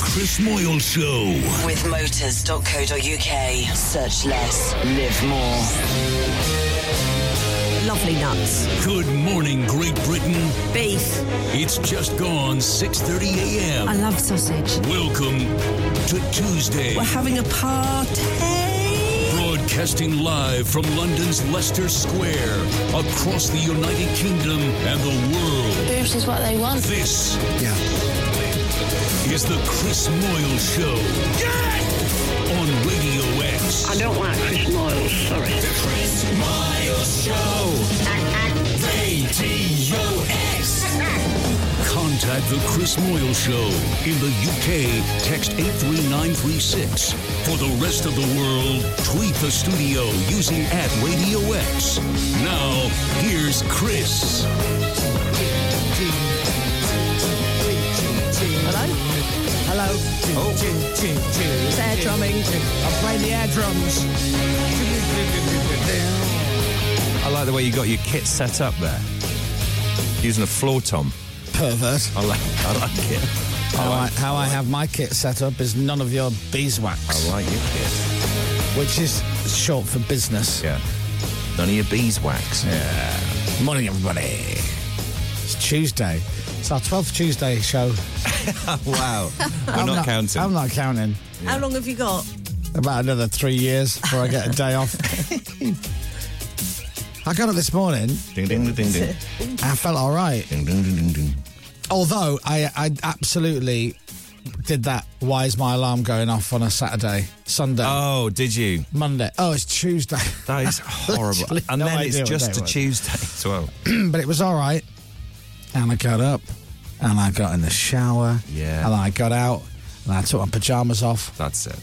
Chris Moyle Show. With motors.co.uk. Search less, live more. Lovely nuts. Good morning, Great Britain. Beef. It's just gone 6:30 a.m. I love sausage. Welcome to Tuesday. We're having a party. Broadcasting live from London's Leicester Square, across the United Kingdom and the world. Boobs is what they want. This yeah. is the Chris Moyle Show. Yes! On Radio X. I don't like Chris Moyle, sorry. The Chris Moyle Show. Radio X. Contact the Chris Moyle Show in the UK. Text 83936. For the rest of the world, tweet the studio using at Radio X. Now, here's Chris. Hello? Hello? Oh. It's air drumming. I'm playing the air drums. I like the way you got your kit set up there. Using a floor tom pervert. I like, I like it. How, I, how I have my kit set up is none of your beeswax. I like your kit. Which is short for business. Yeah. None of your beeswax. Yeah. Morning, everybody. It's Tuesday. It's our 12th Tuesday show. wow. We're not, not, counting. I'm not counting. Yeah. How long have you got? About another three years before I get a day off. I got up this morning. Ding, ding, ding, ding. I felt all right. Ding, ding, ding, ding, ding. Although I, I absolutely did that. Why is my alarm going off on a Saturday, Sunday? Oh, did you? Monday. Oh, it's Tuesday. That is horrible. and no then it's just a was. Tuesday as well. but it was all right. And I got up, and I got in the shower. Yeah. And I got out, and I took my pajamas off. That's it.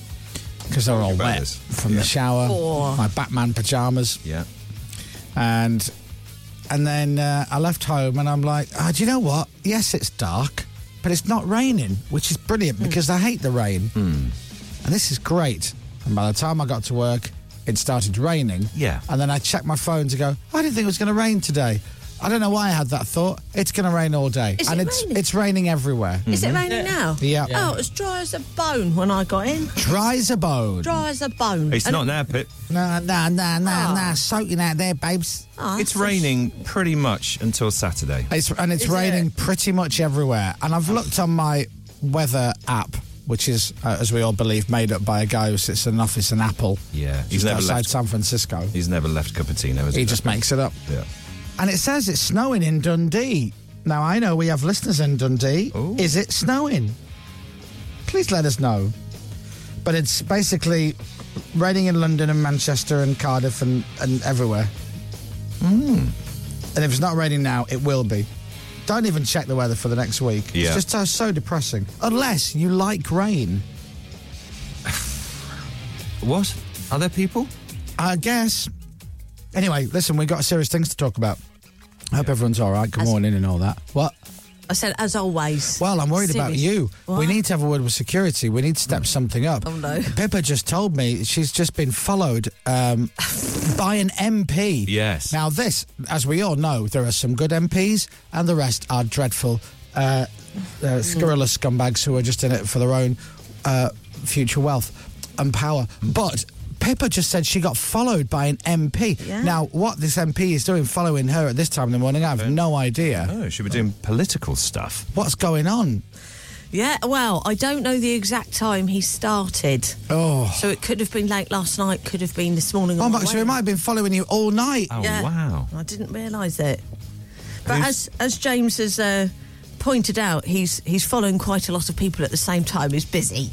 Because they're all wet this. from yeah. the shower. Four. My Batman pajamas. Yeah and and then uh, I left home and I'm like, oh, do you know what? Yes, it's dark, but it's not raining, which is brilliant mm. because I hate the rain, mm. and this is great. And by the time I got to work, it started raining. Yeah, and then I checked my phone to go. I didn't think it was going to rain today. I don't know why I had that thought. It's going to rain all day, is and it it's raining? it's raining everywhere. Mm-hmm. Is it raining yeah. now? Yeah. Oh, it's dry as a bone when I got in. Dry as a bone. Dry as a bone. Ah. It's and not now, Pip. No, no, no, no, oh. no. Soaking out there, babes. Oh, it's raining sh- pretty much until Saturday. It's and it's is raining it? pretty much everywhere. And I've looked on my weather app. Which is, uh, as we all believe, made up by a guy who sits in an office in Apple. Yeah, he's never outside left. San Francisco. He's never left Cupertino. He just left? makes it up. Yeah and it says it's snowing in Dundee. Now I know we have listeners in Dundee. Ooh. Is it snowing? Please let us know. But it's basically raining in London and Manchester and Cardiff and, and everywhere. Mm. And if it's not raining now, it will be. Don't even check the weather for the next week. Yeah. It's just so, so depressing. Unless you like rain. what? Are there people? I guess. Anyway, listen, we've got serious things to talk about. I hope everyone's all right. Good As- morning and all that. What? I said, as always. Well, I'm worried serious. about you. What? We need to have a word with security. We need to step something up. Oh, no. Pippa just told me she's just been followed um, by an MP. Yes. Now, this, as we all know, there are some good MPs and the rest are dreadful, uh, Mm. uh, gorilla scumbags who are just in it for their own uh, future wealth and power. But Pippa just said she got followed by an MP. Yeah. Now, what this MP is doing following her at this time in the morning, I have no idea. Oh, she was doing political stuff. What's going on? Yeah, well, I don't know the exact time he started. Oh. So it could have been late last night, could have been this morning. Oh, on my, the so way. he might have been following you all night. Oh, Yeah. wow. I didn't realise it. But Who's- as as James has uh, pointed out, he's he's following quite a lot of people at the same time. He's busy.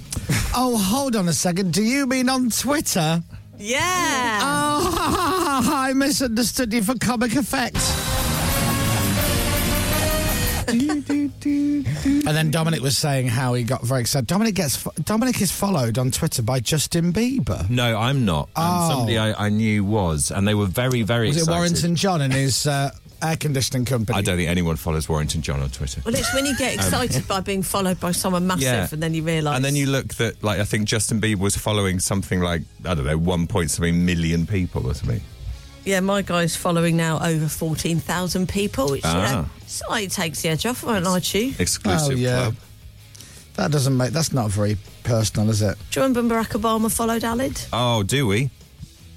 Oh, hold on a second. Do you mean on Twitter? Yeah. Oh, I misunderstood you for comic effect. and then Dominic was saying how he got very excited. Dominic gets fo- Dominic is followed on Twitter by Justin Bieber. No, I'm not. Oh. And somebody I, I knew was, and they were very, very Was it excited. Warrington John and his uh, air conditioning company? I don't think anyone follows Warrington John on Twitter. Well, it's when you get excited by being followed by someone massive, and then you realise. Um, And then you look that, like, I think Justin Bieber was following something like, I don't know, one point something million people or something. Yeah, my guy's following now over fourteen thousand people, which you know, Ah. slightly takes the edge off. I won't lie to you. Exclusive Oh, yeah. club. That doesn't make. That's not very personal, is it? Do you remember Barack Obama followed Alid? Oh, do we?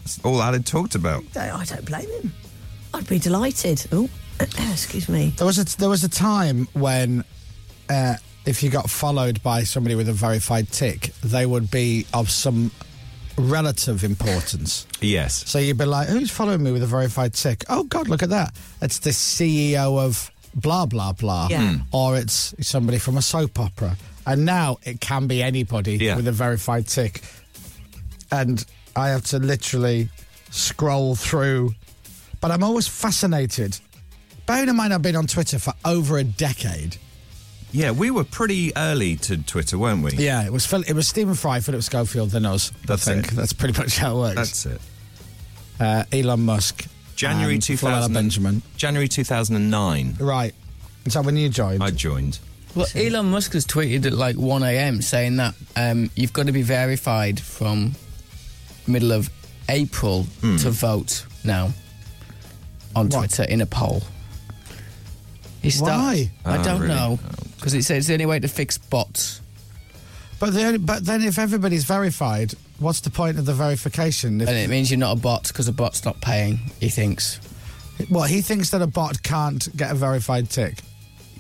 That's all Alan talked about. Don't- I don't blame him. I'd be delighted. Oh, excuse me. There was a there was a time when, uh, if you got followed by somebody with a verified tick, they would be of some relative importance. Yes. So you'd be like, "Who's following me with a verified tick?" Oh God, look at that! It's the CEO of blah blah blah, Yeah. Hmm. or it's somebody from a soap opera. And now it can be anybody Yeah. with a verified tick, and I have to literally scroll through. But I'm always fascinated. Bearing in mind, I've been on Twitter for over a decade. Yeah, we were pretty early to Twitter, weren't we? Yeah, it was Phil- it was Stephen Fry, Philip Schofield, then us. That's I think it. that's pretty much how it works. That's it. uh, Elon Musk, January and 2000. Florella Benjamin. January 2009, Right. Is that when you joined? I joined. Well, Elon Musk has tweeted at like 1 a.m. saying that um, you've got to be verified from middle of April Hmm. to vote now on What? Twitter in a poll. He starts, Why? I Oh, don't really? know. 'Cause know because it says it's the only way to fix bots. but the only, but then if everybody's verified, what's the point of the verification? If, And it means you're not a bot because a bot's not paying. He thinks well, he thinks that a bot can't get a verified tick,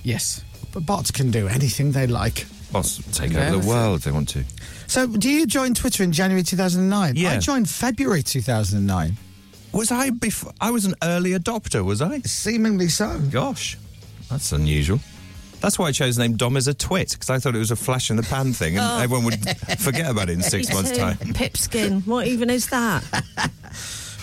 yes. but bots can do anything they like. Boss, take Yeah. over the world if they want to. So, do you join Twitter in January 2009? Yeah. I joined February 2009. Was I before? I was an early adopter, was I? Seemingly so. Gosh, that's unusual. That's why I chose the name Dom as a twit, because I thought it was a flash in the pan thing Oh. and everyone would forget about it in six You months' too. time. Pipskin. What even is that?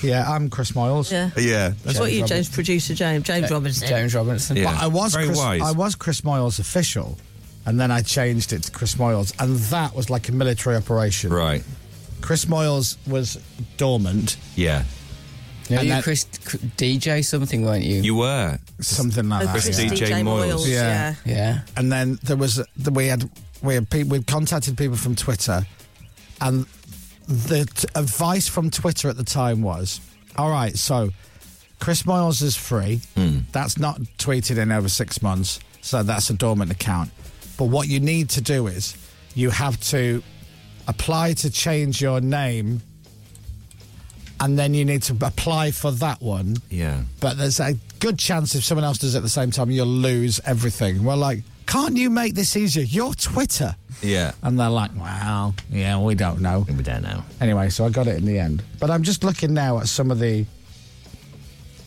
Yeah, I'm Chris Moyles. Yeah. Yeah. What are you, James? Producer James? James Robinson. James Robinson. Yeah. But I was Very Chris, wise. I was Chris Moyles official, and then I changed it to Chris Moyles, and that was like a military operation. Right. Chris Moyles was dormant. Yeah. No, And you that- Chris C- DJ something, weren't you? You were. Something like Oh, that. Chris Christie. yeah. DJ, DJ Moyles. Moyles. Yeah. yeah. yeah. and then there was the, we had we had people we contacted people from Twitter, and the t- advice from Twitter at the time was, all right, so Chris Miles is free. That's not tweeted in over six months, so that's a dormant account. But what you need to do is you have to apply to change your name, and then you need to apply for that one Yeah. but there's a good chance if someone else does it at the same time, you'll lose everything. We're like, can't you make this easier? You're Twitter. Yeah. And they're like, well, yeah, we don't know. We don't know. Anyway, so I got it in the end. But I'm just looking now at some of the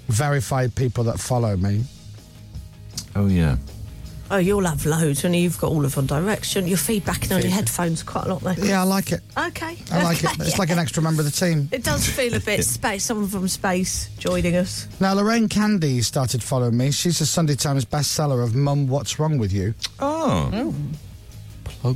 verified people that follow me. Oh, yeah. Oh, you'll have loads, and you've got all of on direction. Your feedbacking on your headphones quite a lot there. Yeah, I like it. Okay. I like it. Okay, It's yeah. like an extra member of the team. It does feel a bit space. Someone from space joining us. Now, Lorraine Candy started following me. She's the Sunday Times bestseller of Mum, What's Wrong With You? Oh.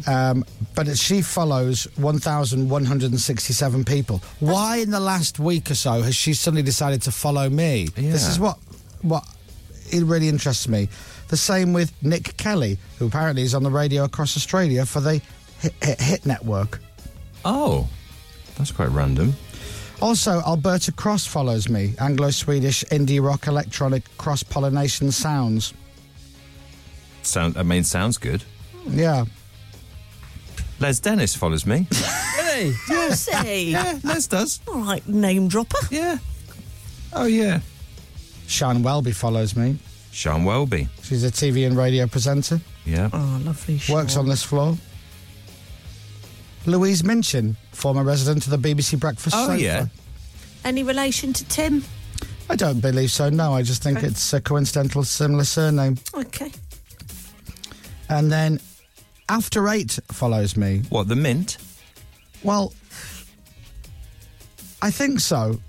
Um, but she follows 1,167 people. Why in the last week or so has she suddenly decided to follow me? This Yeah. is what what it really interests me. The same with Nick Kelly, who apparently is on the radio across Australia for the Hit, Hit, Hit Network. Oh. That's quite random. Also, Alberta Cross follows me, Anglo Swedish indie rock electronic cross pollination sounds. Sound. I mean, sounds good. Hmm. Yeah. Les Dennis follows me. Hey. Does he? yeah, Les does. All right, name dropper. Yeah. Oh, yeah. Shan Welby follows me. Sean Welby. She's a TV and radio presenter. Yeah. Oh, lovely. Sean. works on this floor. Louise Minchin, former resident of the BBC Breakfast Oh, Sofa. yeah. Any relation to Tim? I don't believe so. No, I just think Okay. it's a coincidental similar surname. Okay. And then after eight follows me. What, the mint? Well, I think so.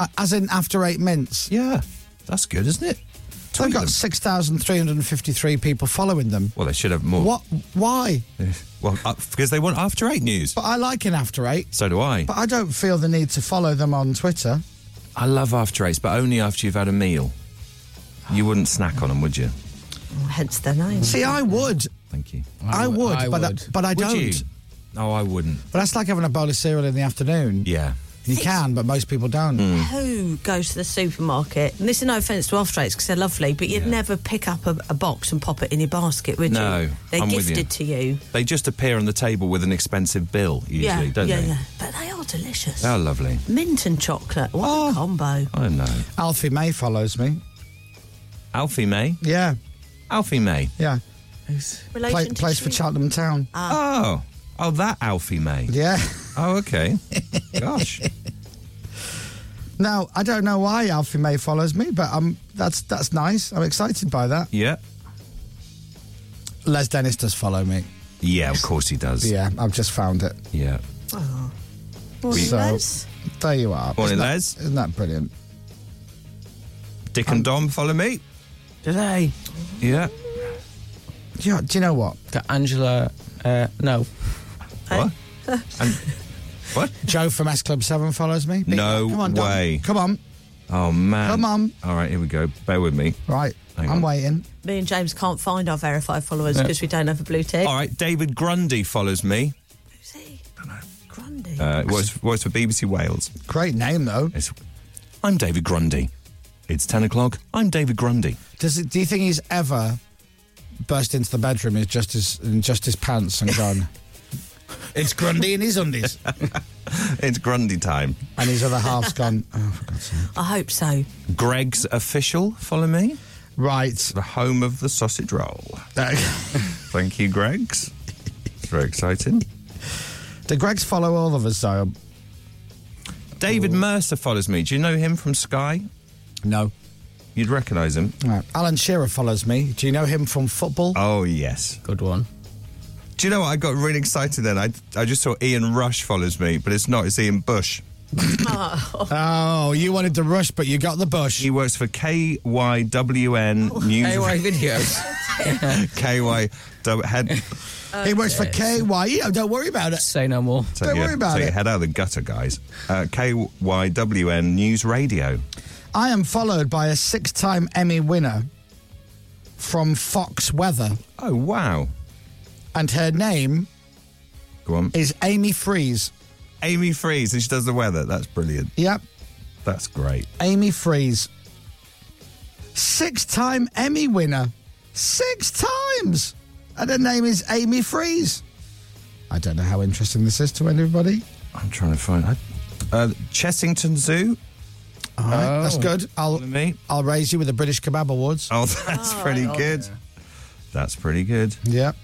A- As in after eight minutes. Yeah. That's good, isn't it? They've Tweet got them. six thousand three hundred and fifty-three people following them. Well, they should have more. What? Why? Well, uh, because they want after eight news. But I like an after eight. So do I. But I don't feel the need to follow them on Twitter. I love after eights, but only after you've had a meal. You wouldn't snack on them, would you? Well, hence their name. See, I would. Thank you. I would- would, I but I, would. but I Would don't. you? No, I wouldn't. But that's like having a bowl of cereal in the afternoon. Yeah. Mm. You can, but most people don't. Hmm. Who goes to the supermarket? And this is no offence to off rates because they're lovely, but you'd never pick up a, a box and pop it in your basket, would you? No, They're I'm with you. gifted to you. They just appear on the table with an expensive bill, usually, yeah, don't yeah, they? yeah. But they are delicious. They are lovely. Mint and chocolate. What a combo. I know. Oh. Alfie May follows me. Alfie May. Yeah, Alfie May. yeah. Pla- Relation to plays for you. Cheltenham Town. Ah. Oh. Oh, that Alfie May. Yeah. Oh, okay. Gosh. Now I don't know why Alfie May follows me, but um, that's that's nice. I'm excited by that. Yeah. Les Dennis does follow me. Yeah, of course he does. Yeah, I've just found it. Yeah. Morning, So- Les. There you are. Morning, Isn't that- Les. Isn't that brilliant? Dick and Dom follow me. Today. Yeah. Do you, do you know what? Got Angela. Uh, no. What? and, what? Joe from S Club Seven follows me. No come on, Dom. way. Come on. Oh man. Come on. All right, here we go. Bear with me. Right. Hang I'm on. waiting. Me and James can't find our verified followers because we don't have a blue tick. All right, David Grundy follows me. Who's he? Grundy. Uh, works, works for BBC Wales. Great name though. It's, I'm David Grundy. It's ten o'clock. I'm David Grundy. Does it, do you think he's ever burst into the bedroom in just his in just his pants and gone? it's Grundy in his undies, It's Grundy time. and his other half's gone. Oh, for God's sake. I hope so. Greg's official follow me. Right. The home of the sausage roll. Uh, Thank you, Greg's. It's very exciting. Do Greg's follow all of us though? David Mercer follows me. Do you know him from Sky? No. You'd recognise him. Right. Alan Shearer follows me. Do you know him from football? Oh yes. Good one. Do you know what? I got really excited then. I, I just saw Ian Rush follows me, but it's not. It's Ian Bush. Oh, you wanted to rush, but you got the bush. He works for KYWN Oh, AY News. videos. KY do- head. he works for KYE. Don't worry about it. Say no more. Take Don't your- worry about take your it. head out of the gutter, guys. Uh, KYWN News Radio. I am followed by a six time Emmy winner from Fox Weather, Oh wow! and her name Go on, is Amy Freeze. Amy Freeze, and she does the weather. That's brilliant. Yep, That's great. Amy Freeze. Six time Emmy winner. Six times! And her name is Amy Freeze. I don't know how interesting this is to anybody. I'm trying to find. I, uh, Chessington Zoo. All right, that's Oh. good. I'll Follow me. I'll raise you with the British Kebab Awards. Oh, that's pretty good. That's pretty good. Yep.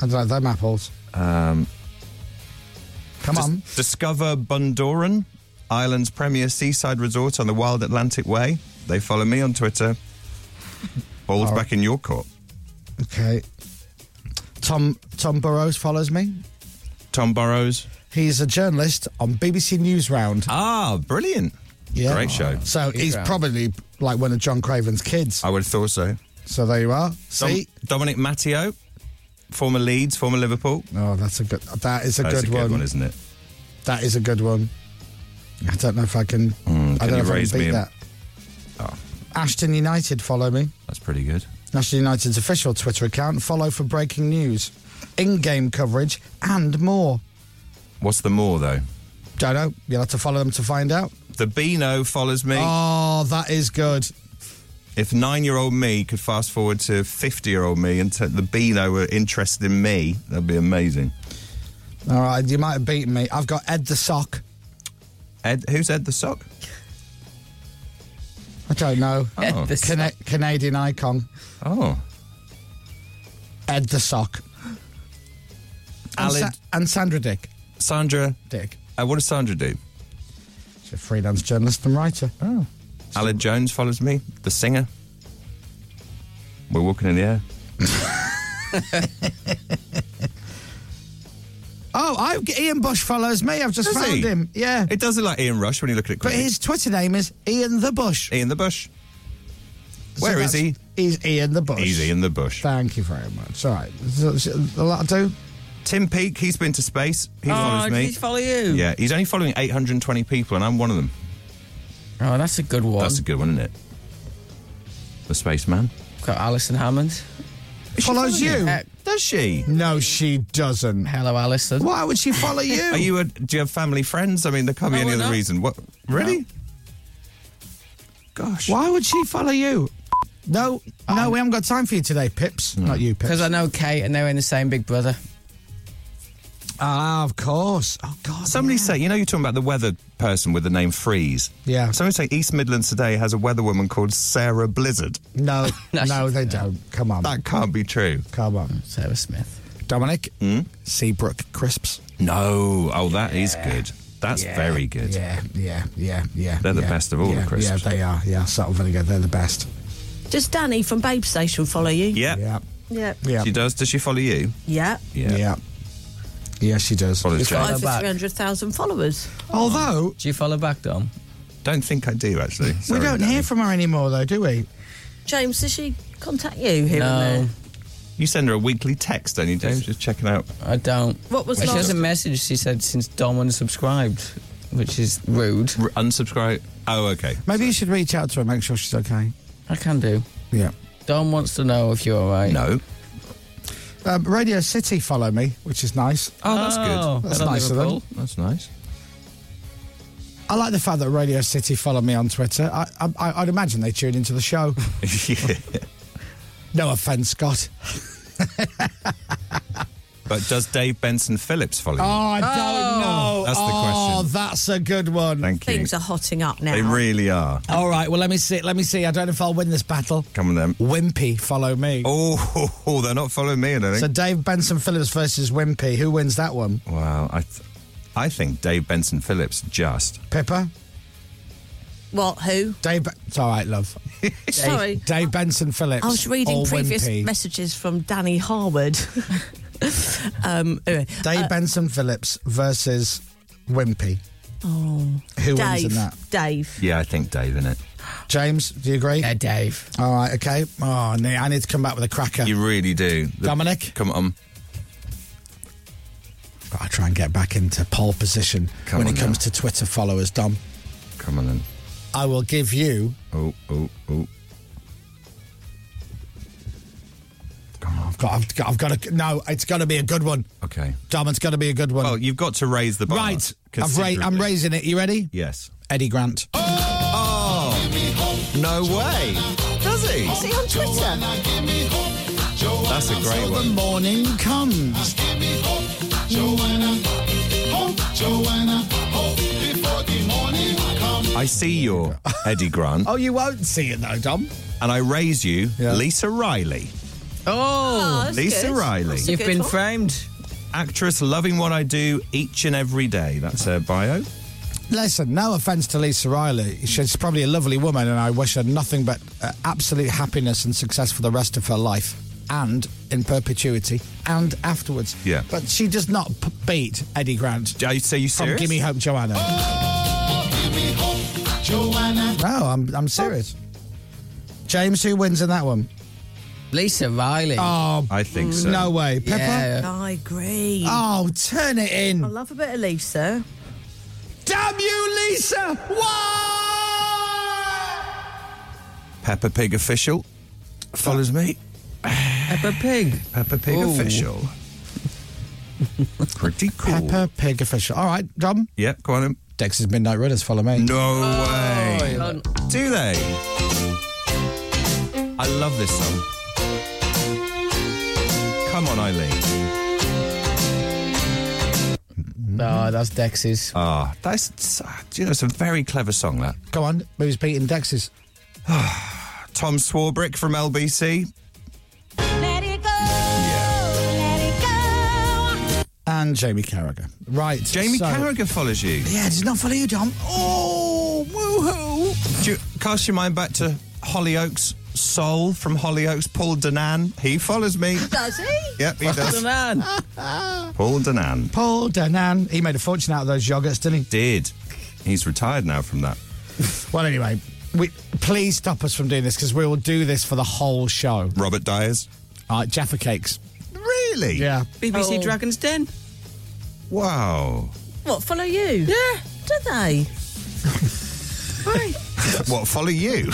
I don't like them apples. Um, Come on. Dis- discover Bundoran, Ireland's premier seaside resort on the Wild Atlantic Way. They follow me on Twitter. Ball's back in your court. Okay. Tom Tom Burrows follows me. Tom Burrows. He's a journalist on BBC Newsround. Ah, brilliant. Great show. So he's Newsround. probably like one of John Craven's kids. I would have thought so. So there you are. Dom- See? Dominic Matteo, former Leeds, former Liverpool. oh, that's a good. That is a, That's good, a good one. one, isn't it? That is a good one. I don't know if I can. I Mm, can don't you know raise if I can beat me a- Ah. that. Ashton United follow me. That's pretty good. National United's official Twitter account. Follow for breaking news, in-game coverage, and more. What's the more though? Don't know. You'll have to follow them to find out. The Beano follows me. Oh, that is good. If nine-year-old me could fast forward to fifty-year-old me and t- the Beano were interested in me, that'd be amazing. All right, you might have beaten me. I've got Ed the Sock. Ed, who's Ed the sock? I don't know. Oh. The s- Cana- Canadian icon. Oh, Ed the Sock. And, Alan, Sa- and Sandra Dick. Sandra. Dick. Uh, what does Sandra do? She's a freelance journalist and writer. Oh. Alan Jones follows me, the singer. We're walking in the air. Oh, I, Ian Bush follows me. I've just Does found he? him. Yeah. It does look like Ian Rush when you look at it. but quickly. his Twitter name is Ian the Bush. Ian the Bush. So Where is that's- he? He's Ian the Bush. He's Ian the Bush. Thank you very much. All right. So- so- A lot to do. Tim Peake, he's been to space. He Oh, follows did me. he follow you? yeah, he's only following 820 people, and I'm one of them. Oh, that's a good one. That's a good one, isn't it? The spaceman. Got Alison Hammond. Follows you. Uh, Does Does she? No, she doesn't. Hello, Alison. Why would she follow you? Are you? A, do you have family friends? I mean, there can't be Oh, any No, we're other not. reason. What? Really? Gosh. Why would she follow you? No, no, we haven't got time for you today, Pips. Not you, Pips. Um, Because I know Kate and they're in the same Big Brother. Ah, of course. Oh God. Somebody yeah. say, you know, you're talking about the weather person with the name Freeze. Yeah. Somebody say East Midlands today has a weather woman called Sarah Blizzard. no, No, no, she- they don't. Come on, That can't be true. Hmm? come on, Sarah Smith. Dominic. Seabrook crisps. No. Oh, that is good. That's Yeah, very good. Yeah, yeah, yeah, yeah. They're the yeah, best of all the yeah, crisps. Yeah, they are. Yeah, salt and vinegar. They're the best. Does Danny from Babe Station follow you? Yeah. Yeah, Yeah. yeah, She does. Does she follow you? Yeah. yeah. yeah. she does. Follows Just Jane. follow Over back. 300,000 followers. Although Do you follow back, Dom? Don't think I do actually. we Sorry, don't Danny. hear from her anymore, though, do we? James, does she contact you here and No, there? You send her a weekly text, don't you, James? Just checking out. I don't. What was she last- has a message. She said since Dom unsubscribed, which is rude. R- unsubscribe. Oh, okay. Maybe you should reach out to her, make sure she's okay. I can do. Yeah. Dom wants to know if you're all right. No. Um, Radio City follow me, which is nice. Oh, that's Oh, good. That's hello, nice of them. Liverpool. That's nice. I like the fact that Radio City follow me on Twitter. I, I, I'd imagine they tune into the show. yeah. no offence, Scott. But does Dave Benson Phillips follow you? Oh, I don't know. That's the Oh, question. that's a good one. Thank you. Things are hotting up now. They really are. All right, well let me see. Let me see. I don't know if I'll win this battle. Come on then. Wimpy, follow me. Oh, they're not following me, I don't think. So Dave Benson Phillips versus Wimpy. Who wins that one? wow. I, th- I think Dave Benson Phillips just. Pippa. What, who? Dave. Be- it's all right, love. Dave, Sorry. Dave Benson Phillips. I was reading or previous Wimpy. messages from Danny Harwood. um, anyway. Dave Benson Phillips versus Wimpy. Oh. Who wins in Dave. that? Dave. Yeah, I think Dave in it. James, do you agree? Yeah, Dave. All right, okay. Oh, I need- I need to come back with a cracker. You really do. The- Dominic? Come on. Got to try and get back into pole position Come when on it comes now. to Twitter followers, Dom. Come on then. I will give you. Oh, oh, oh. I've got. I've got. I've got to, no, it's got to be a good one, Okay. Dom. It's got to be a good one. Well, you've got to raise the bar. right. I've ra- I'm considerably. raising it. You ready? Yes. Eddie Grant. Oh! No way! Does he? See on Twitter. That's a great The one. morning comes. I see your Eddie Grant, Oh, you won't see it though, Dom. and I raise you Yeah. Lisa Riley. Oh, that's Lisa good. Riley. That's a you've good been one. framed. Actress loving what I do each and every day. That's her bio. Listen, no offence to Lisa Riley. She's probably a lovely woman, and I wish her nothing but uh, absolute happiness and success for the rest of her life and in perpetuity and afterwards. Yeah. But she does not p- beat Eddie Grant Are you, so you from serious? Gimme Hope Joanna. Oh, No, I'm, I'm serious. James, who wins in that one? Lisa Riley. Oh, I think so. no way. Pepper? Yeah. I agree. Oh, turn it in. I love a bit of Lisa. Damn you, Lisa! What? Peppa Pig official follows me. Peppa Pig. Peppa Pig Ooh. official. Pretty cool. Pepper Pig official. All right, Dom. Yeah, go on. then. Dex's Midnight Runners, follow me. No Oh, way. Do they? I love this song. Come on, Eileen. No, that's Dex's. Ah, that's. Do you know, it's a very clever song, that. Go on, who's beating Dex's? Tom Swarbrick from LBC. Let it go. And Jamie Carragher. Right. Jamie so- Carragher follows you. Yeah, does not follow you, Dom. Oh, woohoo. Do you cast your mind back to Hollyoaks? Soul from Hollyoaks, Paul Danan. He follows me. Does he? Yep, he does. Man. Paul Danan Paul Danan. He made a fortune out of those yogurts, didn't he? did. He's retired now from that. Well, anyway, we, please stop us from doing this because we will do this for the whole show. Robert Dyers. All right, Jaffa Cakes. Really? Yeah. BBC Oh. Dragon's Den. Wow. What, follow you? Yeah. Do they? Right. what, follow you?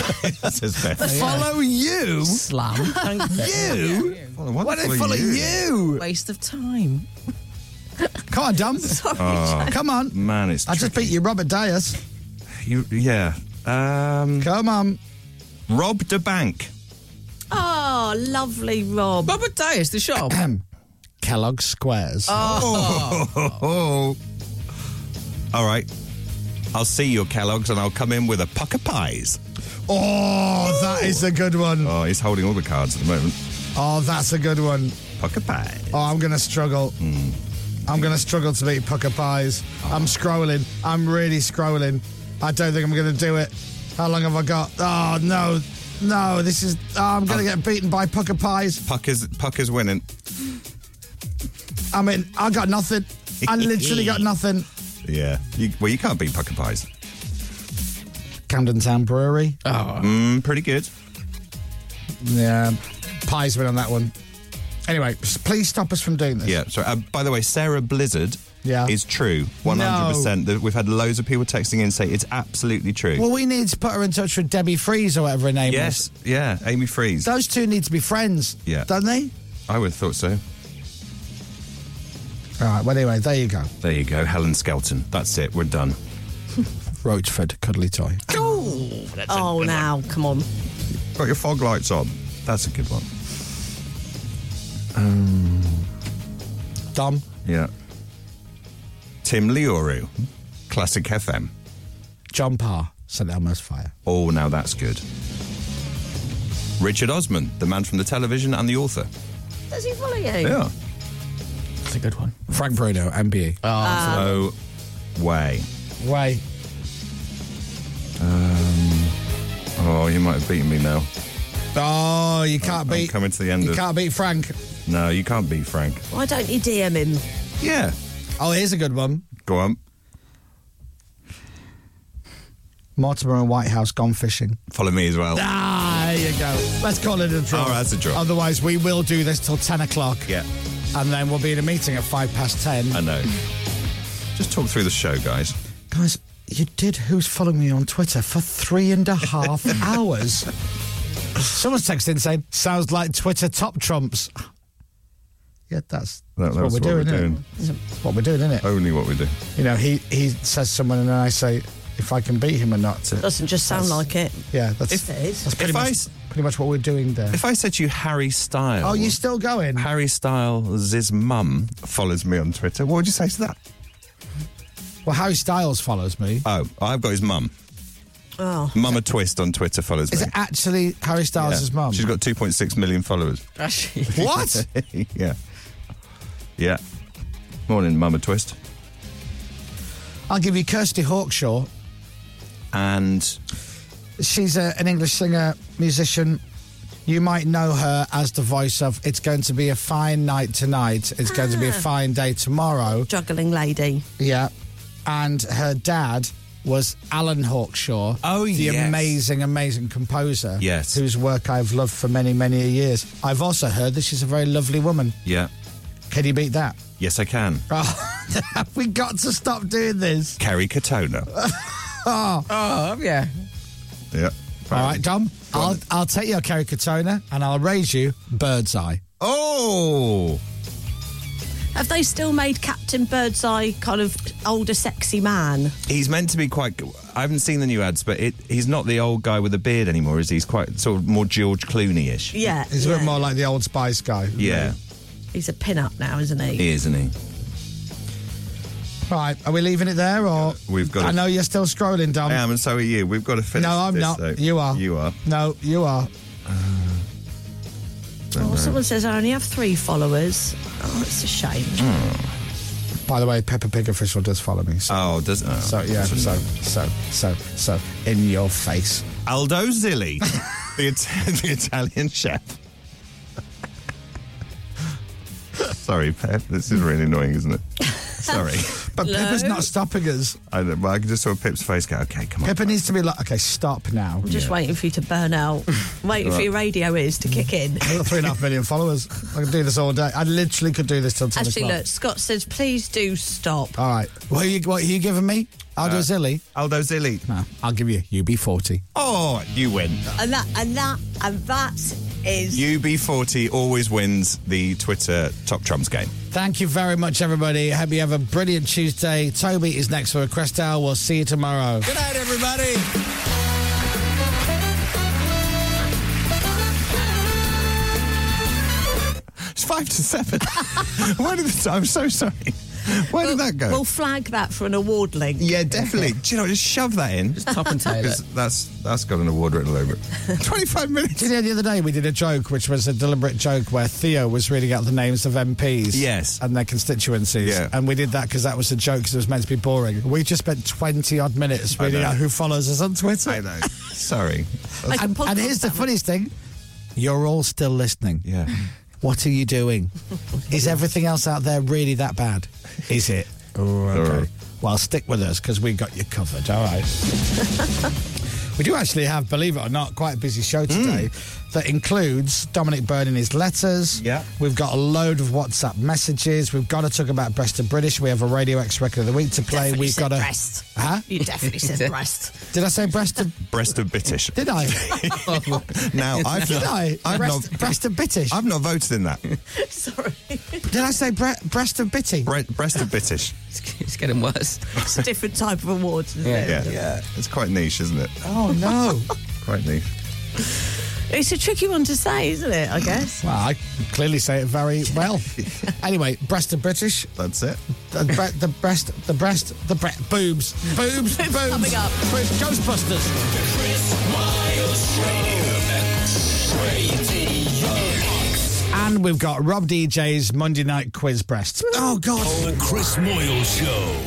says Beth. Follow you? Slam. You? Follow- Why don't they follow you? Waste of time. Come on, Dom. Ah. Come on. Oh, Man, it's. I just tricky. beat you, Robert Dias. You, yeah. Um, Come on. Rob the bank. Oh, lovely, Rob. Robert Dyer's the shop. Kellogg Squares. Ah. Oh. All right. I'll see you, Kellogg's, and I'll come in with a puck of pies. Oh, that is a good one. Oh, he's holding all the cards at the moment. Oh, that's a good one. Puck of pies. Oh, I'm going to struggle. I'm going to struggle to beat Pucker Pies. I'm scrolling. I'm really scrolling. I don't think I'm going to do it. How long have I got? Oh, no. No, this is. Oh, I'm going to get beaten by Pucker Pies. Puck is Puck is winning. I mean, I got nothing. I literally got nothing. Yeah. You, well, you can't beat Puck and Pies. Camden Town Brewery. Mm, pretty good. Yeah. Pies win on that one. Anyway, s- please stop us from doing this. Yeah. So, uh, by the way, Sarah Blizzard Yeah. is true. 100%. That We've had loads of people texting in saying it's absolutely true. Well, we need to put her in touch with Debbie Freeze or whatever her name is. yes. Yeah. Amy Freeze. Those two need to be friends, Yeah. don't they? I would have thought so. All right, well, anyway, there you go. There you go. Helen Skelton. That's it. We're done. Roachford Cuddly Toy. oh, now, come on. Got your fog lights on. That's a good one. Dom. Um, Yeah. Tim Leoru, Classic FM. John Parr, St Elmo's Fire. Oh, now that's good. Richard Osman, the man from the television and the author. Does he follow you? Yeah. That's a good one. Frank Bruno, MBE. Oh, Ah. No Um, way. Way. Um, Oh, you might have beaten me now. Oh, you I'm can't beat. coming to the end You of- can't beat Frank. No, you can't beat Frank. Why don't you DM him? Yeah. Oh, here's a good one. Go on. Mortimer and Whitehouse gone fishing. Follow me as well. Ah, there you go. Let's call it a draw. All right, Oh, that's a draw. Otherwise, we will do this till 10 o'clock. Yeah. And then we'll be in a meeting at five past 10. I know. Just talk through the show, guys. Guys, you did Who's Following Me on Twitter for three and a half hours. Someone's texting saying, sounds like Twitter top trumps. Yeah, that's, That- that's what, we're, doing, we're innit? doing. It's What we're doing, isn't it? Only what we do. You know, he, he says someone and then I say if I can beat him or not. Doesn't just sound That's- like it. Yeah, that's, It is. that's pretty, If I much, s- pretty much what we're doing there. If I said to you Harry Styles. Oh, you still going? Harry Styles' mum follows me on Twitter. What would you say to that? Well, Harry Styles follows me. Oh, I've got his mum. Oh. Mama Twist on Twitter follows Is me. it actually Harry Styles' Yeah. mum? She's got 2.6 million followers. actually. What? yeah. Yeah. Morning, Mama Twist. I'll give you Kirsty Hawkshaw. And She's a, an English singer, musician. You might know her as the voice of It's Going to Be a Fine Night Tonight, It's Going to Be a Fine Day Tomorrow. Ah. Juggling lady. Yeah. And her dad was Alan Hawkshaw. Oh, the yes. amazing, amazing composer. Yes. Whose work I've loved for many, many years. I've also heard that she's a very lovely woman. yeah. Can you beat that? Yes, I can. Oh, we got to stop doing this. Carrie Katona. Oh, yeah. yeah. All right, Dom. I'll, I'll take your Caricatona and I'll raise you Bird's Eye. Oh! Have they still made Captain Birdseye kind of older, sexy man? He's meant to be quite. I haven't seen the new ads, but it, he's not the old guy with the beard anymore, is he? He's quite sort of more George Clooney ish. Yeah. He's a yeah. bit more Oh, like the old Spice guy. Yeah. He's a pin-up now, isn't he? He is, isn't he? Right, are we leaving it there or? We've got I it. know you're still scrolling, Dom. I am, and so are you. We've got to finish. no, I'm this, not. though. You are. You are. No, you are. Oh, someone says I only have three followers. Oh, it's a shame. Hmm. By the way, Pepper Pig official does follow me. So, Oh, doesn't. Oh, so yeah, doesn't- so, so, so, so, in your face. Aldo Zilli, the, It- the Italian chef. Sorry, Pep. This is really annoying, isn't it? Sorry. But No. Pippa's not stopping us. I, don't- well, I just saw Pip's face go, okay, come on. Pippa needs to be like, okay, stop now. I'm just waiting for you to burn out. waiting for your radio ears to kick in. I've got three and a half million followers. I could do this all day. I literally could do this Ah. till 10 Actually, o'clock. look, Scott says, please do stop. All right. What are you, what are you giving me? Aldo Zilli? Uh, Aldo Zilli. No, I'll give you UB40. Oh, you win. And that, and that, and that is. UB40 always wins the Twitter Top Trumps game. Thank you very much, everybody. Hope you have a brilliant Tuesday. Toby is next for a Crest Hour. We'll see you tomorrow. Good night, everybody. It's five to seven. Where did the, I'm so sorry. Where did that go? We'll flag that for an award link. yeah, definitely. Do you know? Just shove that in. Top and tail. it. Because that's that's got an award written all over it. Twenty-five minutes. Do you know the other day we did a joke, which was a deliberate joke where Theo was reading out the names of MPs, Yes. and their constituencies, Yeah. and we did that because that was a joke because it was meant to be boring. We just spent twenty odd minutes reading know. out who follows us on Twitter. I know. Sorry. I can podcast And here's the that. funniest thing: you're all still listening. Yeah. What are you doing? Is everything else out there really that bad? Is it? Oh, okay. right. Well, stick with us because we got you covered. All right. we do actually have, believe it or not, quite a busy Hmm. show today that includes Dominic Byrne and his letters. Yeah. We've got a load of WhatsApp messages. We've got to talk about Breast and British. We have a Radio X record of the week to play. Definitely We've said got a. breast. Huh? You definitely said breast. Did I say breast? and- Breast of British. Did I? Now I've Did I? I've breast, not. breast and British. I've not voted in that. Sorry, Did I say bre- breast and bitty? Bre- breast of British. It's getting worse. it's a different type of award. Isn't Yeah. it? Yeah. Yeah. It's quite niche, isn't it? Oh no. Quite niche. It's a tricky one to say, isn't it? I guess. Well, I clearly say it very well. anyway, breast and British, That's it. the, bre- the breast, the breast, the bre- boobs, boobs, boobs. Coming up. Boobs. Ghostbusters. And we've got Rob DJ's Monday Night Quiz Breasts. Oh God. The Chris Moyle Show.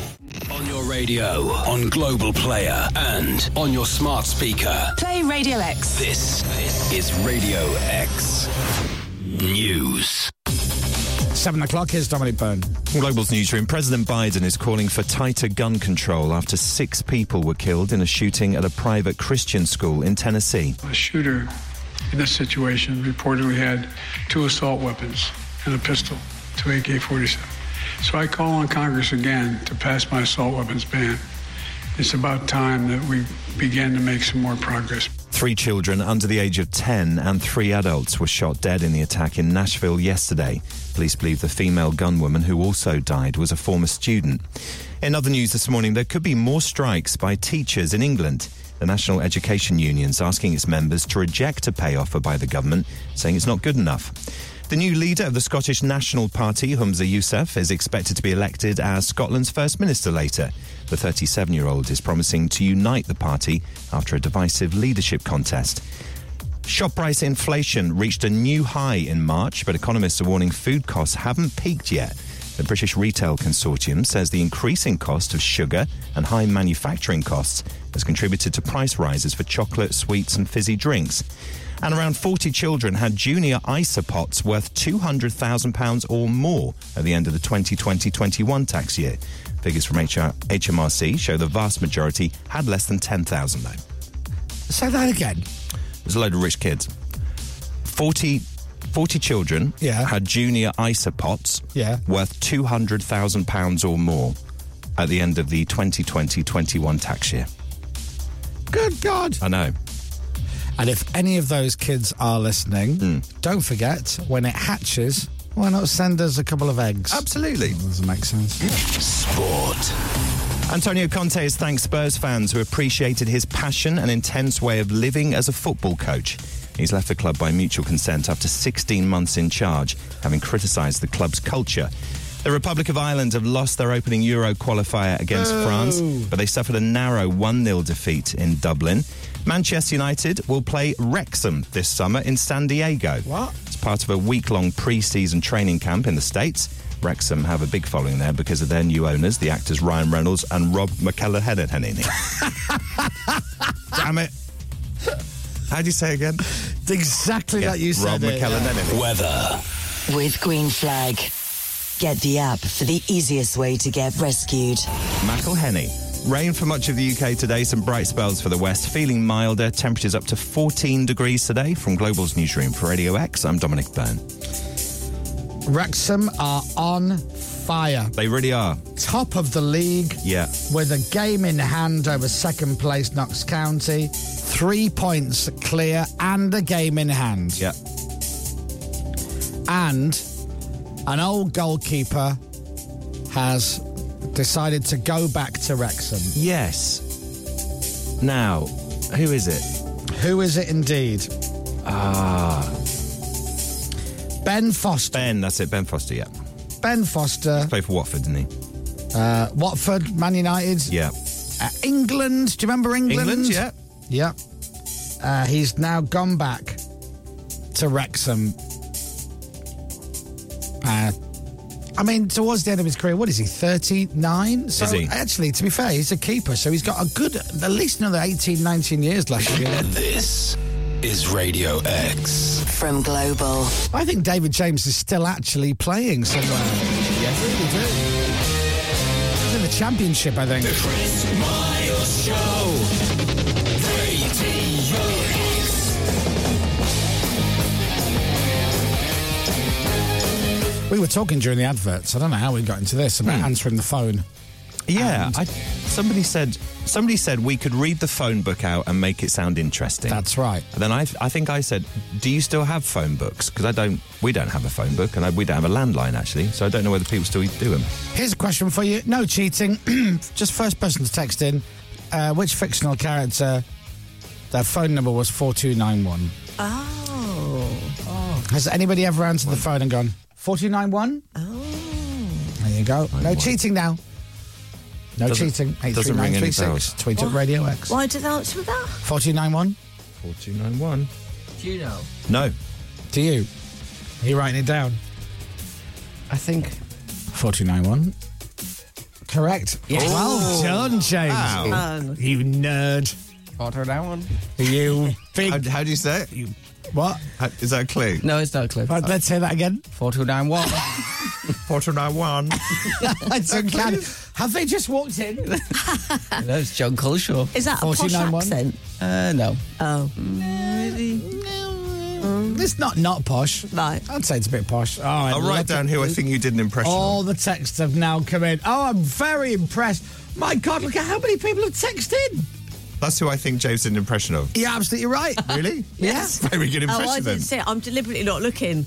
On your radio, on Global Player, and on your smart speaker. Play Radio X. This is Radio X News. Seven o'clock. Here's Dominic Byrne. Global's newsroom. President Biden is calling for tighter gun control after six people were killed in a shooting at a private Christian school in Tennessee. The shooter in this situation reportedly had two assault weapons and a pistol, two AK 47. So I call on Congress again to pass my assault weapons ban. It's about time that we begin to make some more progress. Three children under the age of 10 and three adults were shot dead in the attack in Nashville yesterday. Police believe the female gunwoman who also died was a former student. In other news this morning, there could be more strikes by teachers in England. The National Education Union's asking its members to reject a pay offer by the government, saying it's not good enough. The new leader of the Scottish National Party, Humza Yousaf, is expected to be elected as Scotland's first minister later. The 37 year old is promising to unite the party after a divisive leadership contest. Shop price inflation reached a new high in March, but economists are warning food costs haven't peaked yet. The British Retail Consortium says the increasing cost of sugar and high manufacturing costs has contributed to price rises for chocolate, sweets, and fizzy drinks. And around 40 children had junior ISA pots worth £200,000 or more at the end of the 2020 21 tax year. Figures from HR- HMRC show the vast majority had less than 10,000 though. Say that again. There's a load of rich kids. 40, 40 children Yeah. had junior ISA pots Yeah. worth £200,000 or more at the end of the 2020 21 tax year. Good God. I know. And if any of those kids are listening, Hmm. don't forget when it hatches, why not send us a couple of eggs? Absolutely. Doesn't make sense. Sport. Antonio Conte has thanked Spurs fans who appreciated his passion and intense way of living as a football coach. He's left the club by mutual consent after 16 months in charge, having criticised the club's culture. The Republic of Ireland have lost their opening Euro qualifier against France, but they suffered a narrow 1 0 defeat in Dublin. Manchester United will play Wrexham this summer in San Diego. What? It's part of a week long pre season training camp in the States. Wrexham have a big following there because of their new owners, the actors Ryan Reynolds and Rob McCallaghan. Damn it. How do you say again? It's exactly Yeah, like you said. Rob it. McCallaghan. Weather. With Green Flag. Get the app for the easiest way to get rescued. McElhenney. Rain for much of the UK today, some bright spells for the west, feeling milder, temperatures up to 14 degrees today. From Global's newsroom for Radio X, I'm Dominic Byrne. Wrexham are on fire. They really are. Top of the league. Yeah. With a game in hand over second place Knox County. Three points clear and a game in hand. Yeah. And an old goalkeeper has decided to go back to Wrexham. Yes. Now, who is it? Who is it indeed? Ah. Ben Foster. Ben, that's it, Ben Foster, yeah. Ben Foster, Played for Watford, didn't he? uh, Watford, Man United, Yeah. uh, England. Do you remember England? England, yeah. Yeah. Uh, he's now gone back to Wrexham. Uh, I mean, towards the end of his career, what is he, 39? So, Is he? actually, to be fair, he's a keeper, so he's got a good, at least another 18, 19 years left. And this is Radio X. From Global. I think David James is still actually playing somewhere. Yeah, really do. He's in the championship, I think. Chris Miles Show. Radio X. We were talking during the adverts. I don't know how we got into this Hmm. about answering the phone. Yeah. I, somebody said somebody said we could read the phone book out and make it sound interesting. That's right. And then I, I think I said, "Do you still have phone books?" Because I don't. We don't have a phone book, and I, we don't have a landline actually. So I don't know whether people still do them. Here's a question for you. No cheating. Just first person to text in. Uh, which fictional character their phone number was 4291? Oh. Has anybody ever answered the phone and gone, 4291? Oh. There you go. No cheating now. No Doesn't- cheating. doesn't ring any 83936. bells. Tweet at Radio X. Why did they answer with that? 4291? Four two nine one. Do you know? No. To you. Are you writing it down? I think 4291. Correct. Well done, James. Oh. Wow. Um, You nerd. Potter that one. You big. how do you say it? what? How- Is that a clue? No, it's not a clue. Right, let's say that again. Four two nine one. Four two nine one. It's uncanny. Have they just walked in? That's John Culshaw. is that a posh 49-1? accent? Uh, no. Oh, It's not not posh. right. I'd say it's a bit posh. Oh, I I'll love write down it. who I think you did an impression. All of. the texts have now come in. Oh, I'm very impressed. My God, look at how many people have texted. That's who I think James did an impression of. You're absolutely right. Really? Yes. Very good Oh, impression I then. didn't see it. I'm deliberately not looking.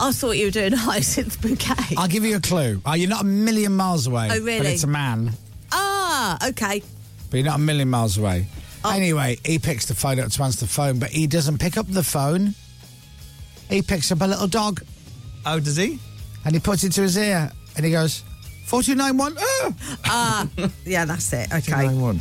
I thought you were doing highs in the bouquet. I'll give you a clue. Oh, you're not a million miles away. Oh, really? But it's a man. ah, okay. But you're not a million miles away. Oh. Anyway, he picks the phone up to answer the phone, but he doesn't pick up the phone. He picks up a little dog Oh, does he? and he puts it to his ear and he goes, 4291. Oh! Ah. Yeah, that's it. Okay. one.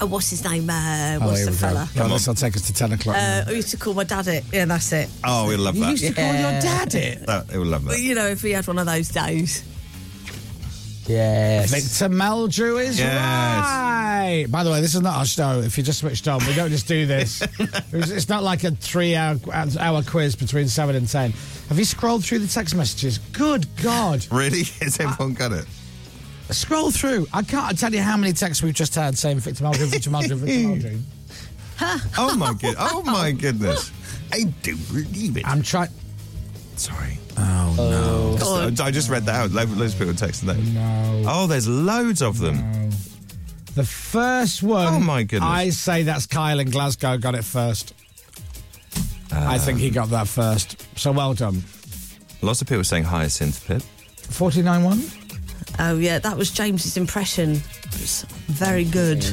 Oh, what's his name? Uh, Oh, what's here the we go. fella? Right, this will take us to 10 o'clock. now. Uh, I used to call my dad it. Yeah, that's it. Oh, we love that. to call your dad it. that. He'll love But, that. you know, if we had one of those days. Yes. Victor Meldrew is Yes. right. By the way, this is not our show. If you just switched on, we don't just do this. it's, it's not like a three-hour hour quiz between seven and ten. Have you scrolled through the text messages? Good God, Really? Has everyone got it? scroll through. I can't tell you how many texts we've just had saying Victor Meldrew, Victor Meldrew, Victor Meldrew. Oh my good. Oh my goodness. I do believe it. I'm trying. Sorry. Oh, no. That's- I just read that out. Lo- Loads of people texting that. No. Oh, there's loads of them. The first one. Oh, my goodness. I say that's Kyle in Glasgow got it first. I think Uh. he got that first. So well done. Lots of people saying hyacinth pip. Forty-nine one. Oh, yeah, that was James's impression. It was very good.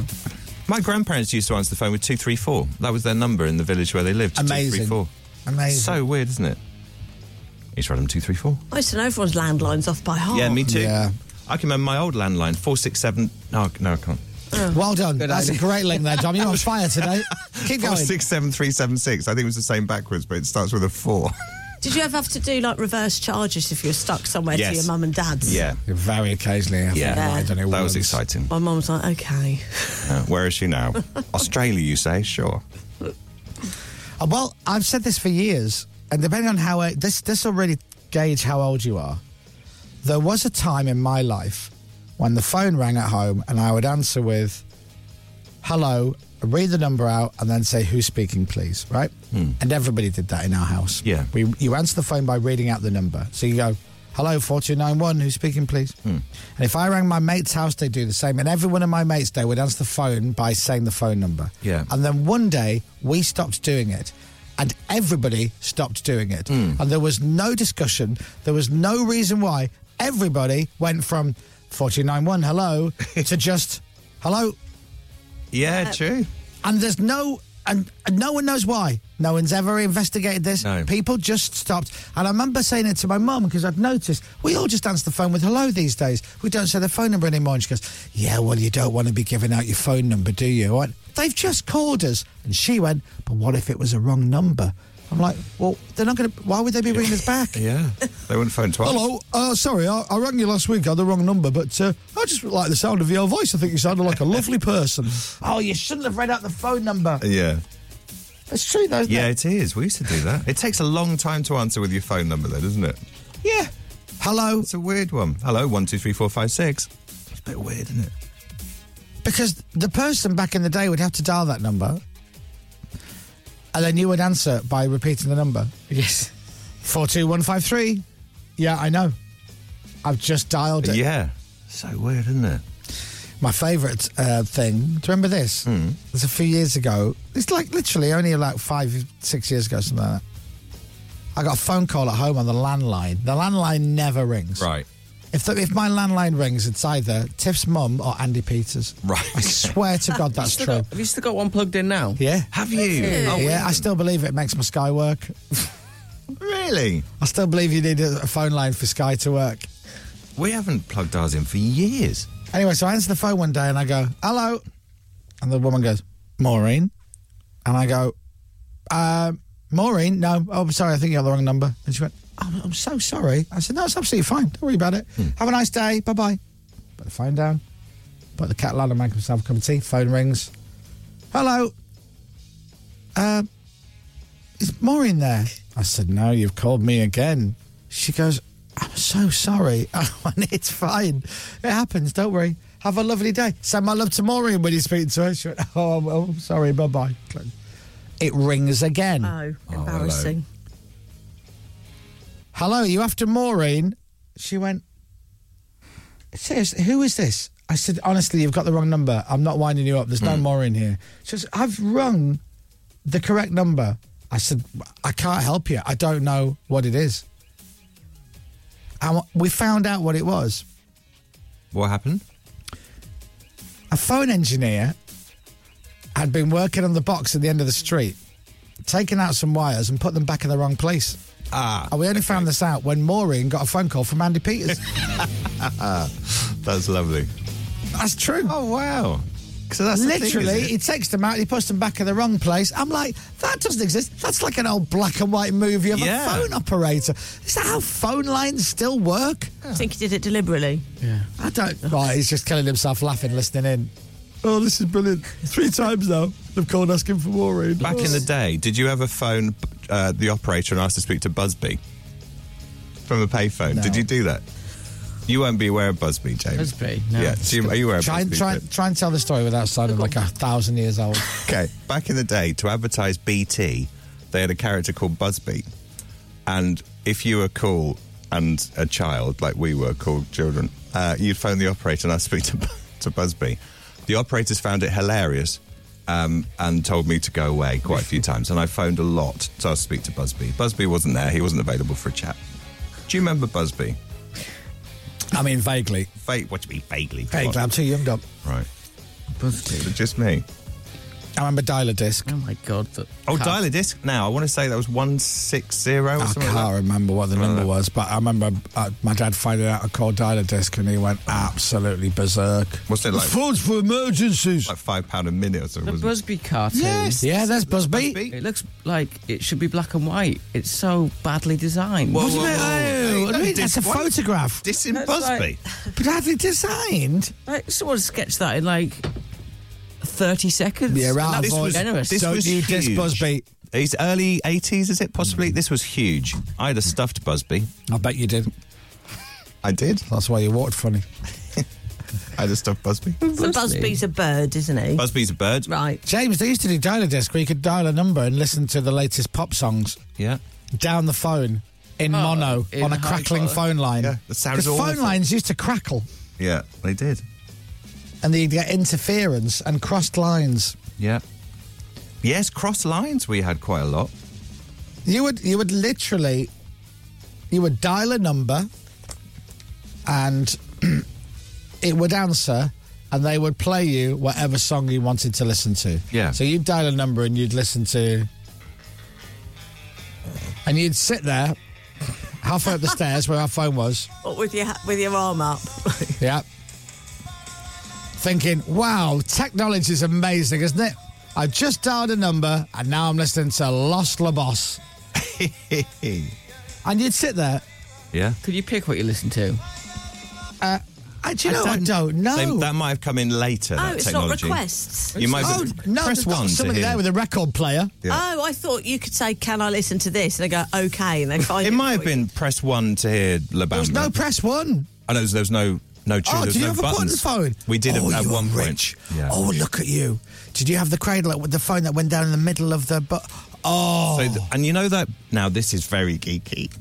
My grandparents used to answer the phone with 234. That was their number in the village where they lived. Amazing. 234. Amazing. So weird, isn't it? Each random 234. I used to know everyone's landlines off by heart. Yeah, me too. Oh. Yeah. I can remember my old landline, 467. No, no, I can't. Well done. That's idea. a great link there, Dom. You're on fire today. Keep going. 467376. I think it was the same backwards, but it starts with a four. Did you ever have to do like reverse charges if you were stuck somewhere to Yes. your mum and dad's? yeah. Very occasionally. I Yeah. Think, I don't know That was once. exciting. My mum was like, okay. Uh, where is she now? Australia, you say? Sure. Uh, Well, I've said this for years, and depending on how uh, this this will really gauge how old you are. There was a time in my life when the phone rang at home and I would answer with, hello, read the number out, and then say, who's speaking, please, right? And everybody did that in our house. Yeah. We, you answer the phone by reading out the number. So you go, hello, 4291, who's speaking, please? And if I rang my mate's house, they'd do the same. And everyone in my mate's day would answer the phone by saying the phone number. Yeah. And then one day, we stopped doing it. And everybody stopped doing it. And there was no discussion. There was no reason why. Everybody went from 491 hello to just hello Yeah, true. Uh, and there's no and, and no one knows why. No one's ever investigated this. No. People just stopped. And I remember saying it to my mum because I'd noticed we all just answer the phone with hello these days. We don't say the phone number anymore. And she goes, Yeah, well, you don't want to be giving out your phone number, do you? I went, They've just called us. And she went, But what if it was a wrong number? I'm like, Well, they're not going to, why would they be ringing us back? Yeah. They wouldn't phone twice. Hello, uh, sorry, I, I rang you last week. I had the wrong number, but uh, I just like the sound of your voice. I think you sounded like a lovely person. oh, you shouldn't have read out the phone number. Yeah. It's true, though. Isn't Yeah, It? it is. We used to do that. It takes a long time to answer with your phone number, though, doesn't it? Yeah. Hello, It's a weird one. Hello, one, two, three, four, five, six. It's a bit weird, isn't it? because the person back in the day would have to dial that number, and then you would answer by repeating the number Yes. four two one five three. Yeah, I know. I've just dialed it. Yeah. So weird, isn't it? my favourite uh, thing. Do you remember this? Hmm. Mm. It was a few years ago. It's like literally only like five, six years ago, something like that. I got a phone call at home on the landline. The landline never rings. Right. If, the, if my landline rings, it's either Tiff's mum or Andy Peters. Right. I swear to God, that's Still true. got- have you still got one plugged in now? yeah. Have you? Oh, yeah, I still believe it makes my Sky work. really? I still believe you need a a phone line for Sky to work. We haven't plugged ours in for years. Anyway, so I answer the phone one day and I go, hello. And the woman goes, Maureen. And I go, um, Maureen, no, oh, I'm sorry, I think you have the wrong number. And she went, oh, I'm so sorry. I said, no, it's absolutely fine. Don't worry about it. Hmm. Have a nice day. Bye bye. Put the phone down. Put the cat ladder, make myself a cup of tea. Phone rings. Hello. Um, is Maureen there? I said, No, you've called me again. She goes, I'm so sorry. I went, It's fine. It happens. Don't worry. Have a lovely day. Send my love to Maureen when you speak to her. She went, Oh, I'm, oh, sorry. Bye bye. It rings again. Oh, hello. embarrassing. Hello, are you after Maureen? She went, Seriously, who is this? I said, Honestly, you've got the wrong number. I'm not winding you up. There's Hmm. no Maureen here. She goes, I've rung the correct number. I said, I can't help you. I don't know what it is. And we found out what it was. What happened? A phone engineer had been working on the box at the end of the street, taking out some wires and put them back in the wrong place. Ah, And we only found this out when Maureen got a phone call from Andy Peters. that's lovely. That's true. Oh, wow. So that's the thing, Literally, isn't he it? takes them out, he puts them back in the wrong place. I'm like, that doesn't exist. That's like an old black and white movie of Yeah. a phone operator. Is that how phone lines still work? I think he did it deliberately. I don't. Right, he's just killing himself laughing, listening in. Oh, this is brilliant. Three times now, they've called asking for more rain. Back in the day, did you ever phone uh, the operator and ask to speak to Busby from a payphone? No. Did you do that? You won't be aware of Busby, James. Busby? No. Yeah. Do you, are you aware of Try and, Busby? try, and- try and tell the story without sounding like a thousand years old. Okay, back in the day, to advertise BT, they had a character called Busby. And if you were cool and a child, like we were, called children, uh, you'd phone the operator and I'd speak to, to Busby. The operators found it hilarious um, and told me to go away quite a few times. And I phoned a lot to ask to speak to Busby. Busby wasn't there, he wasn't available for a chat. Do you remember Busby? I mean, vaguely. Fate, what do you mean, vaguely? Come Vaguely. on. I'm too young, Dom. Right. Busby. Just me. I remember dial a disc. Oh my god. that- Oh, Cat. dial a disc now. I want to say that was 160 or I something can't like that. remember what the number that. was, but I remember uh, my dad finding out I called dial disc and he went absolutely berserk. What's it like? The phone's for emergencies. like five pound a minute or The something. wasn't Busby cartoon. yes. Yeah, that's Busby. Busby. It looks like it should be black and white. It's so badly designed. Whoa, What do you whoa, mean? whoa. Oh, what do you mean? Dis- That's a what? photograph. it? Dissing That's Busby. But badly designed. Like someone sketched that in like thirty seconds. Yeah, right. That's This was- generous. this Don't was you diss huge. Busby. He's early 80s, is it possibly? This was huge. I had a stuffed Busby. I bet you did. I did. That's why you walked funny. I just stuffed Busby. So Busby's a bird, isn't he? Busby's a bird. Right. James, they used to do dial a disc where you could dial a number and listen to the latest pop songs Yeah. down the phone in Oh, mono in on a high crackling quality. phone line. Yeah, that sounds Because phone awful. lines used to crackle Yeah, they did. and you'd get interference and crossed lines. Yeah. Yes, cross lines we had quite a lot. You would you would literally you would dial a number and it would answer and they would play you whatever song you wanted to listen to. Yeah. So you'd dial a number and you'd listen to and you'd sit there halfway up the stairs where our phone was. What with your ha- with your arm up? Yeah. Thinking, wow, technology is amazing, isn't it? I just dialed a number and now I'm listening to Lost La Boss. and you'd sit there. Yeah. Could you pick what you listen to? Uh, I, do you know, I don't know. They- that might have come in later. Oh, that it's not technology. requests. You might oh, have no, press there's not one to somebody hear. there with a record player. Yeah. Oh, I thought you could say, "Can I listen to this?" And they go, "Okay," and they find it it. might have for you. been press one to hear Labamba. There was no press one. I know there was no no tune. there Oh, did was you no have buttons. a button phone? We did oh, at, at you're one rich. point. Yeah. Oh, look at you. Did you have the cradle with the phone that went down in the middle of the... Bu- oh. So th- and you know that now this is very geeky.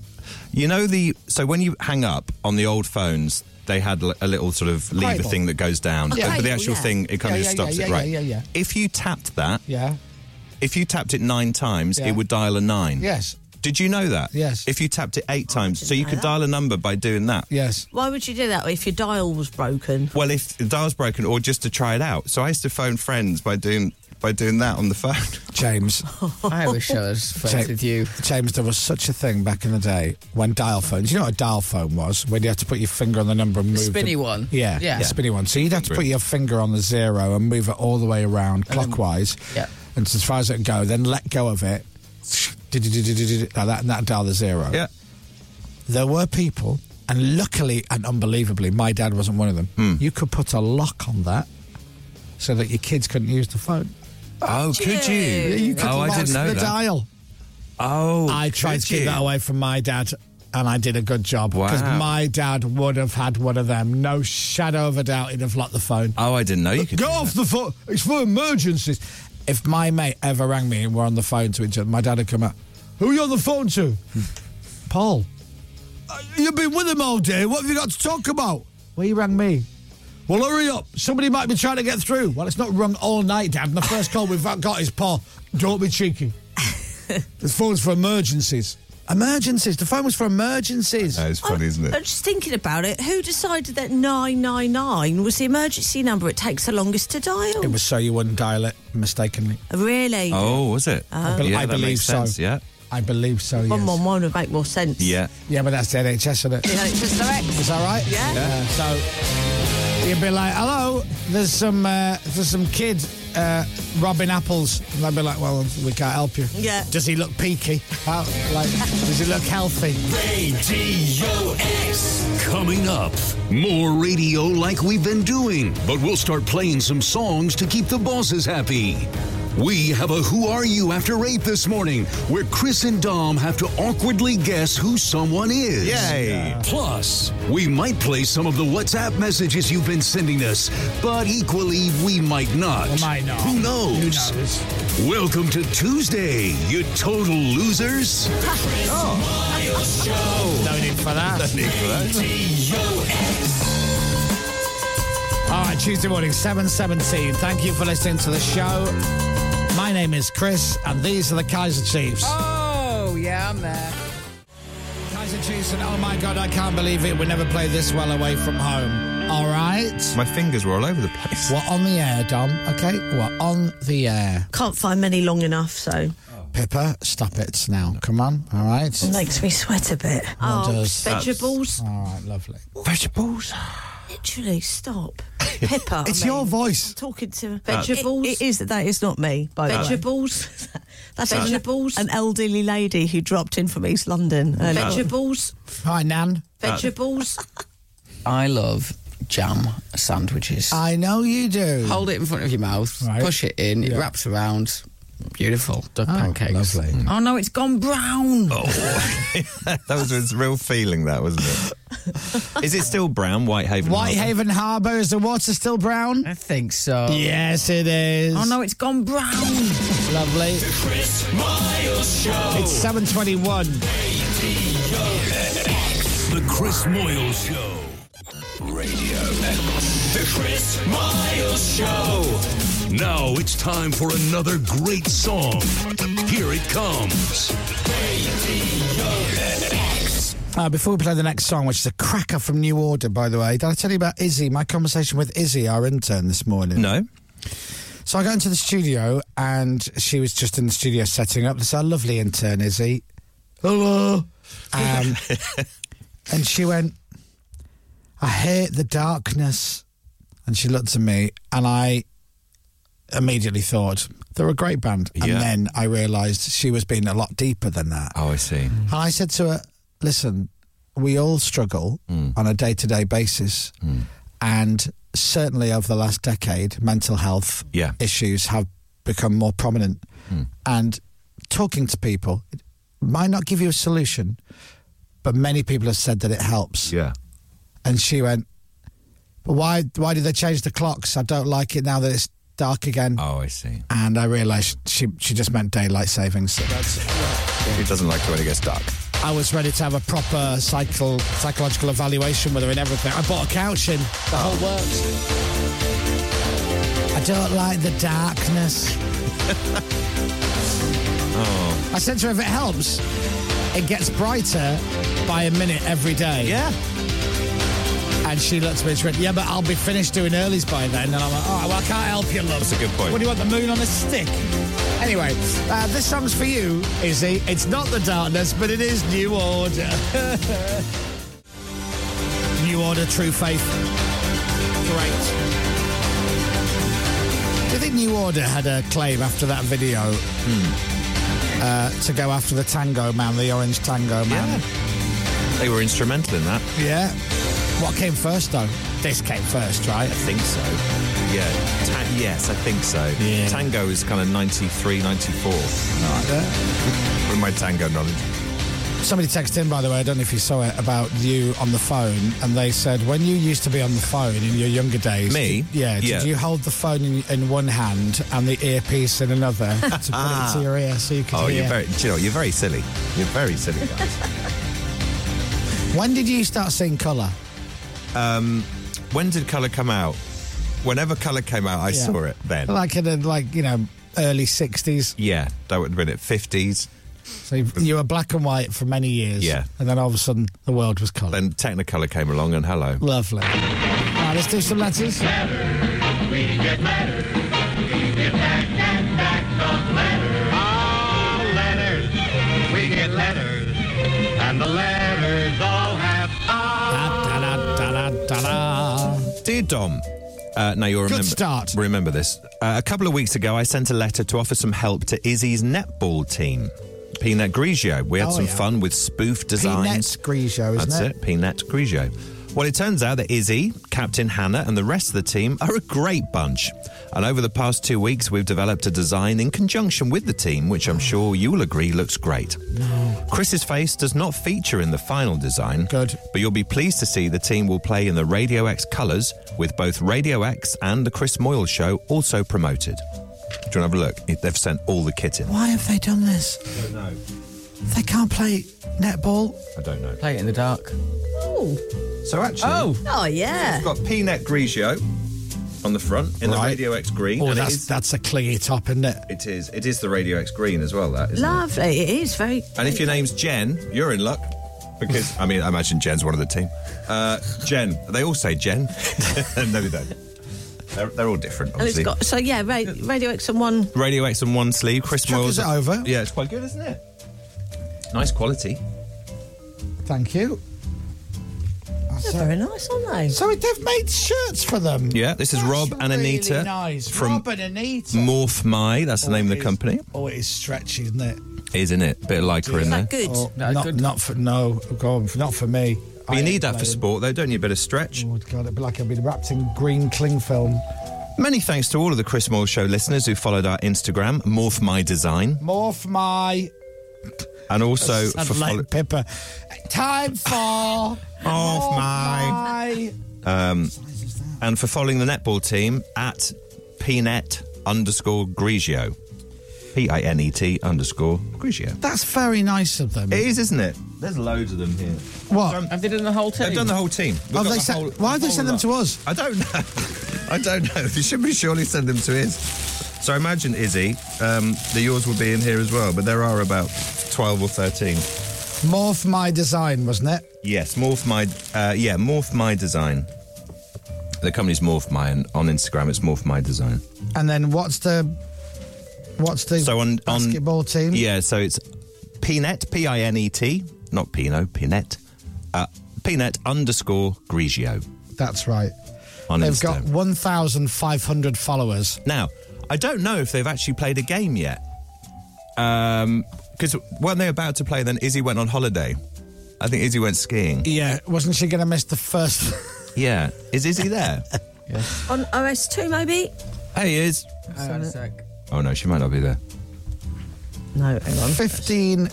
You know the so when you hang up on the old phones, they had li- a little sort of lever Cradle. thing that goes down, Yeah. but the Oh, actual Yeah. thing it kind Yeah, of just yeah, stops yeah, it yeah, right. yeah, yeah. If you tapped that, yeah. if you tapped it nine times, Yeah. it would dial a nine. Yes. Did you know that? Yes. If you tapped it eight times, so you Oh, know could that. dial a number by doing that. Yes. Why would you do that if your dial was broken? Well, if the dial's broken, or just to try it out. So I used to phone friends by doing by doing that on the phone. James. I wish I was friends James, with you. James, there was such a thing back in the day when dial phones. You know what a dial phone was? When you had to put your finger on the number and move spinny one? Yeah, Yeah. the spinny one. So you'd have to put your finger on the zero and move it all the way around clockwise. yeah. And as far as it can go, then let go of it. Like that, and that dial the zero. yeah. There were people, and luckily and unbelievably, my dad wasn't one of them. Hmm. You could put a lock on that so that your kids couldn't use the phone. Oh, could you? Yeah, You could oh, I lock didn't know the that. dial. Oh, I tried could to keep you? that away from my dad, and I did a good job because Wow. my dad would have had one of them. No shadow of a doubt, he'd have locked the phone. Oh, I didn't know you could. Go do off the phone. It's for emergencies. If my mate ever rang me and we're on the phone to each other, my dad would come out. Who are you on the phone to? Paul. "Uh, You've been with him all day. What have you got to talk about? Well, he rang me. Well, hurry up. Somebody might be trying to get through. Well, it's not rung all night, Dad. And the first call we've got is Paul. Don't be cheeky. the phone's for emergencies. Emergencies. The phone was for emergencies. That is funny, isn't I'm it? just thinking about it. Who decided that 999 was the emergency number it takes the longest to dial? It was so you wouldn't dial it mistakenly. really? Oh, was it? Uh-huh. But yeah, I that believe makes so. sense. Yeah, I believe so. Yes. 111 would make more sense. yeah. Yeah, but that's the NHS, isn't it? You know, it's just direct. Is that right? Yeah. Yeah, so you'd be like, "Hello, there's some uh, there's some kid uh, robbing apples," and they'd be like, "Well, we can't help you." Yeah. Does he look peaky? How, like, does he look healthy? Radio X. Coming up, more radio like we've been doing, but we'll start playing some songs to keep the bosses happy. We have a Who Are You After 8 this morning, where Chris and Dom have to awkwardly guess who someone is. Yay. Yeah. Plus, we might play some of the WhatsApp messages you've been sending us, but equally, we might not. We might not. Who knows? Who knows? Welcome to Tuesday, you total losers. Oh. No need for that. All right, Tuesday morning, seven seventeen. Thank you for listening to the show. My name is Chris, and these are the Kaiser Chiefs. Oh, yeah, I'm there. Kaiser Chiefs, and oh my God, I can't believe it. We never played this well away from home. All right. My fingers were all over the place. We're on the air, Dom. Okay, we're on the air. Can't find many long enough, so Pippa, stop it now. Come on. All right. it makes me sweat a bit. Oh, does. vegetables. All right. Lovely. Vegetables. Literally, stop. Pippa. It's I mean, your voice. Talking to vegetables. Uh, it is that is not me. By vegetables. That's vegetables. An elderly lady who dropped in from East London. Vegetables. Hi, Nan. Vegetables. I love jam sandwiches. I know you do. Hold it in front of your mouth, Right. push it in, Yeah. it wraps around, Beautiful duck pancakes. Lovely. Oh no, it's gone brown. Oh. that was his real feeling, that wasn't it? Is it still brown, Whitehaven? Whitehaven Harbour, is the water still brown? I think so. Yes, it is. Oh no, it's gone brown. Lovely. Chris Miles Show. It's 7.21. The Chris Moyle Show. Radio X. The Chris Miles Show. Now it's time for another great song. Here it comes. Uh, before we play the next song, which is a cracker from New Order, by the way, did I tell you about Izzy? My conversation with Izzy, our intern, this morning. No. So I got into the studio and she was just in the studio setting up. This is our lovely intern, Izzy. Hello. Um, and she went, I hate the darkness. And she looked at me and I immediately thought, they're a great band. And Yeah. then I realised she was being a lot deeper than that. Oh, I see. And I said to her, listen, we all struggle Mm. on a day to day basis. And certainly over the last decade, mental health Yeah. issues have become more prominent. Mm. And talking to people it might not give you a solution, but many people have said that it helps. Yeah. And she went, but why, why did they change the clocks? I don't like it now that it's dark again. Oh, I see. And I realised she, she just meant daylight savings. So that's, He doesn't like it when it gets dark. I was ready to have a proper psycho- psychological evaluation with her and everything. I bought a couch in. The whole works. I don't like the darkness. I said to her, if it helps, it gets brighter by a minute every day. Yeah. And she looked at me and she went, yeah, but I'll be finished doing earlies by then. And I'm like, all right, well, I can't help you, love. That's a good point. What do you want, the moon on a stick? Anyway, uh, this song's for you, Izzy. It's not The Darkness, but it is New Order. New Order, True Faith. Great. Do you think New Order had a claim after that video Hmm. uh, to go after the Tango Man, the Orange Tango Man? They were instrumental in that. Yeah. What came first, though? This came first, I right? think so. Yeah. Ta- yes, I think so. Yeah. Tango is kind of 93, 94. With my tango knowledge. Somebody texted in, by the way, I don't know if you saw it, about you on the phone, and they said when you used to be on the phone in your younger days. Me? did- yeah. Yeah. Did you hold the phone in, in one hand and the earpiece in another to put it to your ear so you could Oh, hear? you're very, do you know, you're very silly. You're very silly, guys. When did you start seeing colour? Um, when did Colour come out? Whenever Colour came out, I Yeah. saw it then. Like in the like you know early sixties. yeah, that would have been it. 50s. So you, you were black and white for many years. Yeah. And then all of a sudden the world was colour. Then Technicolor came along and hello. Lovely. Now let's do some letters. Da, da, da, da, da, da. Dear Dom, uh, now you'll remember, start. remember this. Uh, a couple of weeks ago, I sent a letter to offer some help to Izzy's netball team, Peanut Grigio. We had Oh, some yeah. fun with spoof designs. Peanut Grigio, isn't That's it? it? Peanut Grigio. Well, it turns out that Izzy, Captain Hannah, and the rest of the team are a great bunch. And over the past two weeks, we've developed a design in conjunction with the team, which I'm sure you'll agree looks great. Chris's face does not feature in the final design. Good. But you'll be pleased to see the team will play in the Radio X colours, with both Radio X and the Chris Moyle show also promoted. Do you want to have a look? It- They've sent all the kit in. Why have they done this? I don't know. They can't play netball. I don't know. Play it in the dark. So actually, Oh, yeah. We've got Peanut Grigio on the front in the Right. Radio X green. Oh, and that's it, is, that's a clingy top, isn't it? it is it is the Radio X green as well. That isn't it? Lovely. It is very. And if your name's Jen, you're in luck because I mean I imagine Jen's one of the team. Uh, Jen, they all say Jen. no, they don't. They're, they're all different, And Oh, it's obviously. got. So, yeah, ra- Radio X and one. Radio X on one sleeve. Chris Chuck, Moyles. is it over? Yeah, it's quite good, isn't it? Nice quality. Thank you. They're very nice, aren't they? So they've made shirts for them. Yeah, this is That's Rob and really Anita Nice. from Rob and Anita. Morph My. That's the name of Oh, the it company. is- Oh, it is stretchy, isn't it? Isn't it? Bit of lycra in Is there. that good? Oh, No, not, good. not for no. Go on, not for me. But you I need that for playing- sport, though, don't you? A bit of stretch. Oh God, it'd be like I'd be wrapped in green cling film. Many thanks to all of the Chris Moyle Show listeners who followed our Instagram, Morph My Design, Morph my and also Sound for like follow- Pippa. Time for off Morph my- um, and for following the netball team at Pnet underscore Grigio, P I N E T underscore Grigio. That's very nice of them. It is, isn't it? There's loads of them here. What? Have they done the whole team? They've done the whole team. We've Have got they the sent- whole- why have they whole sent them lot. to us? I don't know. I don't know. They should be surely send them to us. So I imagine Izzy, um, the yours will be in here as well, but there are about twelve or thirteen. Morph my design, wasn't it? Yes, morph my uh, yeah, morph my design. The company's morph my, and on Instagram it's morph my design. And then what's the what's the So on- on- basketball team? Yeah, so it's Pinet, P I N E T, not Pino, Pinet, uh, Pinet underscore Grigio That's right. on They've Instagram. got 1,500 followers. Now, I don't know if they've actually played a game yet. Um, because weren't they about to play? Then Izzy went on holiday. I think Izzy went skiing. Yeah, wasn't she going to miss the first? Yeah, is Izzy there? On OS2, maybe? hey, Iz. Hang on a sec. Oh no, she might not be there. no, fifteen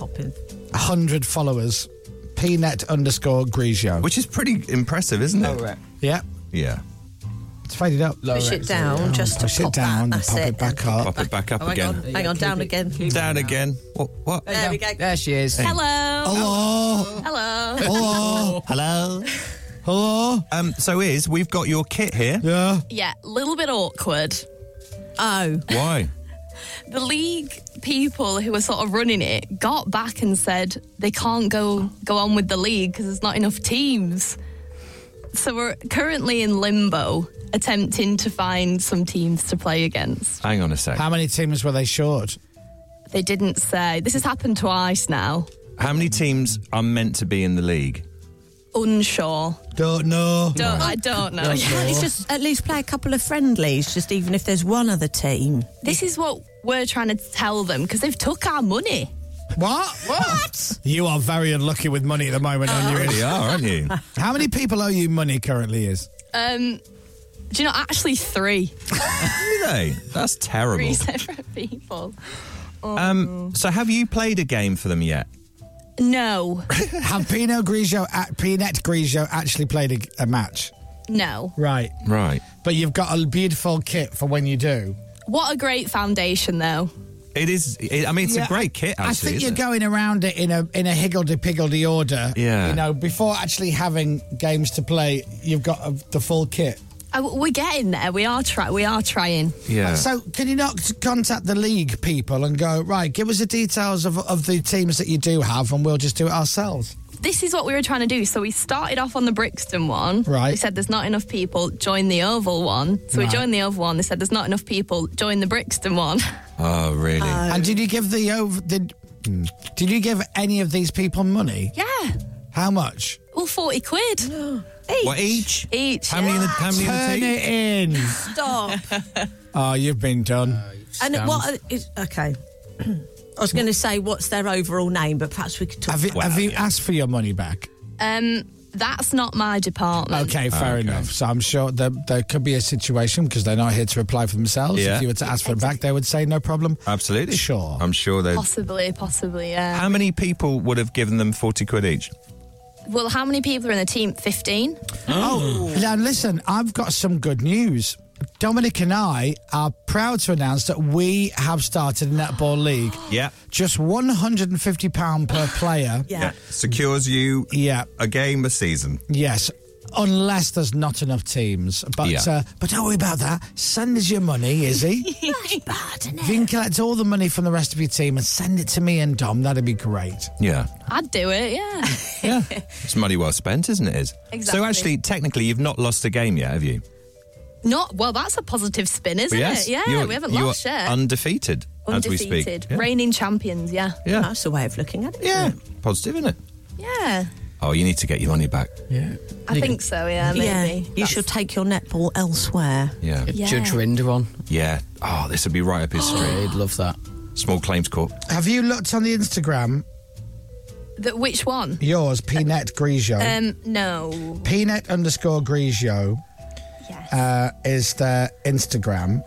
hundred followers. Pnet underscore Grigio, which is pretty impressive, isn't Oh, it? Correct. Yeah, Yeah, it's faded up. Push it down, just to push pop it down, That. That's pop it, it. back up. pop it back up Oh, hang again. on, hang on, down again. Down again. What? What? There we go. There she is. Hello. Hello. Hello. Oh. Oh, Hello. Hello. Um. So, Iz, we've got your kit here. Oh. Yeah. Yeah, a little bit awkward. Oh. Why? The league people who were sort of running it got back and said they can't go go on with the league because there's not enough teams. So we're currently in limbo, attempting to find some teams to play against. Hang on a sec. How many teams were they short? They didn't say. This has happened twice now. How many teams are meant to be in the league? Unsure. Don't know. Don't, I don't know. Can't you just at least play a couple of friendlies, just even if there's one other team. This is what we're trying to tell them because they've took our money. What? What? You are very unlucky with money at the moment, aren't you? really are, aren't you? How many people owe you money currently? Is Um, do you know actually three? Are they? That's Three terrible. separate people. Oh, Um. So, have you played a game for them yet? No, have Pino Grigio at Pnet Grigio actually played a, a match? no. Right, Right. but you've got a beautiful kit for when you do. What a great foundation, though. It is. It, I mean, it's Yeah. a great kit. Actually, I think isn't you're it? going around it in a in a higgledy piggledy order. Yeah. You know, before actually having games to play, you've got uh the full kit. Uh, We're getting there. We are try. We are trying. Yeah. Uh, So can you not contact the league people and go right? Give us the details of of the teams that you do have, and we'll just do it ourselves. This is what we were trying to do. So we started off on the Brixton one. Right. They said there's not enough people. Join the Oval one. So Right. we joined the Oval one. They said there's not enough people. Join the Brixton one. Oh, really? and did you give the over? Did hmm, did you give any of these people money? yeah. How much? All forty quid. Each. What each? Each. How many? In the, how many Turn in the team? it in. Stop. oh, you've been done. and uh, what? are- Is, okay. I was going to say what's their overall name, but perhaps we could talk. Have you, have you asked for your money back? Um, that's not my department. Okay, fair okay. enough. So I'm sure there, there could be a situation because they're not here to reply for themselves. Yeah. If you were to ask for it back, they would say no problem. Absolutely. Sure. I'm sure they. Possibly, possibly, yeah. How many people would have given them forty quid each? well, how many people are in the team? 15? Oh, now listen, I've got some good news. Dominic and I are proud to announce that we have started a netball league. Yeah. Just £150 per player. Yeah. Secures you Yeah. a game a season. Yes, unless there's not enough teams. But Yeah. uh, but don't worry about that. Send us your money, Izzy. if you can collect all the money from the rest of your team and send it to me and Dom, that'd be great. Yeah. I'd do it, yeah. Yeah. it's money well spent, isn't it? Is Exactly. So actually, technically, you've not lost a game yet, have you? Not well. That's a positive spin, isn't yes. it? Yeah, You're- we haven't you lost are yet. Undefeated, as we Undefeated, speak. Yeah. reigning champions. Yeah, Yeah. That's a way of looking at it. Yeah. Positive, isn't it? yeah. Oh, you need to get your money back. Yeah. I think so. Yeah, maybe. Yeah, you should take your netball elsewhere. Yeah. Yeah. Judge Rinder on. Yeah. Oh, this would be right up his street. He'd love that. Small claims court. Have you looked on the Instagram? The, which one? Yours, Pnet Grigio. Um, no. Pnet underscore Grigio. uh, is their Instagram,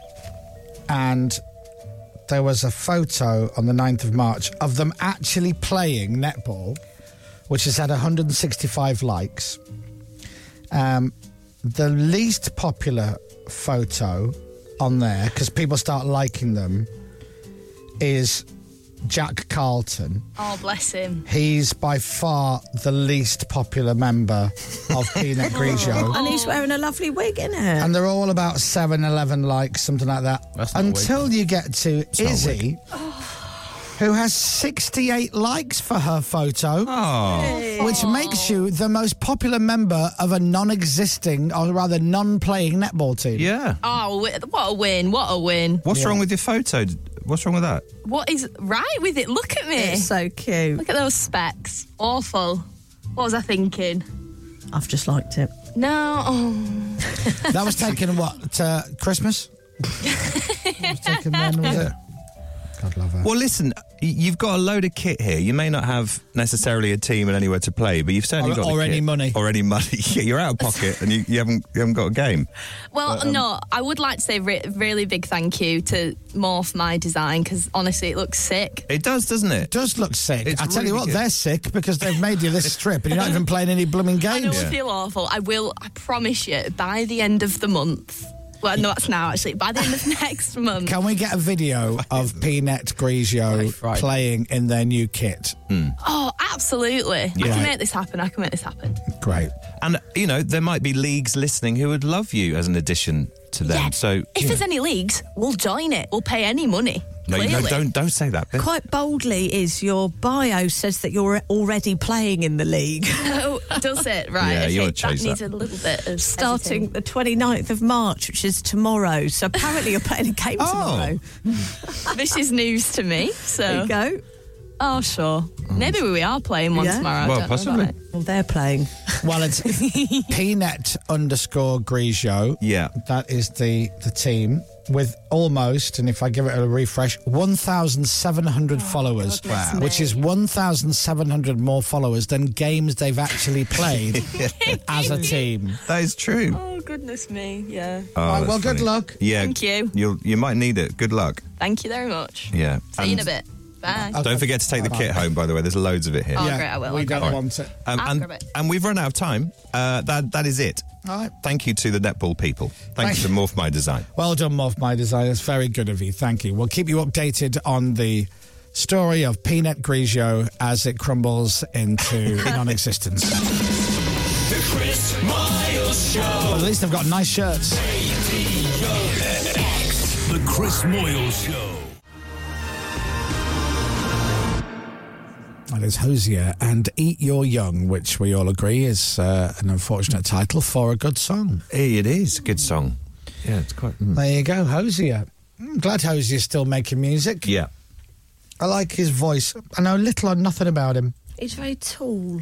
and there was a photo on the 9th of March of them actually playing netball, which has had 165 likes. Um, the least popular photo on there, because people start liking them, is Jack Carlton. Oh, bless him. He's by far the least popular member of Peanut Grigio. Oh, And he's wearing a lovely wig, isn't it? And they're all about 7 11 likes, something like that. That's not Until you get to not Izzy, who has 68 likes for her photo, Oh. which makes you the most popular member of a non existing, or rather non playing netball team. Yeah. Oh, wi- what a win! What a win! What's wrong with your photo? What's wrong with that? What is right with it? Look at me. It's so cute. Look at those specs. Awful. What was I thinking? I've just liked it. No. Oh. that was taken, what, to Christmas? It was taken when, was it? Well, listen, y- you've got a load of kit here. You may not have necessarily a team and anywhere to play, but you've certainly Or- got the or any kit. money. or any money. Yeah, You're out of pocket and you, you haven't you haven't got a game. Well, But, um, no. I would like to say re- really big thank you to Morph My Design because honestly, it looks sick. It does, doesn't it? It does look sick. It's I tell you really what, good. they're sick because they've made you this strip and you're not even playing any blooming I know games. I feel awful. I will. I promise you. By the end of the month. Well, no, that's now actually. By the end of next month. Can we get a video of Peanut Grigio playing in their new kit? Hmm. Oh, absolutely. I Yeah. can make this happen. I can make this happen. Great. And you know, there might be leagues listening who would love you as an addition to them. So If there's any leagues, we'll join it. We'll pay any money. no, you- no, clearly. don't don't say that. Bit. Quite boldly is your bio says that you're already playing in the league. Oh, does it? Right. Yeah, okay, you ought to that change needs that. a little bit of Starting editing. the 29th of March, which is tomorrow. So apparently you're playing a game Oh. tomorrow. this is news to me. So There you go. Oh, sure. Maybe we are playing one Yeah. tomorrow. I don't know about it. Well, they're playing. Well, it's Peanut underscore Grigio. Yeah. That is the, the team with almost, and if I give it a refresh, 1,700 followers, goodness Wow. which is 1,700 more followers than games they've actually played as a team. That is true. Oh, goodness me. Yeah. Oh, Right, that's well, good funny. luck. Yeah. Thank you. You'll you might need it. Good luck. Thank you very much. Yeah. See you in a And bit. Bye. Don't forget to take the kit home, by the way. There's loads of it here. Oh, great. I will. We I'll don't grab it. want it. Um, I'll grab and, it. and we've run out of time. Uh, that that is it. All right. Thank you to the netball people. Thanks to Morph My Design. Well done, Morph My Design. That's very good of you. Thank you. We'll keep you updated on the story of Peanut Grigio as it crumbles into non existence. The Chris Miles Show. At least they've got nice shirts. The Chris Moyle Show. That is Hosier and Eat Your Young, which we all agree is uh, an unfortunate title for a good song. Hey, it is a good song. Yeah, it's quite. mm. There you go, Hosier. I'm glad Hosier's still making music. Yeah. I like his voice. I know little or nothing about him. He's very tall.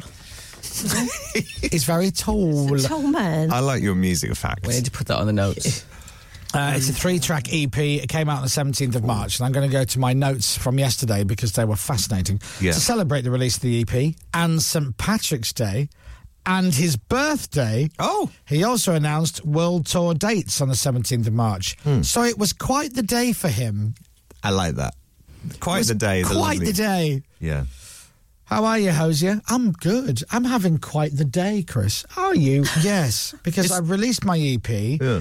He's very tall. Tall man. I like your music facts. We need to put that on the notes. Uh, it's a three-track EP. It came out on the 17th of March, and I'm going to go to my notes from yesterday because they were fascinating. Yeah. To celebrate the release of the EP and St. Patrick's Day and his birthday, oh, he also announced world tour dates on the 17th of March. Hmm. So it was quite the day for him. I like that. It Quite was the day. is a Quite lovely- the day. Yeah. How are you, Hosier? I'm good. I'm having quite the day, Chris. Are you? Yes, because I've released my EP.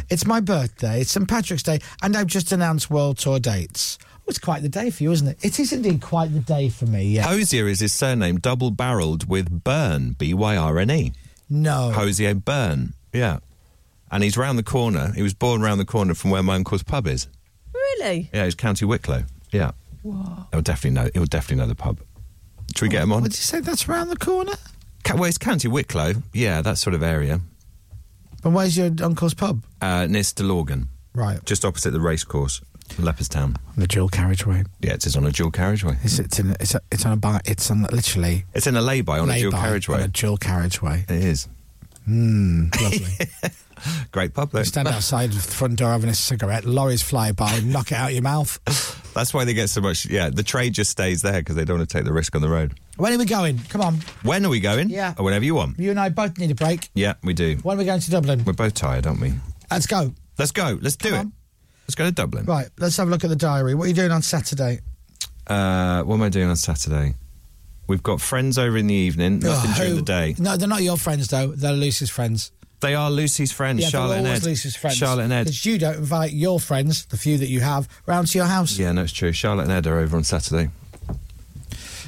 It's my birthday. It's St. Patrick's Day, and I've just announced world tour dates. Oh, it's quite the day for you, isn't it? It is indeed quite the day for me. Yeah. Hosier is his surname, double barreled with Byrne, B Y R N E. no. Hosier Byrne. Yeah. And he's round the corner. He was born round the corner from where my uncle's pub is. Really? Yeah, it's County Wicklow. Yeah. Wow. He'll definitely know. He'll definitely know the pub. Should we get him on? Would you say that's round the corner? Ca- Well, it's County Wicklow. Yeah, that sort of area. And where's your uncle's pub? Uh, near Stillorgan, Right. just opposite the racecourse, Leopardstown. The dual carriageway. Yeah, it is on a dual carriageway. It's, it's, in, it's, a, it's on a bar. It's on literally It's in a lay-by on a dual lay-by On a carriageway. dual carriageway. It is. Mm, lovely. Great pub, though. Stand outside the front door having a cigarette. Lorries fly by, knock it out your mouth. That's why they get so much. Yeah, the trade just stays there because they don't want to take the risk on the road. When are we going? Come on. When are we going? Yeah. Or whenever you want. You and I both need a break. Yeah, we do. When are we going to Dublin? We're both tired, aren't we? Let's go. Let's go. Let's do it. Let's go to Dublin. Right, let's have a look at the diary. What are you doing on Saturday? Uh, what am I doing on Saturday? We've got friends over in the evening, nothing Oh, during who- the day. No, they're not your friends though. They're Lucy's friends. They are Lucy's friends, yeah, Charlotte they're and always Ed. Lucy's friends. Charlotte and Ed. Because you don't invite your friends, the few that you have, round to your house. Yeah, no, it's true. Charlotte and Ed are over on Saturday.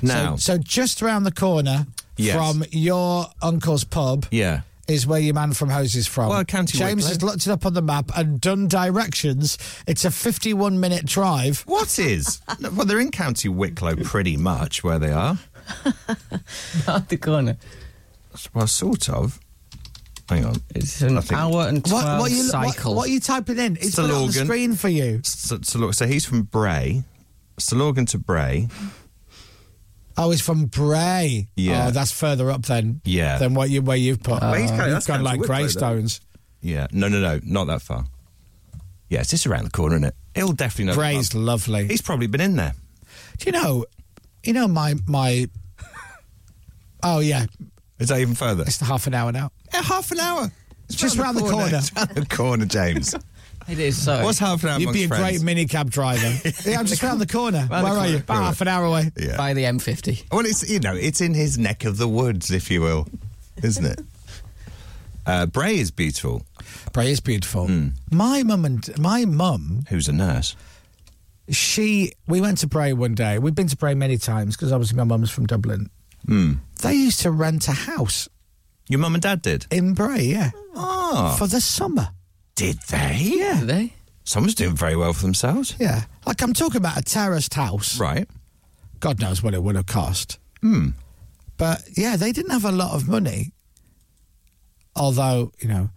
Now, So, so just around the corner Yes. from your uncle's pub yeah. is where your man from Hose is from. Well, County eh? James Wicklow. has looked it up on the map and done directions. It's a 51 minute drive. What is? No, well, they're in County Wicklow pretty much where they are. Not the corner. Well, sort of. Hang on. It's an I think- hour and What, twelve what, are you, what, cycle. what are you typing in? It's been on the Stillorgan. screen for you. So, so, so he's from Bray. Stillorgan to Bray. Oh, it's from Bray. Yeah. Oh, that's further up then. Yeah. Than what you where you've put. Oh, Well, he's got- you've that's gone County Uh, like Wicklow, though. Greystones. Yeah. No, no, no. Not that far. Yeah, it's just around the corner, isn't it? He'll definitely know. the Bray's pub. lovely. He's probably been in there. Do you know? You know my my. Oh yeah, Is that even further? it's half an hour now. Yeah, half an hour. It's Just round the corner. It's round the corner, James. It is so. What's half an hour? You'd be a amongst friends? great minicab driver. yeah, I'm just round the corner. Round the Where are corner. you? About half an hour away. Yeah. by the M50? Well, it's you know, it's in his neck of the woods, if you will, isn't it? Uh, Bray is beautiful. Hmm. Bray is beautiful. My mum and my mum, Who's a nurse? she we went to Bray one day. We've been to Bray many times because obviously my mum's from Dublin. They used to rent a house Your Hmm. mum and dad did. in Bray, yeah, Oh, for the summer. did they? Are they? Someone's doing very well for themselves, Yeah, like I'm talking about a terraced house. right? God knows what it would have cost. But yeah, they didn't have a lot of money. Although, you know,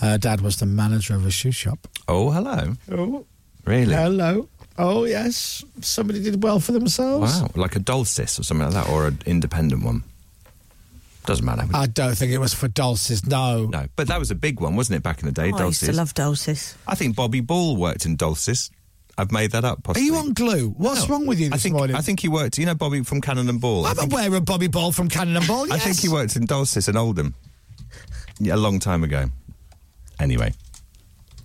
her dad was the manager of a shoe shop. Oh, hello. Oh, Really? hello. Oh, yes. Somebody did well for themselves. Wow, like a Dulcis or something like that, or an independent one. Doesn't matter. I don't think it was for Dulces, no. no, but that was a big one, wasn't it, back in the day? Oh, I used to Dulcis. love Dulces. I think Bobby Ball worked in Dulcis. I've made that up. Are Possibly. you on glue? What's No. wrong with you I this think, morning? I think he worked. You know Bobby from Cannon and Ball. I I'm think, aware of Bobby Ball from Cannon and Ball. I think yes. he worked in Dulcis and Oldham yeah, a long time ago. Anyway,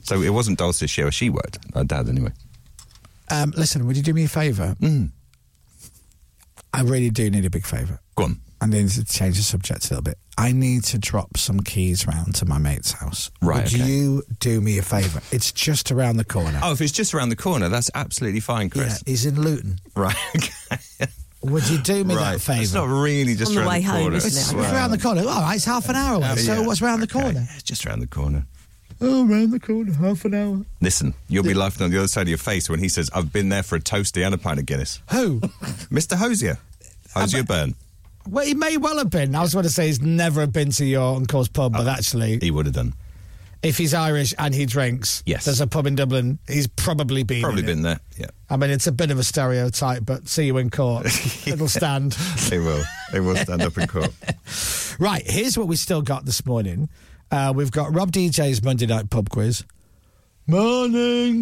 so it wasn't Dulcis she or she worked. Her dad, anyway. Um, listen, would you do me a favour? Mm. I really do need a big favour. Go on. I need to change the subject a little bit. I need to drop some keys round to my mate's house. Right, Would okay. you do me a favour? It's just around the corner. Oh, if it's just around the corner, that's absolutely fine, yeah, Chris. he's in Luton. Right. okay. Would you do me right. that favour? It's not really just On the around way the home, corner. isn't it? It's It's well- around the corner. All right, it's half an hour away. so Yeah. what's round the Okay. corner? Yeah, It's just round the corner. Oh, round the corner, half an hour. Listen, you'll be laughing on the other side of your face when he says, "I've been there for a toasty and a pint of Guinness." Who? Mr. Hosier, Hosier Burn. well, he may well have been. I was going to say he's never been to your uncle's pub, but actually, Uh, He would have done. if he's Irish and he drinks, Yes. there's a pub in Dublin. He's probably been. Probably in it. been there. Yeah. I mean, it's a bit of a stereotype, but see you in court. It'll stand. They will. They will stand up in court. Right, here's what we still got this morning. Uh, we've got Rob DJ's Monday Night Pub Quiz. Morning,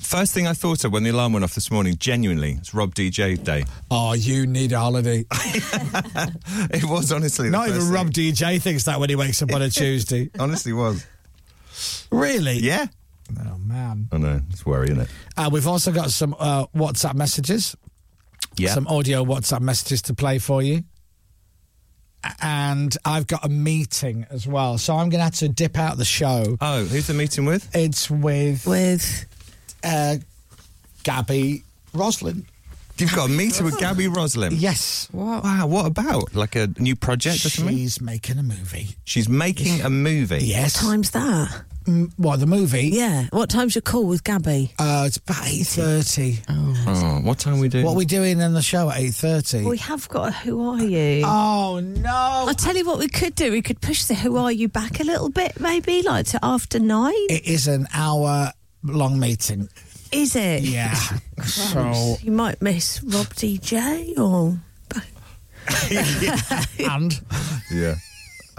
First thing I thought of when the alarm went off this morning, genuinely, it's Rob DJ Day. Oh, you need a holiday. Oh, It was honestly. the Not first even thing. Rob DJ thinks that when he wakes up on a Tuesday. Honestly, was. Really? Yeah. Oh, man. I know. It's worrying it. Uh, we've also got some uh, WhatsApp messages, Yeah. some audio WhatsApp messages to play for you. And I've got a meeting as well. So I'm going to have to dip out the show. oh, who's the meeting with? It's with With uh, Gabby Roslin. You've got a meeting with Gabby Roslin. Yes. Wow. What about like a new project or something? She's making a movie. She's making a movie. Yes. times that. Mm, Well, the movie. Yeah. What time's your call with Gabby? Uh, it's about eight thirty. Oh, what time we doing? What are we doing in the show at eight We thirty? have got a Who Are You? Oh no! I'll tell you what we could do. We could push the Who Are You back a little bit, maybe, like to after nine. It is an hour long meeting. Is it? Yeah. so You might miss Rob DJ or. and Yeah.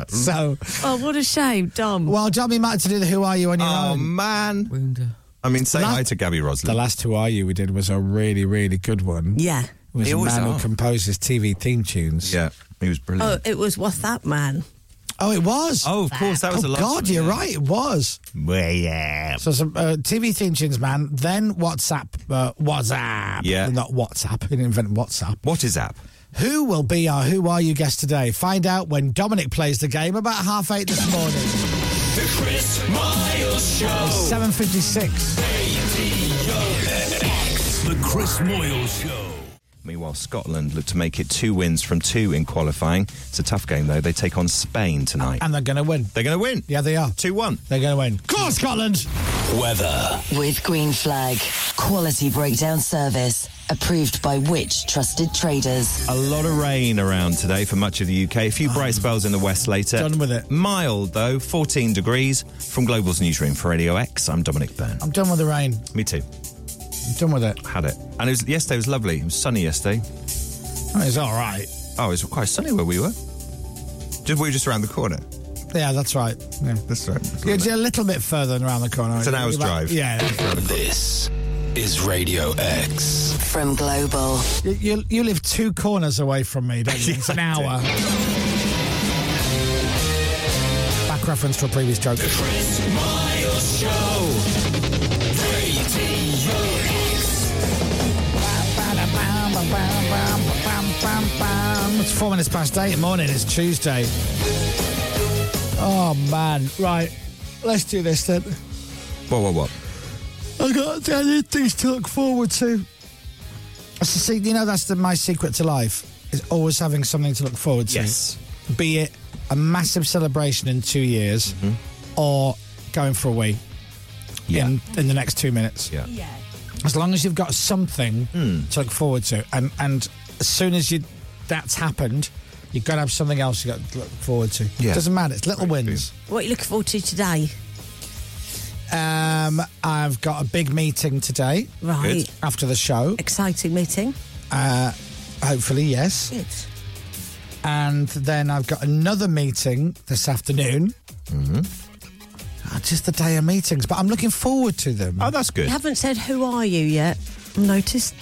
so. Oh, what a shame, Dom. Well, Dobby might have to do the Who Are You on your Oh own. man. Wounder. I mean, say La- hi to Gabby The Roslin. last Who Are You we did was a really really good one. Yeah. It was They a always man are. who composes TV theme tunes. oh. yeah, he was Oh, brilliant. it was What's That Man? Oh, it was. Oh, of course, that was oh, the last God, one, you're yeah. right. It was. Well, yeah. So some uh, TV theme tunes, man. Then WhatsApp, uh, WhatsApp. Yeah. not WhatsApp. He didn't invent WhatsApp. What is app? Who will be our Who Are You guest today? Find out when Dominic plays the game about half eight this morning. The Chris Miles Show. Seven fifty-six. The Chris Moyle Show. Meanwhile, Scotland look to make it two wins from two in qualifying. It's a tough game, though. They take on Spain tonight. And they're going to win. They're going to win. Yeah, they are. 2 1. They're going to win. Come on, Scotland. Weather. With Green Flag. Quality breakdown service. Approved by which trusted traders? A lot of rain around today for much of the UK. A few bright spells in the west later. Done with it. Mild, though, 14 degrees. From Global's newsroom for Radio X, I'm Dominic Byrne. I'm done with the rain. Me too. I'm done with it. Had it. And it was, yesterday was lovely. It was sunny yesterday. Oh, it's all right. Oh, it was quite sunny where we were. Just, we were just around the corner. Yeah, that's right. Yeah. That's right. It's a little bit further than around the corner. It's an hour's About- drive. Yeah. This is Radio X. From Global. You, you, you live two corners away from me, don't you? It's an hour. Back reference to a previous joke. Chris Miles Show. Radio X. Um, It's four minutes past eight in the morning. It's Tuesday. Oh, man. Right. Let's do this then. What, what, what? I got I need things to look forward to. So, see, you know, that's the, my secret to life is always having something to look forward to. Yes. Be it a massive celebration in two years or going for a week Yeah. in, in the next two minutes. Yeah. As long as you've got something to look forward to, and, and as soon as you that's happened, you've got to have something else you got to look forward to. Yeah. Doesn't matter. It's little wins. What are you looking forward to today? Um, I've got a big meeting today Right. Good. after the show. Exciting meeting. Uh, hopefully, yes. Good. And then I've got another meeting this afternoon. Mm-hmm. Just the day of meetings, but I'm looking forward to them. Oh, that's good. You haven't said who are you yet. Noticed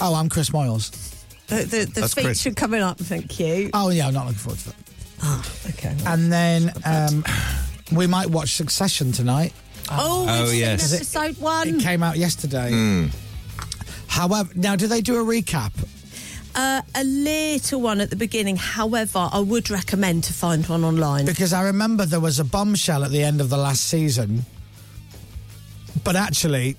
Oh, I'm Chris Moyles. the, the, the That's Chris. feature coming up. Thank you. Oh, yeah, I'm not looking forward to that. Oh, okay. And then um, we might watch Succession tonight. Oh, Oh, we've seen yes. Mm. episode one. It came out yesterday. However, now do they do a recap? Uh, a little one at the beginning. However, I would recommend to find one online. Because I remember there was a bombshell at the end of the last season, but actually,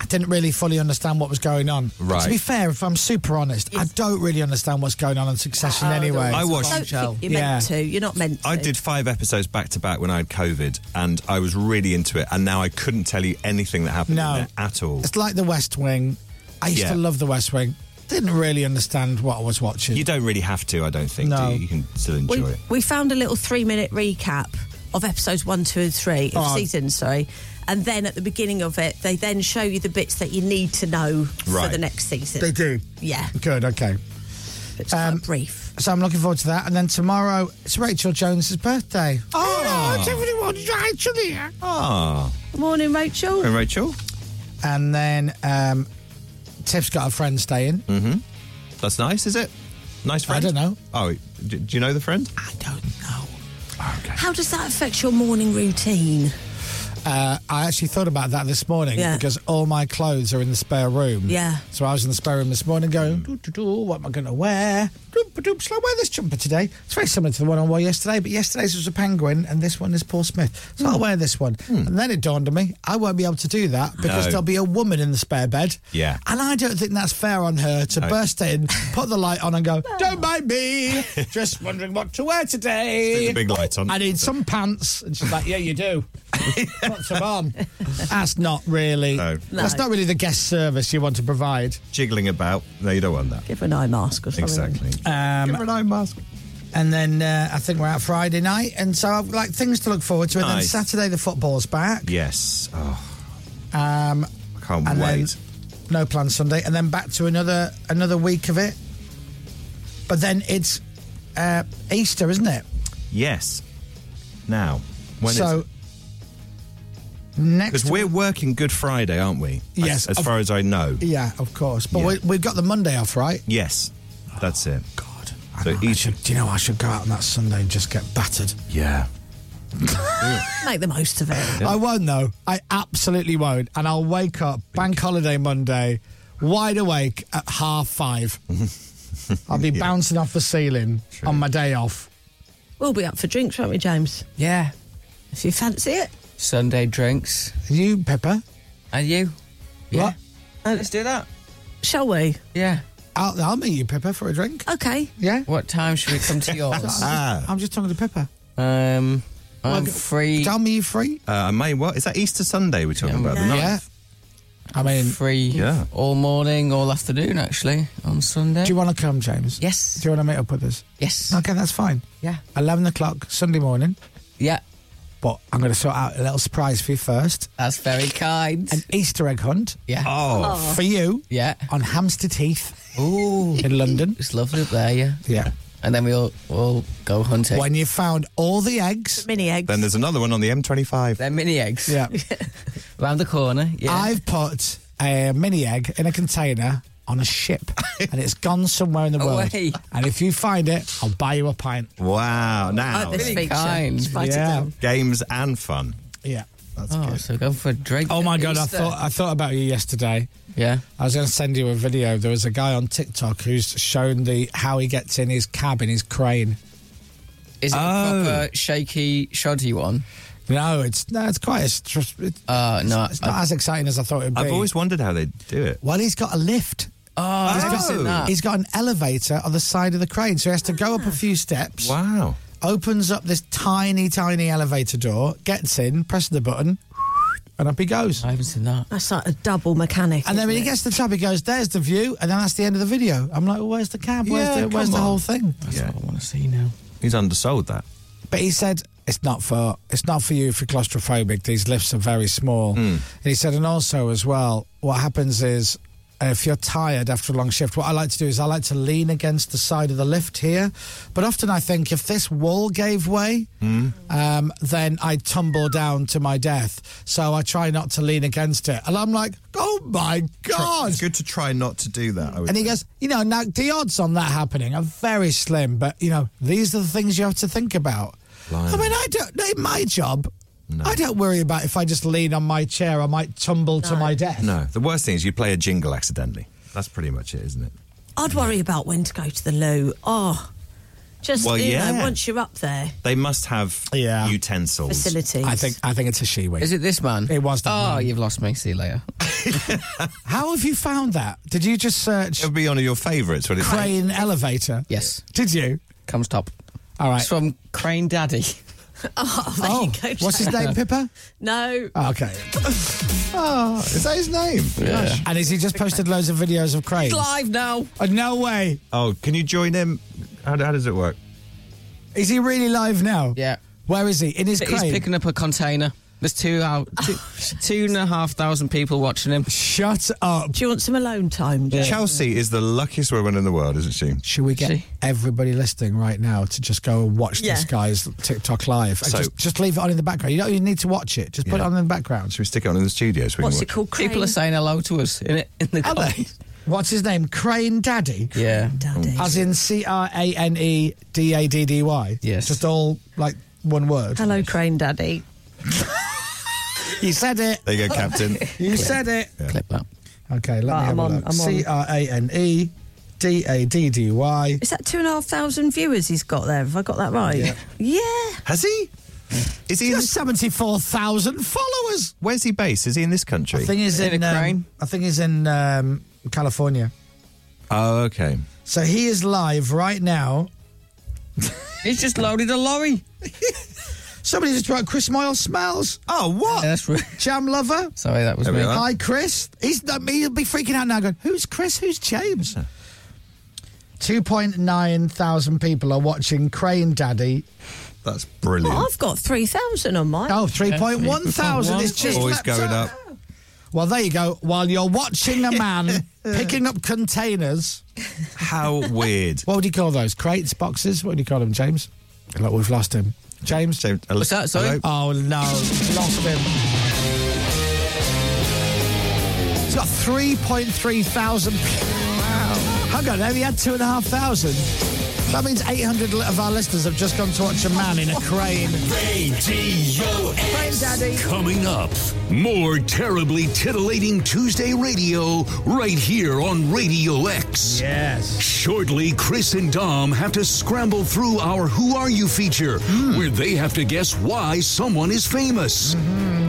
I didn't really fully understand what was going on. Right. To be fair, if I'm super honest, I don't really understand what's going on in Succession Oh, anyway. I watched- I don't think you're Yeah. meant to. You're not meant to. I did five episodes back to back when I had COVID, and I was really into it. And now I couldn't tell you anything that happened in No, there at all. It's like The West Wing. I used Yeah. to love The West Wing. Didn't really understand what I was watching. You don't really have to, I don't think. No. Do you? you can still enjoy We, it. we found a little three minute recap of episodes one, two, and three of Oh. season, sorry. And then at the beginning of it, they then show you the bits that you need to know Right. for the next season. They do. Yeah. Good. Okay. It's Um, quite brief. So I'm looking forward to that. And then tomorrow, it's Rachel Jones's birthday. Oh. it's everyone's Rachel here. Ah, Morning, Rachel. and Rachel, And then um, Tiff's got a friend staying. Mm-hmm. that's nice, is it? Nice friend. don't know. Oh, do, do you know the friend? I don't know. okay. How does that affect your morning routine? Uh, I actually thought about that this morning Yeah. because all my clothes are in the spare room. Yeah. So I was in the spare room this morning going, doo, doo, doo, what am I going to wear? Doop, doop, shall I wear this jumper today? It's very similar to the one I wore yesterday, but yesterday's was a penguin and this one is Paul Smith. Hmm. So I'll wear this one. And then it dawned on me, I won't be able to do that because No. there'll be a woman in the spare bed. Yeah. And I don't think that's fair on her to burst in, put the light on and go, don't mind me. Just wondering what to wear today. Stick the big light on. I need some pants. And she's like, yeah, you do. Put some on. That's not really. No. That's not really the guest service you want to provide. Jiggling about. No, you don't want that. Give her an eye mask or something. Exactly. Give her Um, an eye mask. and then uh, I think we're out Friday night, and so I've like things to look forward to. And Nice. then Saturday the football's back. Yes. Oh, Um, I can't and wait. then no plan Sunday, and then back to another another week of it. But then it's uh, Easter, isn't it? yes. Now, when is so it? next Because we're working Good Friday, aren't we? As- Yes, As, of- far as I know. yeah, of course. But Yeah. we, we've got the Monday off, right? Yes. That's it. God, I So I should, do you know, I should go out on that Sunday and just get battered. Yeah. Make the most of it. I won't, though. I absolutely won't. And I'll wake up bank holiday Monday, wide awake at half five. I'll be bouncing off the ceiling on my day off. We'll be up for drinks, won't we, James? Yeah. If you fancy it. Sunday drinks. You, Pepper. And you. Yeah. Oh, Let's do that. Shall we? Yeah. I'll, I'll meet you, Pepper, for a drink. Okay. Yeah. Ah. What time should we come to yours? I'm just talking to Pepper. um, I'm free. Tell me you're free. Uh, May, what? Is that Easter Sunday we're talking about? The ninth? Yeah. I mean, free Yeah. all morning, all afternoon, actually, on Sunday. do you want to come, James? Yes. Do you want to meet up with us? Yes. Okay, that's fine. Yeah. 11 o'clock Sunday morning. Yeah. But I'm going to sort out a little surprise for you first That's very kind. an Easter egg hunt yeah. Oh, for you Yeah. on Hampstead Heath Ooh. in London. It's lovely up there, yeah. Yeah. And then we all, all go hunting. When you found all the eggs, Mini eggs. then there's another one on the M25. They're mini eggs. yeah, Round the corner. Yeah. I've put a mini egg in a container on a ship and it's gone somewhere in the world. Away. And if you find it, I'll buy you a pint. Wow. I Now, like this really feature. kind. Just write it Yeah. down. games and fun. Yeah. That's oh, good. so go for a drink. Oh my at god, I Easter. thought I thought about you yesterday. Yeah. I was going to send you a video. There was a guy on TikTok who's shown the how he gets in his cab in his crane. Is it Oh. a proper shaky, shoddy one? No, it's no, it's quite. It's, just- it's, Uh, no. it's I- not as exciting as I thought it'd be. I've always wondered how they do it. Well, he's got a lift. oh, He's I've got- seen that. he's got an elevator on the side of the crane, so he has to go up a few steps. Wow. Opens up this tiny, tiny elevator door, gets in, presses the button, and up he goes. I haven't seen that. That's like a double mechanic. And then isn't when he it? gets to the top, he goes, "There's the view," and then that's the end of the video. I'm like, well, "Where's the cab? Where's Yeah, the Where's come the on. whole thing?" That's Yeah. what I want to see now. He's undersold that. But he said it's not for it's not for you if you're claustrophobic. These lifts are very small. And he said, and also as well, what happens is if you're tired after a long shift, what I like to do is I like to lean against the side of the lift here. But often I think if this wall gave way, Hmm? um, then I tumble down to my death. So I try not to lean against it. And I'm like, oh my God. good to try not to do that. I would And he say. goes, you know, now the odds on that happening are very slim, but you know, these are the things you have to think about. I Blimey. mean, I don't. In my job, No. I don't worry about if I just lean on my chair, I might tumble to my death. No, the worst thing is you play a jingle accidentally. That's pretty much it, isn't it? I'd worry about when to go to the loo. Oh, just Well, you know, yeah. once you're up there, They must have Yeah. utensils. facilities. I think I think it's a shiwi. Is it this man? It was that Oh, man. you've lost me. See you later. How have you found that? Did you just search It'll be one of your favourites. would it? crane elevator? Yes. Did you? Comes top. All right. It's from Crane Daddy. Oh, there oh, you go, what's his Jack. name? Pippa. No, Oh, okay. Ah, Oh, is that his name? And has he just posted loads of videos of cranes? Live now. Oh, no way. Oh, can you join him? How, how does it work? Is he really live now? Yeah. Where is he? In his He's crane. picking up a container. There's two out, Oh. two, two and a half thousand people watching him. Shut up. do you want some alone time? Jack? Chelsea is the luckiest woman in the world, isn't she? Should we get She- everybody listening right now to just go and watch this Yeah. guy's TikTok live? And So- just, just leave it on in the background. You don't even need to watch it. Just put it Yeah. on in the background. Should we stick it on in the studio so we What's can it called? Crane People are saying hello to us in it in the comments. What's his name? Crane Daddy. Yeah. Daddy. As in C R A N E D A D D Y. Yes. Just all like one word. Hello, Crane Daddy. You said it. There you go, Captain. You said it. Clip that. Okay, let Right, me have I'm a on, look. I'm on. C R A N E D A D D Y. Is that two and a half thousand viewers he's got there? Have I got that right? Yeah. Has he? Is he? In He's this, 74,000 followers. where's he based? Is he in this country? I think he's in, In a um, crane? I think he's in um, California. oh, okay. So he is live right now. He's just loaded a lorry. Somebody just wrote Chris Moyle smells. Oh, what? Yeah, that's right. Jam lover. Sorry, that was There we me. are. Hi, Chris. He's he'll be freaking out now, going, "Who's Chris? Who's James?" Two point nine thousand people are watching Crane Daddy. That's Well, brilliant. Oh, I've got three thousand on mine. Oh, 3.1 thousand. It's just Always leapt going up. Well, there you go. While you're watching a man picking up containers, How weird. what would you call those? Crates, boxes? What would you call them, James? Look, we've lost him. James, James, uh, What's that? Sorry? Oh no, lost him. He's got 3.3 thousand. Wow. Hang on, there he had 2,500. That means 800 of our listeners have just gone to watch a man in a crane. Radio Crane Daddy. Coming up, more terribly titillating Tuesday radio right here on Radio X. Yes. Shortly, Chris and Dom have to scramble through our Who Are You feature, where they have to guess why someone is famous.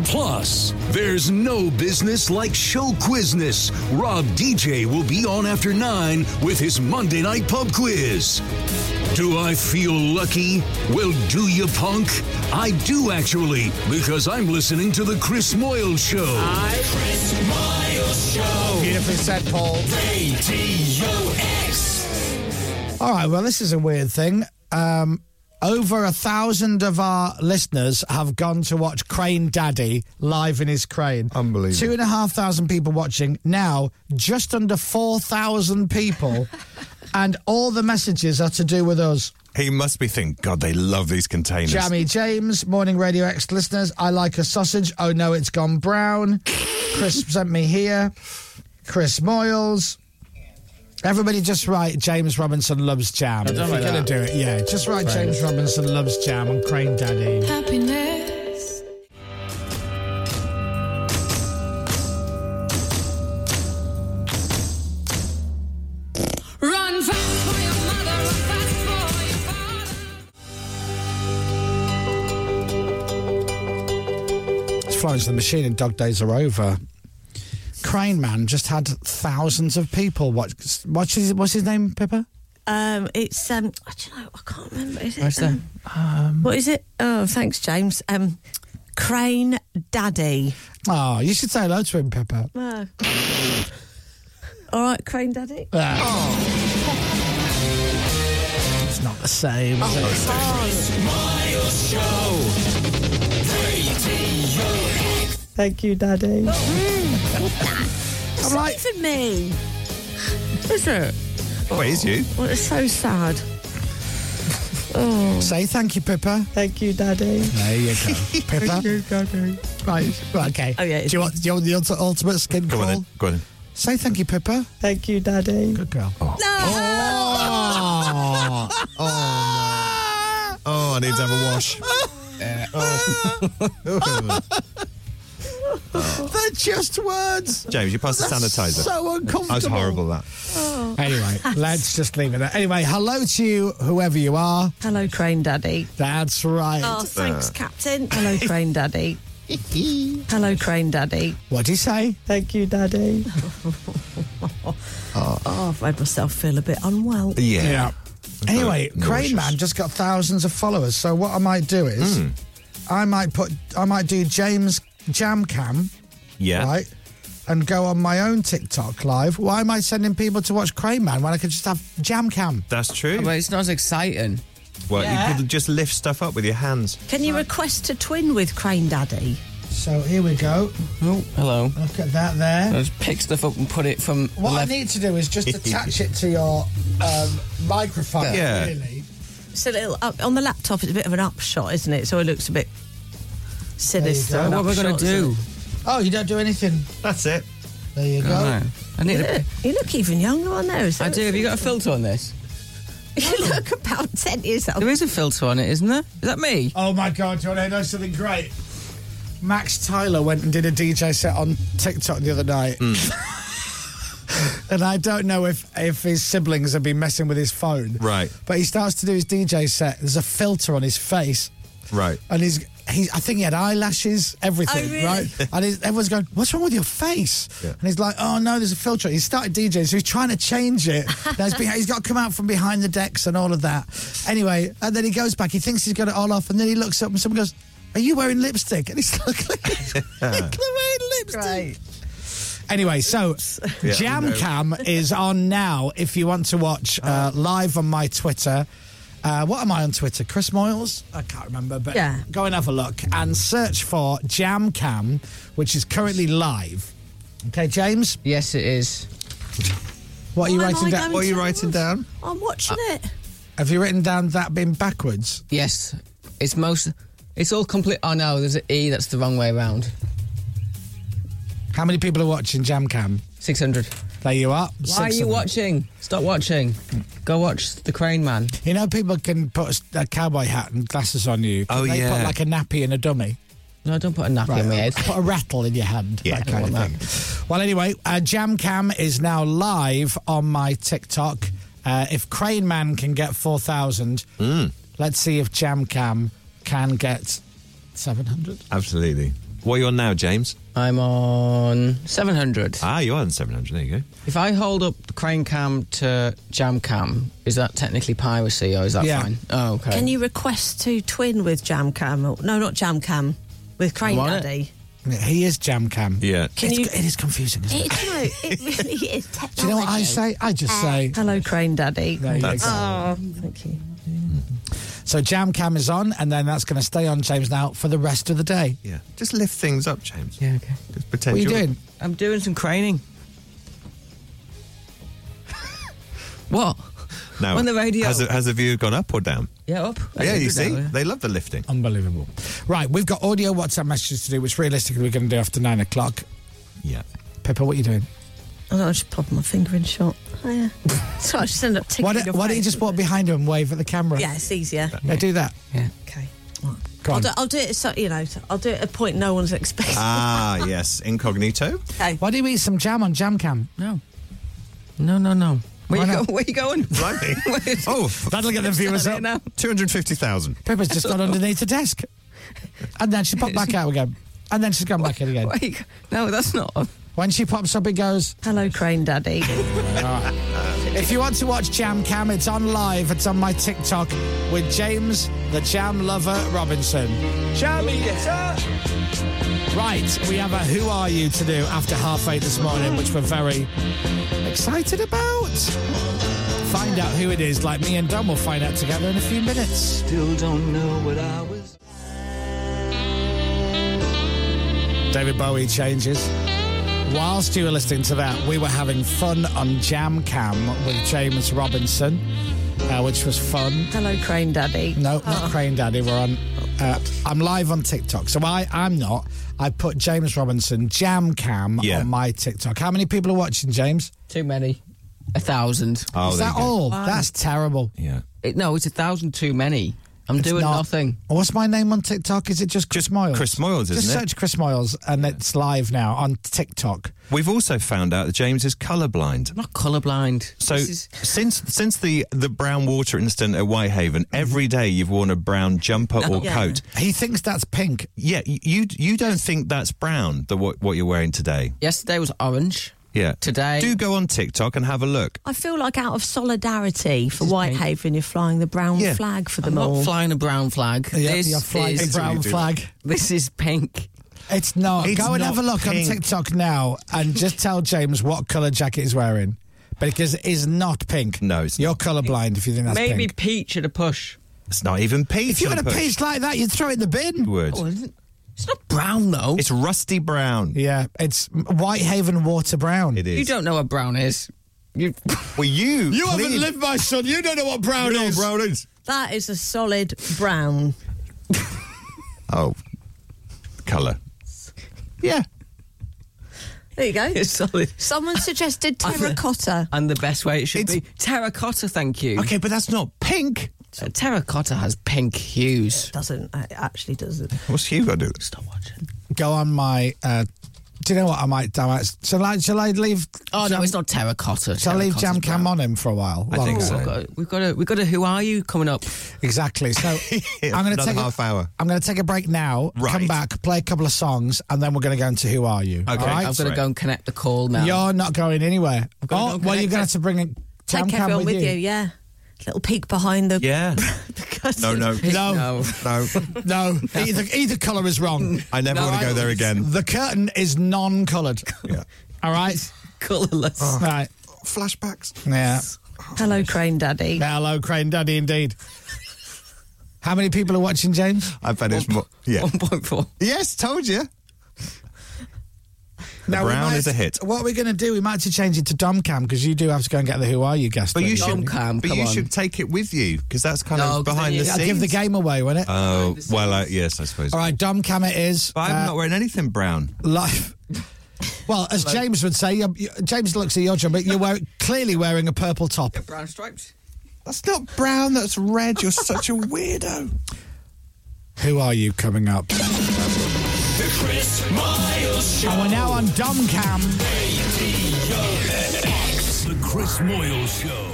Plus, there's no business like show quizness. Rob DJ will be on after 9 with his Monday Night Pub Quiz. Do I feel lucky? Well, do you, punk? I do actually, because I'm listening to The Chris Moyle Show. Chris Miles Show. Beautifully said, Paul. Radio X. All right, well, this is a weird thing. Um, over a thousand of our listeners have gone to watch Crane Daddy live in his crane. Unbelievable. Two and a half thousand people watching. Now, just under 4,000 people. and all the messages are to do with us. He must be thinking, God, they love these containers. Jammy James, Morning Radio X listeners. I like a sausage. Oh no, it's gone brown. Chris sent me here. Chris Moyles. Everybody just write James Robinson loves jam. I've done If like you're gonna that. do it, yeah. Just write Right. James Robinson loves jam on Crane Daddy. Happiness. Run fast for your mother, run fast for your It's Florence and the Machine and Dog Days Are Over. Crane Man just had thousands of people watch. What's his, what's his name, Pippa? Um, it's um, I don't know, I can't remember. Is it? Where's that? um, what is it? Oh, thanks, James. Um, Crane Daddy. Oh, you should say hello to him, Pippa. Oh. All right, Crane Daddy. Uh, Oh. It's not the same. is it? Thank you, Daddy. It's not even me. Is it? Oh, it is you. Well, it's so sad. Oh. Say thank you, Pippa. Thank you, Daddy. There you go, Pippa. Thank you, Daddy. Right, right, okay. Oh, yeah, Do you want, do you want the ulti- ultimate skin Go on crawl? then. Go on then. Say thank you, Pippa. Thank you, Daddy. Good girl. Oh, Oh, oh, no. oh I need to have a wash. Uh, oh. They're just words. James, you passed the That's sanitizer. So uncomfortable. That was horrible, that. Anyway, let's just leave it there. Anyway, hello to you, whoever you are. Hello, Crane Daddy. That's right. Oh, thanks, Uh. Captain. Hello, Crane Daddy. Hello, Crane Daddy. What'd he say? Thank you, Daddy. oh. I've made myself feel a bit unwell. Yeah. Anyway, Very Crane Man just got thousands of followers. So what I might do is, Hmm. I might put, I might do James Jam Cam, Yeah. right, and go on my own TikTok live. Why am I sending people to watch Crane Man when I could just have Jam Cam? That's true. But it's not as exciting. Well, Yeah. you could just lift stuff up with your hands. Can you request a twin with Crane Daddy? So here we go. Oh, hello. Look at that there. I just pick stuff up and put it from. What left. I need to do is just attach it to your um, microphone. Yeah. Really. It's a little up, on the laptop. It's a bit of an upshot, isn't it? So it looks a bit sinister. There you an go. What we're gonna upshot, isn't do? Oh, you don't do anything. That's it. There you go. I need a. it? You look even younger on there. Is I that- do. Have you got a filter on this? You look about ten years old. There is a filter on it, isn't there? Is that me? Oh my God! Do you want to know something great? Max Tyler went and did a DJ set on TikTok the other night. Hmm. And I don't know if, if his siblings have been messing with his phone. Right. But he starts to do his DJ set. There's a filter on his face. Right. And he's, he, I think he had eyelashes, everything, Oh, really? right? And he's, everyone's going, What's wrong with your face? Yeah. And he's like, Oh, no, there's a filter. He started DJing, so he's trying to change it. Now he's been- he's got to come out from behind the decks and all of that. Anyway, and then he goes back, he thinks he's got it all off, and then he looks up and someone goes, Are you wearing lipstick? And he's like, uh. Great. Anyway, so Yeah, Jam no. Cam is on now if you want to watch uh, Oh. live on my Twitter. Uh, what am I on Twitter? Chris Moyles? I can't remember, but Yeah. go and have a look and search for Jam Cam, which is currently live. Okay, James? Yes, it is. What are you Why am writing I down? going What are you to writing down? Oh, I'm watching Uh, it. Have you written down that being backwards? Yes. It's most. It's all complete. Oh no, there's an E that's the wrong way around. How many people are watching Jam Cam? 600. There you Why are. are Six you of them. watching? Stop watching. Go watch The Crane Man. You know, people can put a s- a cowboy hat and glasses on you. Can Oh, they yeah. Put like a nappy and a dummy. No, don't put a nappy on my head. Put a rattle in your hand. Yeah, that I kind of don't want thing. Well, anyway, uh, Jam Cam is now live on my TikTok. Uh, if Crane Man can get 4,000, let's see if Jam Cam can get 700. Absolutely. What are you on now, James? I'm on 700. Ah, you are on 700. There you go. If I hold up Crane Cam to Jam Cam, is that technically piracy or is that Yeah. fine? Oh, okay. Can you request to twin with Jam Cam? or- No, not Jam Cam. With Crane want it. Daddy. He is Jam Cam. Yeah. Can It's- you- It is confusing, isn't it? It, no, it really is technology. Do you know what I say? I just say. Uh, Hello, Crane Daddy. There you go. Oh, thank you. So Jam Cam is on, and then that's going to stay on James now for the rest of the day. Yeah. Just lift things up, James. Yeah, okay. Just pretend What are you you're- doing? I'm doing some craning. what? Now, On the radio. Has the, has the view gone up or down? Yeah, up. yeah, I you did that, see? They love the lifting. Unbelievable. Right, we've got audio WhatsApp messages to do, which realistically we're going to do after nine o'clock. Yeah. Pepper, what are you doing? I thought I should pop my finger in shot. Oh, yeah. so I just end up ticking Why your don't, why don't you face. just walk behind him and wave at the camera? Yeah, it's easier. Yeah, do that. Yeah. Okay. Go I'll on. do, I'll do it. So, you know, I'll do it at a point no one's expecting. Ah, yes. Incognito. Why do you eat some jam on Jam Cam? No. No, no, no. Where you, Why go, not? where you going? Blimey. oh, That'll get the viewers up. now. 250,000. Pepper's just gone underneath the desk. And then she popped back out again. And then she's gone back in again. Where you go- No, that's not. on. When she pops up, it goes. Hello, Crane Daddy. If you want to watch Jam Cam, it's on live. It's on my TikTok with James, the Jam Lover Robinson. Jammy, yes, sir. Right, we have a Who Are You to do after half eight this morning, which we're very excited about. Find out who it is, like me and Dom will find out together in a few minutes. Still don't know what I was. David Bowie changes. Whilst you were listening to that, we were having fun on Jam Cam with James Robinson, uh, which was fun. Hello, Crane Daddy. Oh. No, not Crane Daddy. We're on. Uh, I'm live on TikTok, so I I'm not. I put James Robinson Jam Cam Yeah. on my TikTok. How many people are watching, James? Too many. A thousand. Oh, Is there that you go. all? That's terrible. Yeah. It, no, it's a thousand too many. I'm It's doing not. nothing. Oh, What's my name on TikTok? Is it just Chris Moyles? Chris Moyles, Just isn't it? search Chris Moyles, and it's live now on TikTok. We've also found out that James is colourblind. I'm not colourblind. So This is- since since the, the brown water incident at Whitehaven, every day you've worn a brown jumper Oh, or Yeah. coat. He thinks that's pink. Yeah, y- you you don't think that's brown the what, what you're wearing today? yesterday was orange. Yeah. Today- do go on TikTok and have a look. I feel like out of solidarity for Whitehaven, you're flying the brown Yeah. flag for I'm them all. not flying a brown flag. Yeah, this you're flying is the brown flag. this is pink. It's not. It's Go and not have a look pink. on TikTok now and just tell James what colour jacket he's wearing. Because it is not pink. No, it's You're colourblind if you think that's Maybe pink. peach at a push. It's not even peach. If you on had a push. piece like that, you'd throw it in the bin. Would. Oh, isn't- it's not brown though. It's rusty brown. Yeah, it's Whitehaven water brown. It is. you don't know what brown is. You, Well, you. You clean- haven't lived, my son. You don't know what brown You know is. what brown is. That is a solid brown. Oh, colour. Yeah. There you go. it's solid. Someone suggested I think- terracotta. And the best way it should It's- be terracotta. Thank you. Okay, but that's not pink. So terracotta has pink hues. doesn't it actually doesn't. What's Hugh got to do? with this? Stop watching. Go on my. Uh, do you know what? I might. I might shall, I, shall I leave. Oh no, jam- it's not terracotta. Shall I leave Terracotta's Jam Cam brown. on him for a while? I think longer? so. We've got, we've got a we've got a who are you coming up? Exactly. So I'm going to Another take half a, hour. I'm going to take a break now. Right. Come back, play a couple of songs, and then we're going to go into Who Are You. Okay. All right? I've I'm going Right. to go and connect the call now. You're not going anywhere. gonna Oh, go well, you're going to have to bring a Jam Take Cam everyone with, with you. yeah. Little peek behind the. Yeah. the curtain. No, no, No, no. No. either either colour is wrong. I never No, want to I- go there again. The curtain is non-coloured. Yeah. All right. Colourless. All right. Flashbacks. Yeah. Hello, Crane Daddy. Hello, Crane Daddy. Indeed. How many people are watching, James? I bet it's more. Yeah. One point four. Yes, told you. we brown might- is a hit. What we're going to do? We might have to change it to Dom Cam because you do have to go and get the Who Are You guest. But don't you Dom should. Cam, but come you on. should take it with you because that's kind No, of 'cause then behind the you- Yeah, scenes. I'll give the game away, won't it? Oh Uh, well, I, yes, I suppose. All right, Dom Cam it is. But I'm Uh, not wearing anything brown. live Well, as James would say, you- you- James looks at your job, but you're wear, clearly wearing a purple top. Brown stripes. That's not brown, that's red. You're such a weirdo. Who are you coming up? The Chris Miles Show. And we're now on Dom Cam. The Chris Moyle Show.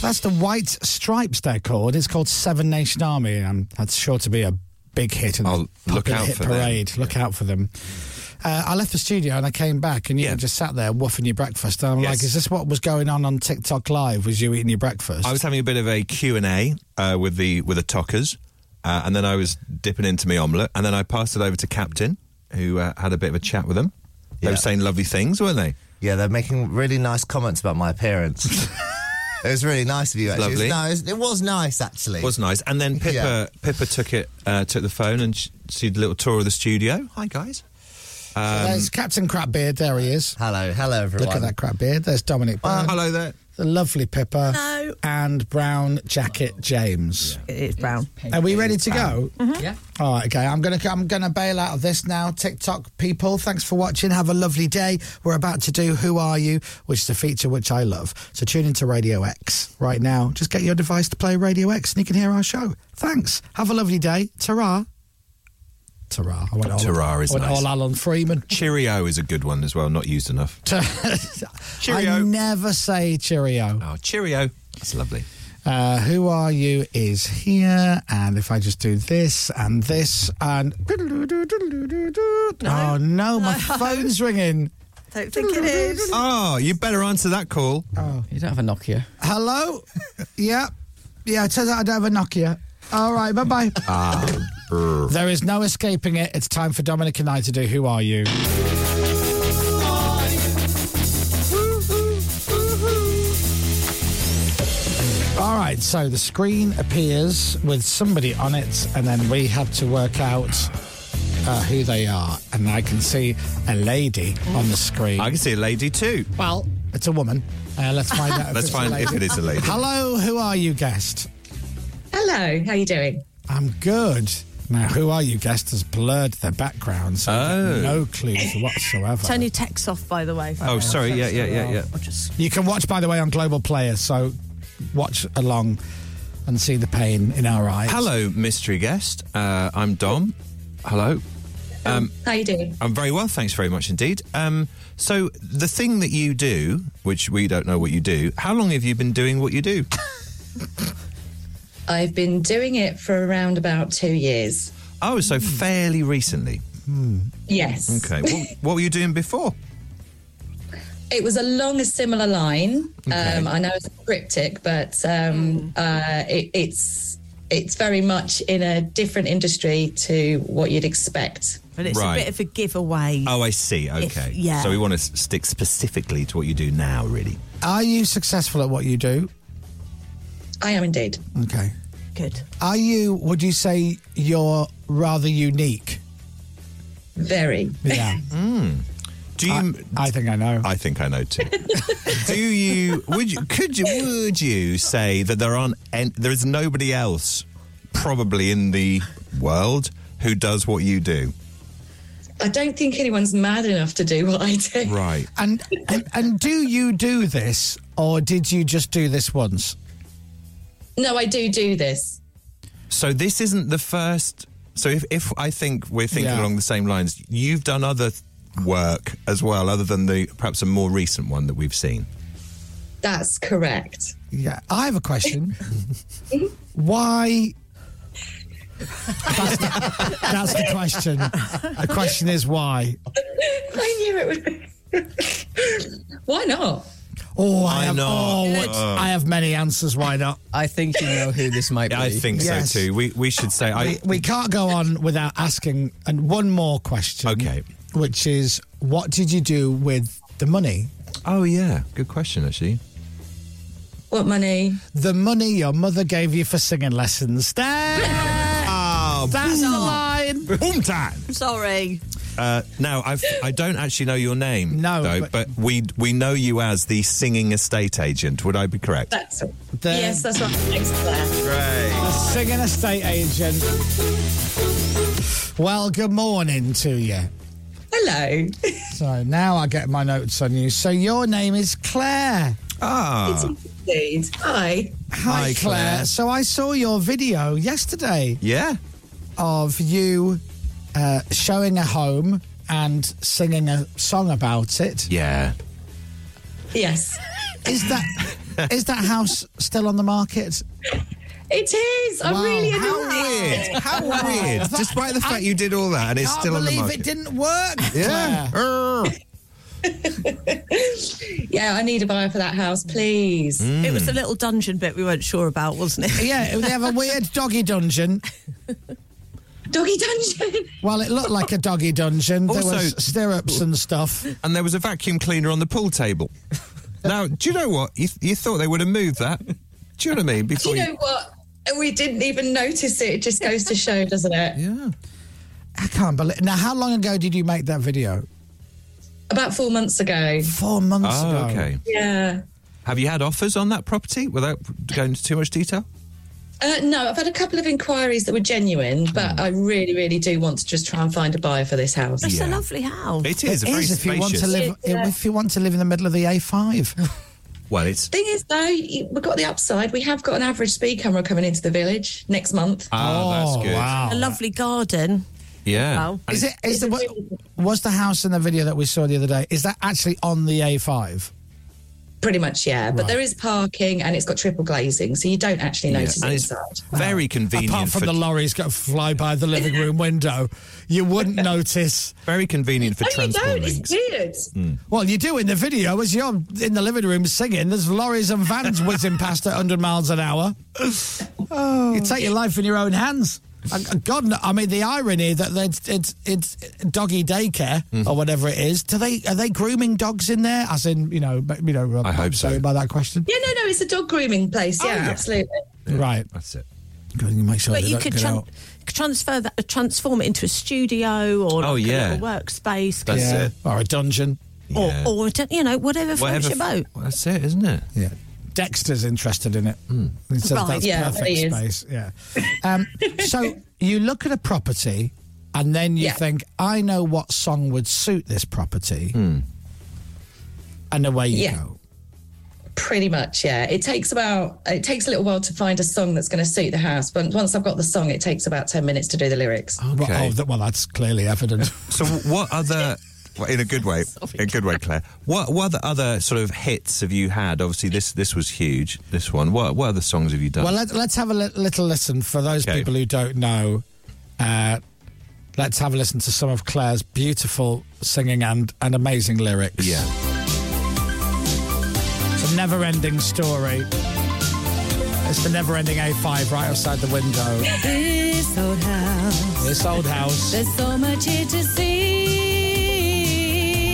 That's the White Stripes they're called. It's called Seven Nation Army, and that's sure to be a big hit in the look popular out hit for them. parade. Look out for them. Uh, I left the studio and I came back, and you just sat there wooffing your breakfast. And I'm Yes. like, "Is this what was going on on TikTok Live? Was you eating your breakfast?" I was having a bit of a Q&A uh, with the with the Tockers, uh, and then I was dipping into my omelette, and then I passed it over to Captain, who uh, had a bit of a chat with them. They were saying lovely things, weren't they? Yeah, they're making really nice comments about my appearance. it was really nice of you, actually. Lovely. It was, nice. it was nice, actually. It was nice. And then Pippa Yeah. Pippa took it uh, took the phone and she, she did a little tour of the studio. Hi guys. Um, There's Captain Crapbeard. There he is. Hello, hello, everyone. Look at that Crapbeard. There's Dominic. Ah, Well, Byrne. hello there. The lovely Pippa. And Brown Jacket James. It is brown. Are we ready to go? Mm-hmm. Yeah. All right, okay. I'm gonna I'm gonna bail out of this now. TikTok people, thanks for watching. Have a lovely day. We're about to do Who Are You, which is a feature which I love. So tune into Radio X right now. Just get your device to play Radio X, and you can hear our show. Thanks. Have a lovely day. Ta-ra. Ta-ra. I went all, Terrar is I went nice. all Alan Freeman. Cheerio is a good one as well, not used enough. Cheerio. I never say cheerio. Oh, cheerio. That's lovely. Uh, who are you is here, and if I just do this and this and oh no, my phone's ringing. Don't think it is. Oh, you better answer that call. Oh. You don't have a Nokia. Hello. yeah, yeah. It turns out I don't have a Nokia. All right, bye bye. Ah, there is no escaping it. It's time for Dominic and I to do Who Are You? All right, so the screen appears with somebody on it, and then we have to work out uh, who they are. And I can see a lady on the screen. I can see a lady too. Well, it's a woman. Uh, let's find out. if Let's it's find a lady. if it is a lady. Hello, who are you, guest? Hello, how you doing? I'm good. Now, who are you, guest? Has blurred their background, so I've got Oh. no clues whatsoever. Uh, Turn your text off, by the way. Oh, sorry. Yeah, yeah, yeah, yeah. You can watch, by the way, on Global Player, so watch along and see the pain in our eyes. Hello, mystery guest. Uh, I'm Dom. Hello. Um, How you doing? I'm very well, thanks very much indeed. Um, so, the thing that you do, which we don't know what you do, how long have you been doing what you do? I've been doing it for around about two years. Oh, Hmm. so fairly recently. Yes. Okay. Well, what were you doing before? It was along a similar line. Okay. Um, I know it's cryptic, but um, uh, it, it's it's very much in a different industry to what you'd expect. But it's Right. a bit of a giveaway. Oh, I see. Okay. yeah. So, we want to s- stick specifically to what you do now, really. Are you successful at what you do? I am indeed. Okay. Good. Are you, would you say you're rather unique? Very. Yeah. Hmm. Do you? I, think I know. I think I know too. do you? Would you? Could you? Would you say that there aren't? An, there is nobody else, probably in the world, who does what you do. I don't think anyone's mad enough to do what I do. Right. And, and and do you do this, or did you just do this once? No, I do do this. So this isn't the first. So if, if I think we're thinking Yeah. along the same lines, you've done other th- work as well, other than the perhaps a more recent one that we've seen. That's correct. Yeah. I have a question. Why? That's the, that's the question. The question is why. I knew it would be. Why not? Oh, I, Why have, not? Uh. oh, what- Yeah. I have many answers. Why not? I think you know who this might be. I think Yes. so too. We we should say I. We, we can't go on without asking and one more question. Okay. Which is, what did you do with the money? Oh yeah, good question actually. What money? The money your mother gave you for singing lessons. There. Ah, That's the line. Oh, Boom time. Sorry. Uh, now I've, I don't actually know your name. No, though, but, we we know you as the singing estate agent. Would I be correct? That's yes, that's right. Thanks, Claire. Great. A singing estate agent. Well, good morning to you. Hello. so now I get my notes on you. So your name is Claire. Ah. It's indeed. Hi. Hi, Hi, Claire. Claire. So I saw your video yesterday. Yeah. Of you uh, showing a home and singing a song about it. Yeah. Yes. Is that is that house still on the market? It is. I'm Wow, really how annoyed. weird. How Weird. That- Despite the fact you did all that and it's Can't still on the believe market. it didn't work. Yeah. Claire. Yeah, I need a buyer for that house, Mm. please. It was the little dungeon bit we weren't sure about, wasn't it? yeah, they have a weird doggy dungeon. Doggy dungeon. Well, it looked like a doggy dungeon. there Also- was stirrups and stuff. And there was a vacuum cleaner on the pool table. now, do you know what? You, you thought they would have moved that. Do you know what I mean? Do Before you know what? We didn't even notice it. It just goes to show, doesn't it? Yeah. I can't believe. Now, how long ago did you make that video? About four months ago. Four months Oh, ago. okay. Yeah. Have you had offers on that property without going into too much detail? Uh, no, I've had a couple of inquiries that were genuine, but I really, really do want to just try and find a buyer for this house. It's a lovely house. It is, It very is if you want to spacious. live. Yeah. If you want to live in the middle of the A5, Well, it's. Thing is, though, you- we've got the upside. We have got an average speed camera coming into the village next month. Ah, that's good. A lovely garden. Yeah. Wow. And is it? it's- Is the, was the house in the video that we saw the other day? Is that actually on the A5? Pretty much, yeah. But there is parking and it's got triple glazing, so you don't actually yeah, notice Oh, and it's inside. very convenient. Apart from for, the lorries going to fly by the living room window, you wouldn't notice. very convenient for no, you transport don't. links. It's weird. Well, you do in the video as you're in the living room singing. There's lorries and vans whizzing past at 100 miles an hour. Oh. You take your life in your own hands. And- and God, kn- I mean, the irony that it's it's, it's doggy daycare Mm. or whatever it is. Do they are they grooming dogs in there? As in, you know, but, you know. I'm I hope so. Oh, sorry By that question, Yeah, no, no, it's a dog grooming place. Yeah, yeah. absolutely. right? That's it. God, you make sure But they you don't could get tran out. transfer that, uh, transform it into a studio or Oh, like yeah. a little workspace. That's yeah, it. or a dungeon. Or, Yeah. or don't- you know, whatever floats Whatever your boat. f- That's it, isn't it? Hmm. Yeah. Dexter's interested in it. He says Right. that's Yeah, perfect he is. space. Yeah. Um, so you look at a property and then you Yeah. think, I know what song would suit this property. Hmm. And away you Yeah. go. Pretty much, yeah. It takes about it takes a little while to find a song that's going to suit the house, but once I've got the song, it takes about ten minutes to do the lyrics. Well, Okay. oh, that, well, that's clearly evident. So, what other, well, in a good way, in a good way, Claire. What what other- other sort of hits have you had? Obviously, this this was huge. This one. What what other songs have you done? well, let, let's have a li- little listen for those Okay. people who don't know. Uh, let's have a listen to some of Claire's beautiful singing and, and amazing lyrics. yeah. It's a never ending story. It's the never ending A5 right outside the window. This old house, This old house. there's so much here to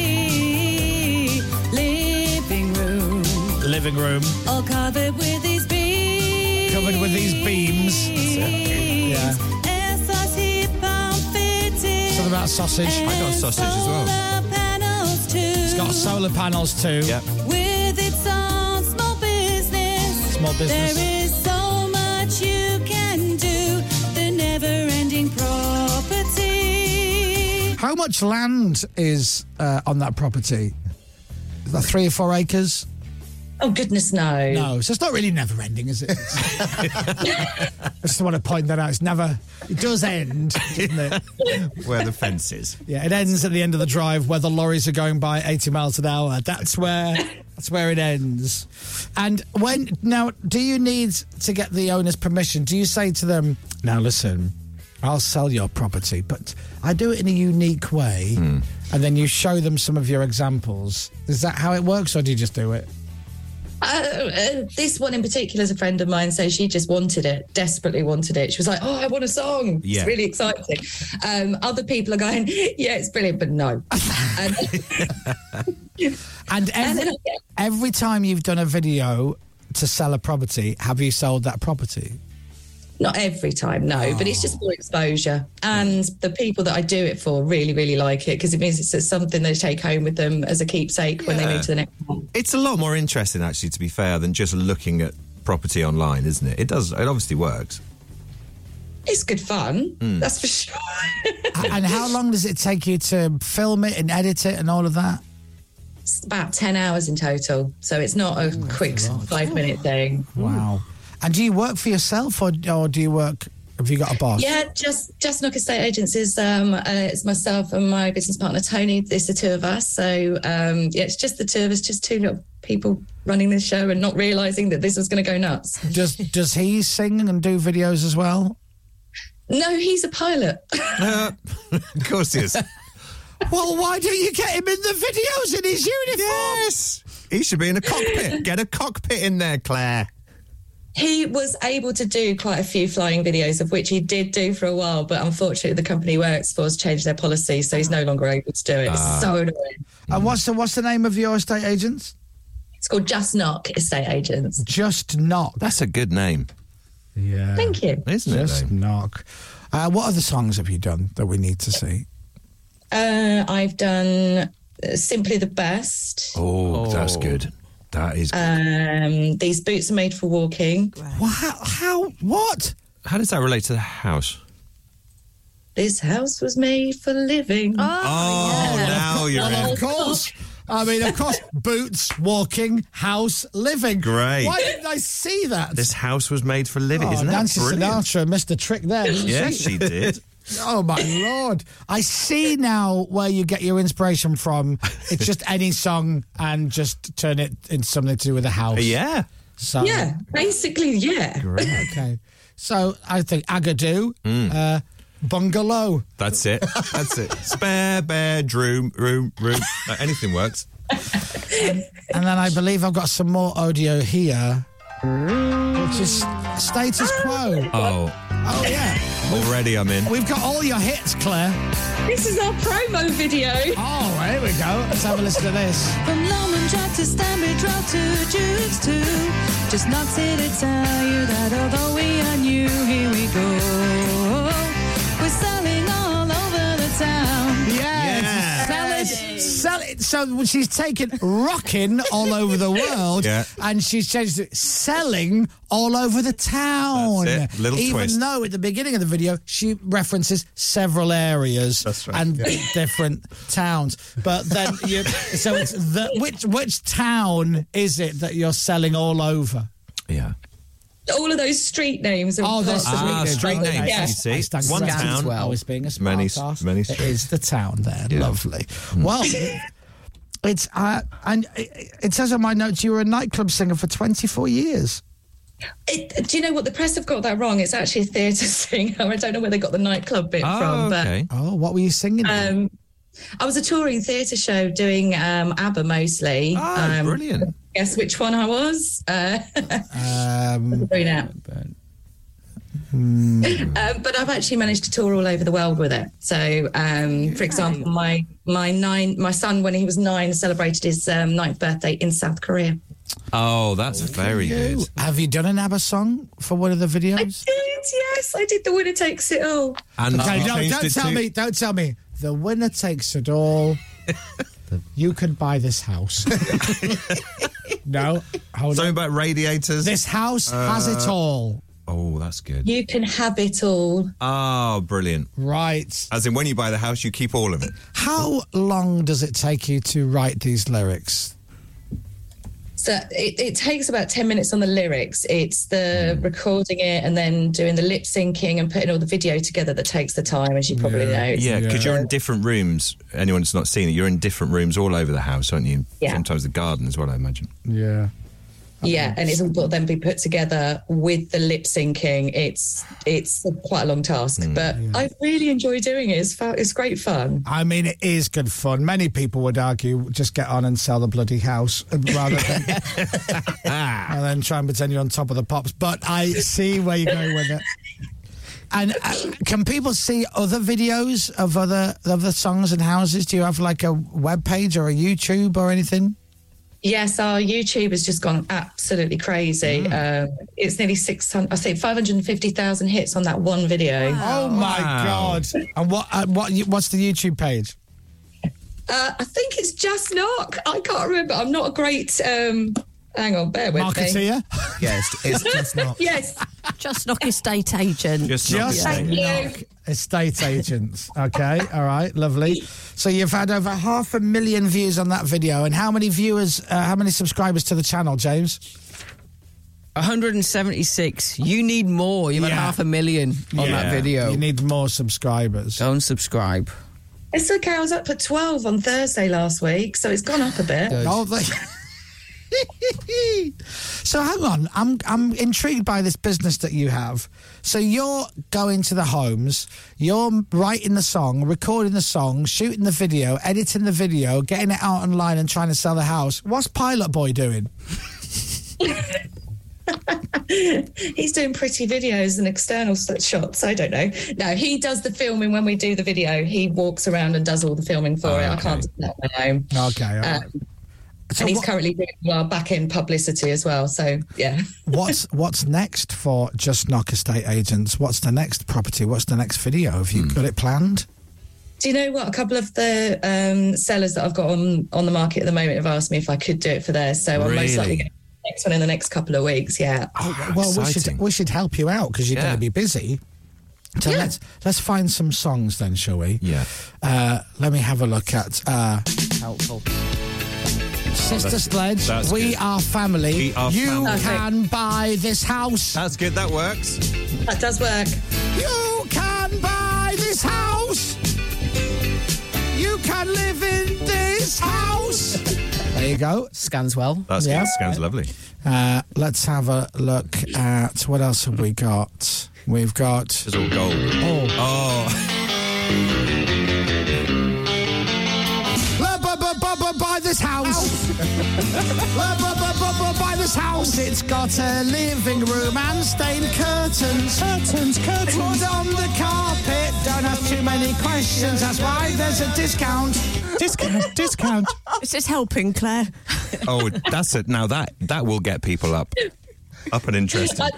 see. Living room, Living room. all covered with these beams. Covered with these beams. Yeah. SRT pump fitted. Something about sausage. I got sausage as well. Solar panels too. It's got solar panels too. Yep. With its own small business. Small business. There is so much you can do. The never ending property. How much land is uh, on that property? Is that three or four acres? Oh goodness, no. No, so it's not really never ending, is it? I just want to point that out. It's never, it does end, doesn't it? Where the fence is. Yeah, it ends at the end of the drive where the lorries are going by 80 miles an hour. That's where that's where it ends. And when now do you need to get the owner's permission? Do you say to them, "Now listen, I'll sell your property, but I do it in a unique way." And then you show them some of your examples. Is that how it works or do you just do it? Uh, uh, this one in particular is a friend of mine, so she just wanted it, desperately wanted it. She was like, "Oh, I want a song." Yeah. It's really exciting. Um, other people are going, "Yeah, it's brilliant," but no. and, And and every, then I get- every time you've done a video to sell a property, have you sold that property? not every time, no, but it's Oh. just more exposure. And the people that I do it for really, really like it because it means it's, it's something they take home with them as a keepsake when they Yeah. move to the next one. Uh, It's a lot more interesting, actually, to be fair, than just looking at property online, isn't it? It does. It obviously works. it's good fun. Hmm. Mm. That's for sure. and how long does it take you to film it and edit it and all of that? It's about 10 hours in total. So it's not Oh, a quick five minute thing. Wow. And do you work for yourself or, or do you work? Have you got a boss? Yeah, just just Knock Estate Agents is um, uh, it's myself and my business partner Tony. It's the two of us. So um, yeah, it's just the two of us, just two little people running the show and not realizing that this was going to go nuts. Does does he sing and do videos as well? No, he's a pilot. of course he is. well, why don't you get him in the videos in his uniform? Yes. He should be in a cockpit. Get a cockpit in there, Claire. He was able to do quite a few flying videos, of which he did do for a while, but unfortunately, the company he works for has changed their policy, so he's no longer able to do it. Ah. It's so annoying. And what's the what's the name of your estate agents? It's called Just Knock Estate Agents. Just Knock. That's a good name. Yeah. Thank you. Isn't it, Just Knock. Uh, what other songs have you done that we need to see? Uh, I've done uh, Simply the Best. Oh, that's good. That is. Um, these boots are made for walking. Wow. How? What? How does that relate to the house? This house was made for living. Oh, now you're Well, in. of course. I mean, of course, boots, walking, house, living. Great. Why didn't I see that? This house was made for living. Oh, Isn't that Nancy brilliant? Sinatra missed a trick there. didn't Yeah, she did. Oh my lord! I see now where you get your inspiration from. It's just any song and just turn it into something to do with a house. Yeah. So Yeah, basically, yeah. okay. So I think Agadoo, Hmm. uh, bungalow. That's it. That's it. Spare bedroom, room, room. Uh, anything works. Um, And then I believe I've got some more audio here, which is status quo. Oh. Oh, yeah. Already I'm in. We've got all your hits, Claire. This is our promo video. Oh, here we go. Let's have a listen to this. From Lomond Drive to Stanbridge Road to Jukes to Just not here to tell you that although we are new, here we go. We're selling all over the town. Yes. Sell it. Sell it. So she's taken rocking all over the world Yeah. and she's changed it selling all over the town. That's it. Little Even twist. though at the beginning of the video she references several areas and different towns. But then you so it's the which which town is it that you're selling all over? Yeah. All of those street names. Are Oh, there's possibly- Ah, street names. Yeah. You see? I stand One corrected town. as well. I was being a smart Many- ass. many It is the town there. Yeah. Hmm. Lovely. Well, it's uh, and it it says on my notes you were a nightclub singer for 24 years. It, do you know what? The press have got that wrong. It's actually a theatre singer. I don't know where they got the nightclub bit from, but Oh, what were you singing? um, I was a touring theatre show doing um, ABBA mostly. Ah, um, brilliant. Guess which one I was? Uh, um, sorry now. Um, but I've actually managed to tour all over the world with it. So, um, for example, my my nine my son when he was nine celebrated his um, ninth birthday in South Korea. Oh, that's very good. Have you done an ABBA song for one of the videos? Yes, I did. The winner takes it all. And okay, you no, changed don't it tell to- me. Don't tell me. The winner takes it all. you can buy this house. no, hold Something about radiators. This house has it Uh, all. Oh, that's good. You can have it all. Oh, brilliant. Right. As in, when you buy the house, you keep all of it. How long does it take you to write these lyrics? So it, it takes about 10 minutes on the lyrics. It's Mm. the recording it and then doing the lip syncing and putting all the video together that takes the time, as you probably know. It's- Yeah, because you're in different rooms. Anyone that's not seen it, you're in different rooms all over the house, aren't you? Yeah. Sometimes the garden as well, I imagine. Yeah. Yeah, and it's all got to then be put together with the lip syncing. It's it's quite a long task, Mm. but I really enjoy doing it. It's, fa- it's great fun. I mean, it is good fun. Many people would argue just get on and sell the bloody house uh, rather than and then try and pretend you're on top of the pops. But I see where you're going with it. And uh, can people see other videos of other other songs and houses? Do you have like a web page or a YouTube or anything? Yes, our YouTube has just gone absolutely crazy. Ah. Um, it's nearly 600, I say 550,000 hits on that one video. Oh my god! And what uh, what you- what's the YouTube page? Uh, I think it's just knock. I can't remember. I'm not a great um, Hang on, bear with me. Marketeer? Yes, it's just not. yes. Just knock estate agent. Just Just knock estate agents. Okay, all right, lovely. So you've had over half a million views on that video, and how many viewers? Uh, how many subscribers to the channel, James? 176. You need more. You've had Yeah. half a million on Yeah. that video. You need more subscribers. Don't subscribe. It's okay. I was up at 12 on Thursday last week, so it's gone up a bit. Oh, they- so hang on, I'm I'm intrigued by this business that you have. So you're going to the homes, you're writing the song, recording the song, shooting the video, editing the video, getting it out online, and trying to sell the house. What's Pilot Boy doing? He's doing pretty videos and external s- shots. I don't know. No, he does the filming when we do the video. He walks around and does all the filming for it. I can't do that on my own. Okay, all Um, right. So and he's what- currently doing our back end publicity as well. So, yeah. what's what's next for Just Knock Estate Agents? What's the next property? What's the next video? Have you got it planned? Do you know what? A couple of the um, sellers that I've got on, on the market at the moment have asked me if I could do it for theirs. So I'm Really? most Ah, likely going to do the next one in the next couple of weeks. Yeah. Oh, well, we should we should help you out because you're going to be busy. So let's let's find some songs then, shall we? Yeah. Uh, let me have a look at uh, helpful. Sister That's- Sledge, that's we good. are family. We are you family. can buy this house. That's good. That works. That does work. You can buy this house. You can live in this house. there you go. Scans well. That's Yeah. good. Sounds lovely. Uh, let's have a look at what else have we got? We've got. It's all gold. Oh. Oh. La, bu- bu- bu- bu- Buy this house. La, bu- bu- bu- bu- Buy this house. It's got a living room and stained curtains. Curtains, curtains. Wood on the carpet. Don't ask too many questions. That's why there's a discount. Discount, discount. It's just helping, Claire. Oh, that's it. Now that that will get people up, up and interested. I,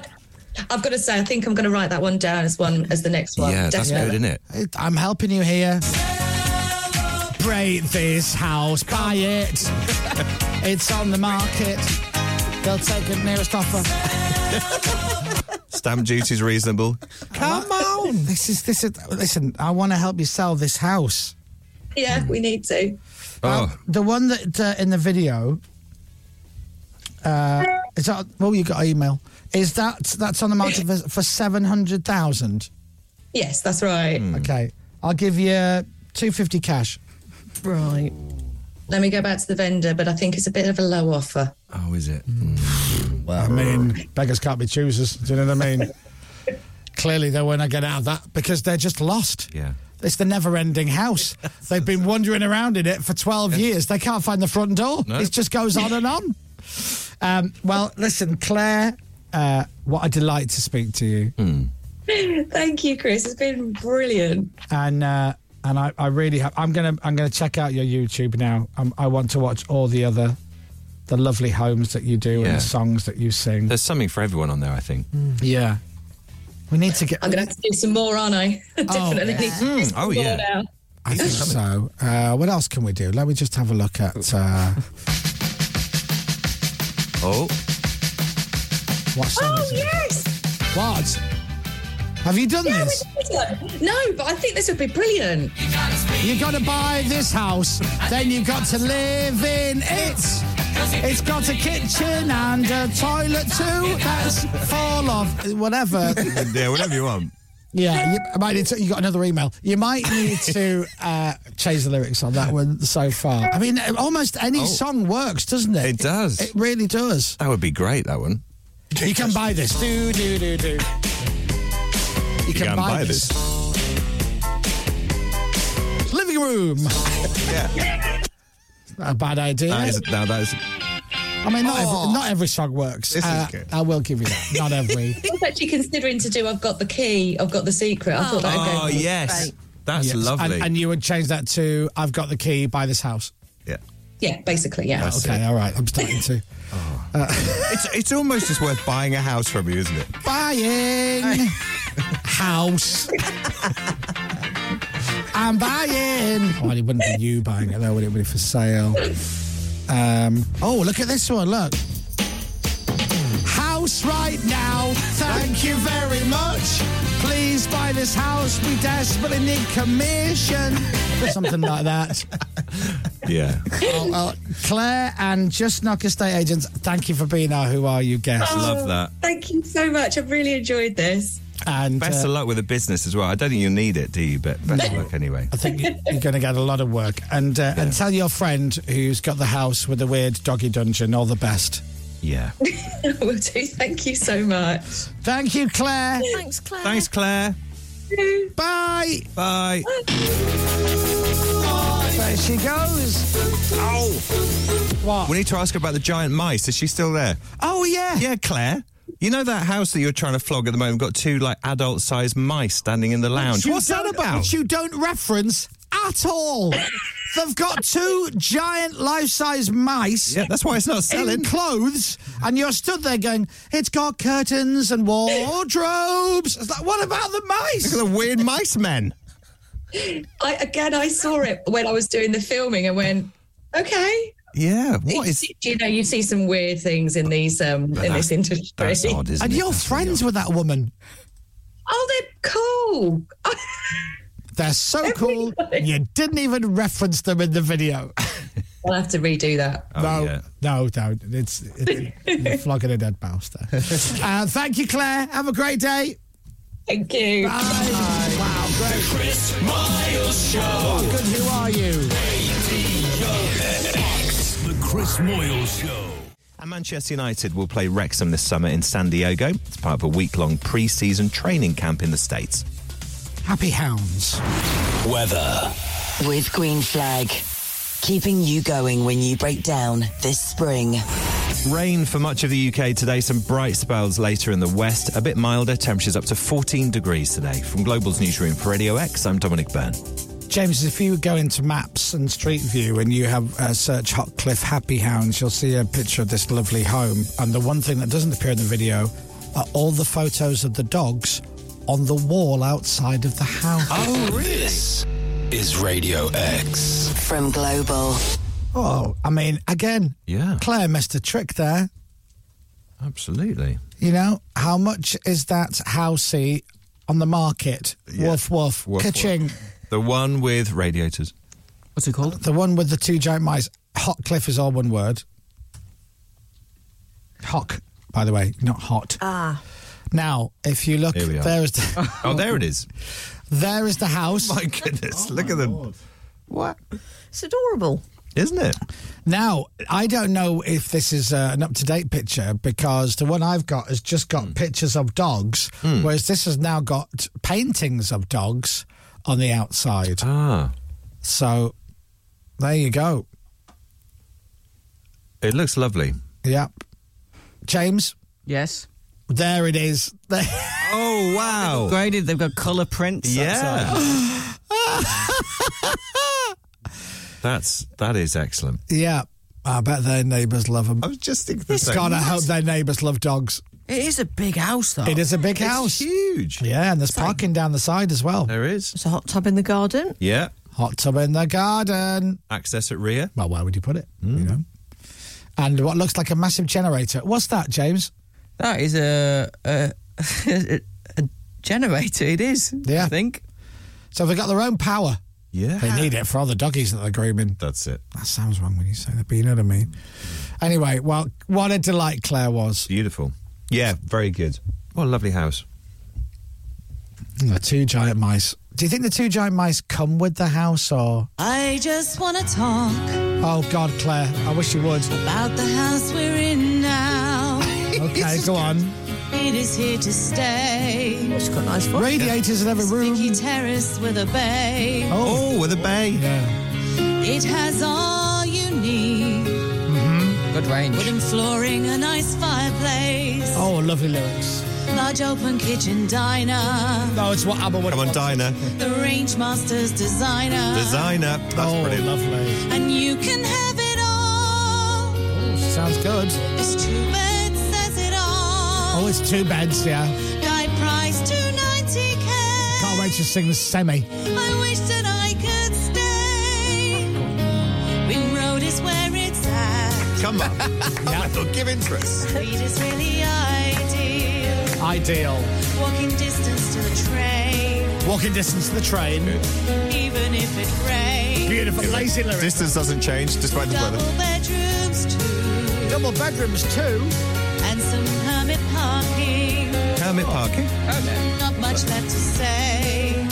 I've got to say, I think I'm going to write that one down as one as the next one. Yeah, that's good, Definitely. isn't it? I'm helping you here. Celebrate this house. Buy it. it's on the market. They'll take the nearest offer. Stamp duty's reasonable. Come on. This is this is listen, I want to help you sell this house. Yeah, we need to. Oh, The one that uh, in the video uh is that well you got an email. Is that that's on the market for, for 700,000? Yes, that's right. Okay. I'll give you 250 cash. Right. Let me go back to the vendor, but I think it's a bit of a low offer. oh, is it? Hmm. Hmm. I mean, beggars can't be choosers. Do you know what I mean? Clearly, they weren't going to have that because they're just lost. Yeah. It's the never ending house. They've been wandering around in it for 12 years. They can't find the front door. No. It just goes on and on. Um, well, listen, Claire, uh, what a delight to speak to you. Hmm. Thank you, Chris. It's been brilliant. And. Uh, and I, I really have. I'm gonna, I'm gonna check out your YouTube now. i I want to watch all the other, the lovely homes that you do and Yeah. the songs that you sing. There's something for everyone on there, I think. Yeah, we need to get. I'm going to have to do some more, aren't I? Definitely. Mm, oh yeah. Now. I think so. Uh, what else can we do? Let me just have a look at uh, Oh, what song. Oh is it? yes. What? Have you done Yeah, this? we did it. No, but I think this would be brilliant. You got to buy this house, then you got to live in it. It's got a kitchen and a toilet too. That's full of whatever. yeah. Whatever you want. Yeah, you, I might need to, you got another email. You might need to uh, change the lyrics on that one so far. I mean, almost any Oh. song works, doesn't it? It does. It really does. That would be great. That one. You can buy this. Do, do, do, do. You can, buy, this. Living room. Yeah. Not a bad idea. That is, now that is. I mean, not, every, not every song works. This is Uh, good. I will give you that. Not every. I was actually considering to do. I've got the key. I've got the secret. I thought that would go. Oh yes, that's Yes. lovely. And, and you would change that to "I've got the key by this house." yeah. Yeah, basically, yeah. That's Oh, Okay, it. all right. I'm starting to Oh. Uh, It's it's almost as worth buying a house from you, isn't it? buying house. I'm buying. Oh, it wouldn't be you buying it though, would it? Would it be for sale? Um, oh, look at this one. Look. house right now. Thank you very much. Please buy this house. We desperately need commission. Or something like that. Yeah. Oh, oh, Claire and Just Knock Estate Agents, thank you for being our Who Are You guest. Love that. Oh, Thank you so much. I've really enjoyed this. And Best of luck with the business as well. I don't think you need it, do you? But best of luck anyway. I think you're going to get a lot of work. And uh, and tell your friend who's got the house with the weird doggy dungeon all the best. Yeah. Will do. Thank you so much. Thank you, Claire. Thanks, Claire. Thanks, Claire. Bye. Bye. There she goes. Oh. What? We need to ask her about the giant mice. Is she still there? Oh, yeah. Yeah, Claire. You know that house that you're trying to flog at the moment got two like adult sized mice standing in the lounge. Which you What's that don't- about? Which you don't reference at all. They've got two giant life-size mice. Yeah, that's why it's not selling. in clothes, and you're stood there going, "It's got curtains and wardrobes." It's like, what about the mice? Look at the weird mice men. I, again, I saw it when I was doing the filming and went, okay. Yeah. What is You know, you see some weird things in these um in this industry. that's odd, isn't And it? you're friends with that woman. Oh, they're cool. They're so cool. You didn't even reference them in the video. I'll have to redo that. Oh, no, yeah. no, no. It's, it, you're flogging a dead mouse there. uh, thank you, Claire. Have a great day. Thank you. Wow, great. Chris Miles Show. Good. Who are you? The Chris Moyle Show. And Manchester United will play Wrexham this summer in San Diego. It's part of a week long pre season training camp in the States. Happy hounds. Weather. With Green Flag. Keeping you going when you break down this spring. Rain for much of the UK today, some bright spells later in the west, a bit milder, temperatures up to 14 degrees today. From Global's newsroom for Radio X, I'm Dominic Byrne. James, if you go into Maps and Street View and you have uh, search Hotcliffe Happy Hounds, you'll see a picture of this lovely home. And the one thing that doesn't appear in the video are all the photos of the dogs on the wall outside of the house. Oh, This is Radio X. From Global. Oh, I mean, again, Yeah, Claire missed a trick there. absolutely. You know, how much is that housey on the market? Yeah. Woof, woof, Woof, ka-ching. The one with radiators. What's it called? The one with the two giant mice. Hotcliffe is all one word. Hock, by the way, not hot. Ah. Now, if you look, Here we are. there is the, Oh, there it is. Oh there is the house. My Oh goodness, look at them. What? It's adorable. Isn't it? Now, I don't know if this is uh, an up to date picture because the one I've got has just Hmm. got pictures of dogs, whereas this has now got paintings of dogs on the outside. Ah, So, there you go. it looks lovely. Yep. James, Yes. there it is. There- Oh, wow. Graded. They've got colour prints. Yeah. That's that is excellent. Yeah, I bet their neighbours love them. I was just thinking the same. God, I hope their neighbours love dogs. It is a big house, though. It is a big It's house. huge. Yeah, and there's parking down the side as well. There is. It's a hot tub in the garden. Yeah. Hot tub in the garden. Access at rear. Well, where would you put it? You Mm. know. And what looks like a massive generator. What's that, James? That is a, a, a generator. It is. Yeah. I think. So they've got their own power. Yeah. They need it for all the doggies that they're grooming. That's it. That sounds wrong when you say that, but you know what I mean. Anyway, well, what a delight Claire was. Beautiful. Yeah, very good. What a lovely house. The two giant mice. Do you think the two giant mice come with the house or? I just want to talk Oh God, Claire, I wish you would. about the house we're in now. Okay, go on. It is here to stay. It's got a nice voice. Radiators in every room. Sticky terrace with a bay. Oh, with a bay. Yeah. It has all you need. Mm-hmm. Good range. Wooden flooring, a nice fireplace. Oh, lovely lyrics. Large open kitchen diner. No, it's what ABBA would Come on, diner. The Range Masters designer. Designer. That's Oh, brilliant. lovely. And you can have it all. Oh, sounds good. It's two beds, says it all. Oh, it's two beds, yeah. Guide price 290k. Can't wait to sing the semi. I wish that I could stay. Ring Road is where it's at. Come on. Give in to it. Sweet is really I. Ideal. Walking distance to the train, Walking distance to the train. even if it rains. Beautiful, lazy lyrics. Distance doesn't change despite the Double weather. bedrooms too, Double bedrooms too. and some hermit parking. Hermit parking. Not much left to say.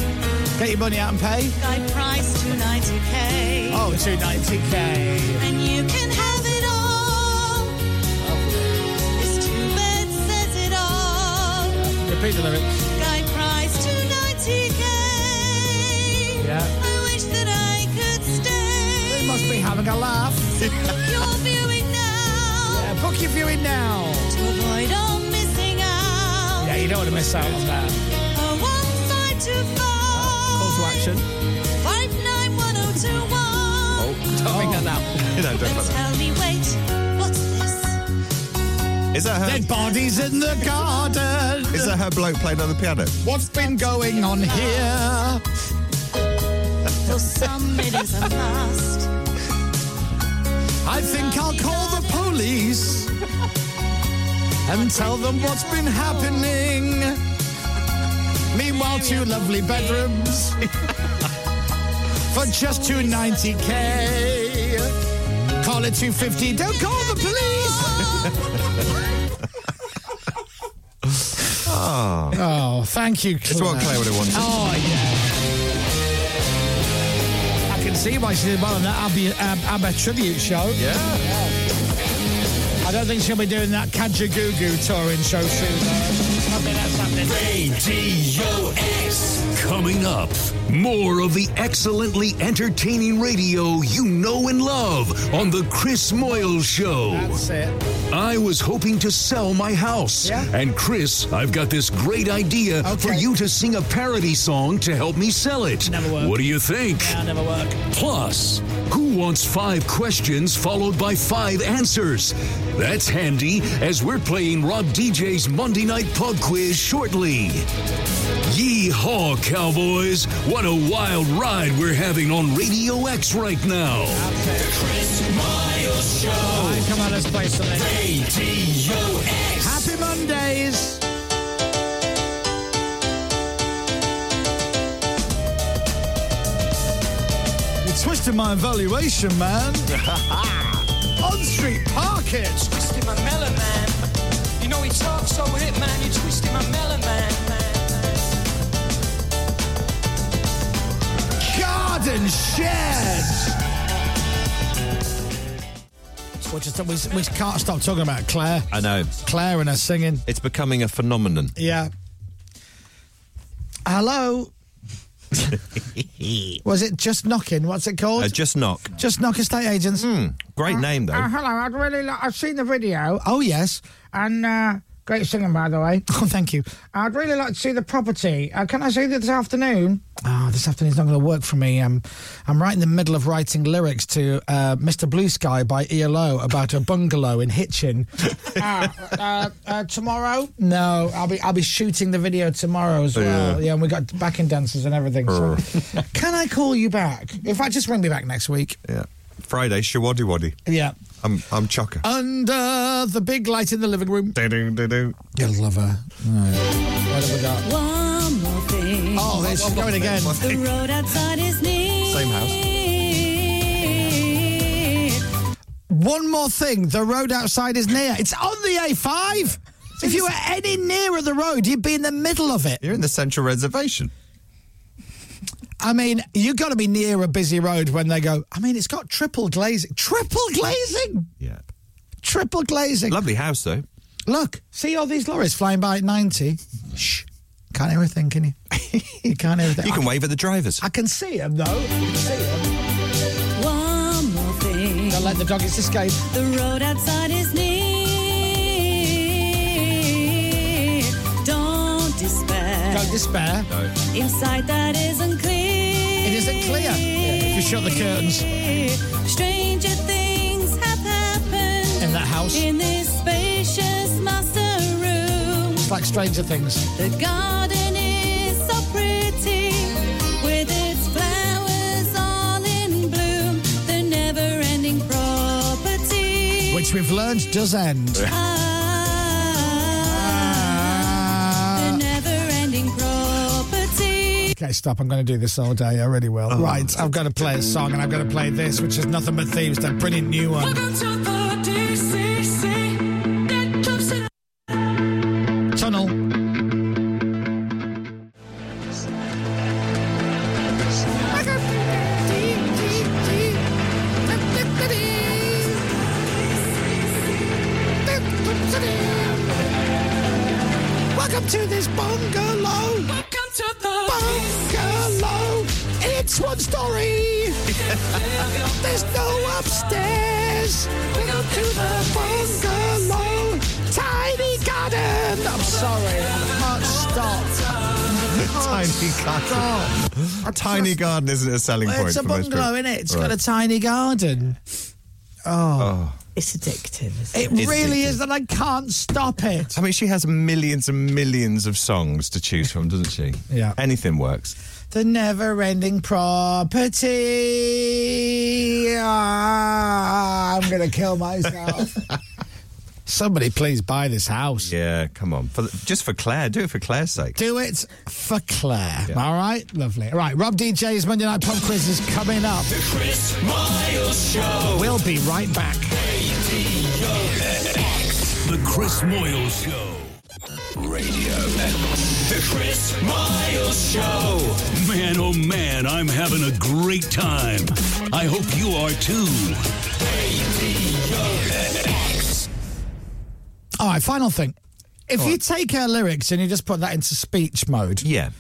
Get your money out and pay. Guide price 290k. Oh, 290k. And you can have it all. This two bed says it all. Repeat the lyrics. Guide price 290k. Yeah. I wish that I could stay. They must be having a laugh. So book your viewing now. Yeah, book your viewing now. To avoid all missing out. Yeah, you don't want to miss out on that. A one five two five. Call to action. Five nine one oh two one. Oh, don't make that now. You don't talk about that. Tell me, wait, what's this? Is that her? Dead bodies in the garden. Is that her bloke playing on the piano? What's been going on here? For some it is a must. I think I'll call the police and tell them what's been happening. Meanwhile, two lovely bedrooms for just 290k. Call it 250. Don't call the police. Oh, Oh, thank you, it's what Claire would have wanted. Oh, yeah. I can see why she did well on that Abba, Ab- ABBA tribute show. Yeah. I don't think she'll be doing that Kajagoogoo touring show soon. though. I think that's happening. Radio X. Coming up, more of the excellently entertaining radio you know and love on The Chris Moyle Show. That's it. I was hoping to sell my house. Yeah. And Chris, I've got this great idea for Okay. you to sing a parody song to help me sell it. Never work. What do you think? That'll never work. Plus, who wants five questions followed by five answers? That's handy as we're playing Rob DJ's Monday Night Pub Quiz shortly. Yeehaw, Cowboys! What a wild ride we're having on Radio X right now. Miles Show. All right, come on, let's play something. Radio X. Happy Mondays. You twisted my evaluation, man. On street parking. twisted my melon man. You know he talks over it, man. You twisted my melon man. Garden shed. We, just, we, we can't stop talking about Claire. I know. Claire and her singing. It's becoming a phenomenon. Yeah. Hello. Was it just knocking? What's it called? Uh, just knock. Hmm, Just knock estate agents. Great name though. Uh, hello, I'd really like, I've seen the video, Oh yes. and uh, great singing, by the way. Oh, thank you. I'd really like to see the property. Uh, can I see this afternoon? Oh, this afternoon's not going to work for me. Um, I'm right in the middle of writing lyrics to uh, "Mr. Blue Sky" by ELO about a bungalow in Hitchin. uh, uh, uh, tomorrow? No, I'll be I'll be shooting the video tomorrow as well. Yeah. Yeah, and we got backing dancers and everything. So. Can I call you back? In fact, just ring me back next week. Yeah. Friday, Shawaddy Waddy. Yeah. I'm I'm chocker. Under the big light in the living room. Do-do-do-do. You love her. What have we got? One more thing. Oh, there she's going again. The road outside is near. Same One more thing. The road outside is near. It's on the A5. If you were any nearer the road, you'd be in the middle of it. You're in the Central Reservation. I mean, you've got to be near a busy road when they go, I mean, it's got triple glazing. Triple glazing? Yeah. Triple glazing. Lovely house though. Look, see all these lorries flying by at 90? Shh. Can't hear a thing, can you? you can't hear a thing. You can I, wave at the drivers. I can see them, though. I can see them. One more thing. Don't let the doggies escape. The road outside is near. Don't despair. Don't despair. Inside that isn't clear. It isn't clear. If you shut the curtains. Stranger things have happened In that house. in this spacious master room. It's like Stranger Things. The garden is so pretty with its flowers all in bloom. The never-ending property. Which we've learned does end. Ah, Ah, okay, stop. I'm going to do this all day. I really Oh. will. Right, I've got to play a song and I've got to play this, which is nothing but thieves. That brilliant new one. Tunnel. Welcome to this bungalow. Welcome to the bungalow. It's one story. There's no upstairs. Welcome to the bungalow. Tiny garden. I'm sorry. I can't tiny garden. Oh, A tiny garden isn't a selling point. It's a for most people. bungalow, innit? it? It's got a Right. tiny garden. Oh. It's addictive. It It's really addictive. is, and I can't stop it. I mean, she has millions and millions of songs to choose from, doesn't she? Yeah. Anything works. The never ending property. Ah, I'm going to kill myself. Somebody, please buy this house. Yeah, come on. For the, just for Claire. Do it for Claire's sake. Do it for Claire. All right, lovely. All right, Rob DJ's Monday Night Pub Quiz is coming up. The Chris Miles Show. We'll be right back. Radio X. The Chris Moyles Show. Radio X. The Chris Miles Show. Man, oh man, I'm having a great time. I hope you are too. All right, final thing. If you take her lyrics and you just put that into speech mode. Yeah.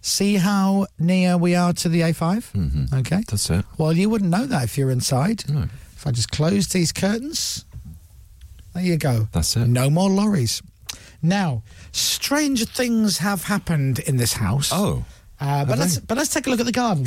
See how near we are to the A5? Mm-hmm. Okay. That's it. Well, you wouldn't know that if you're inside. No. If I just close these curtains, there you go. That's it. No more lorries. Now, strange things have happened in this house. Oh. Uh, but Have let's but let's take a look at the garden.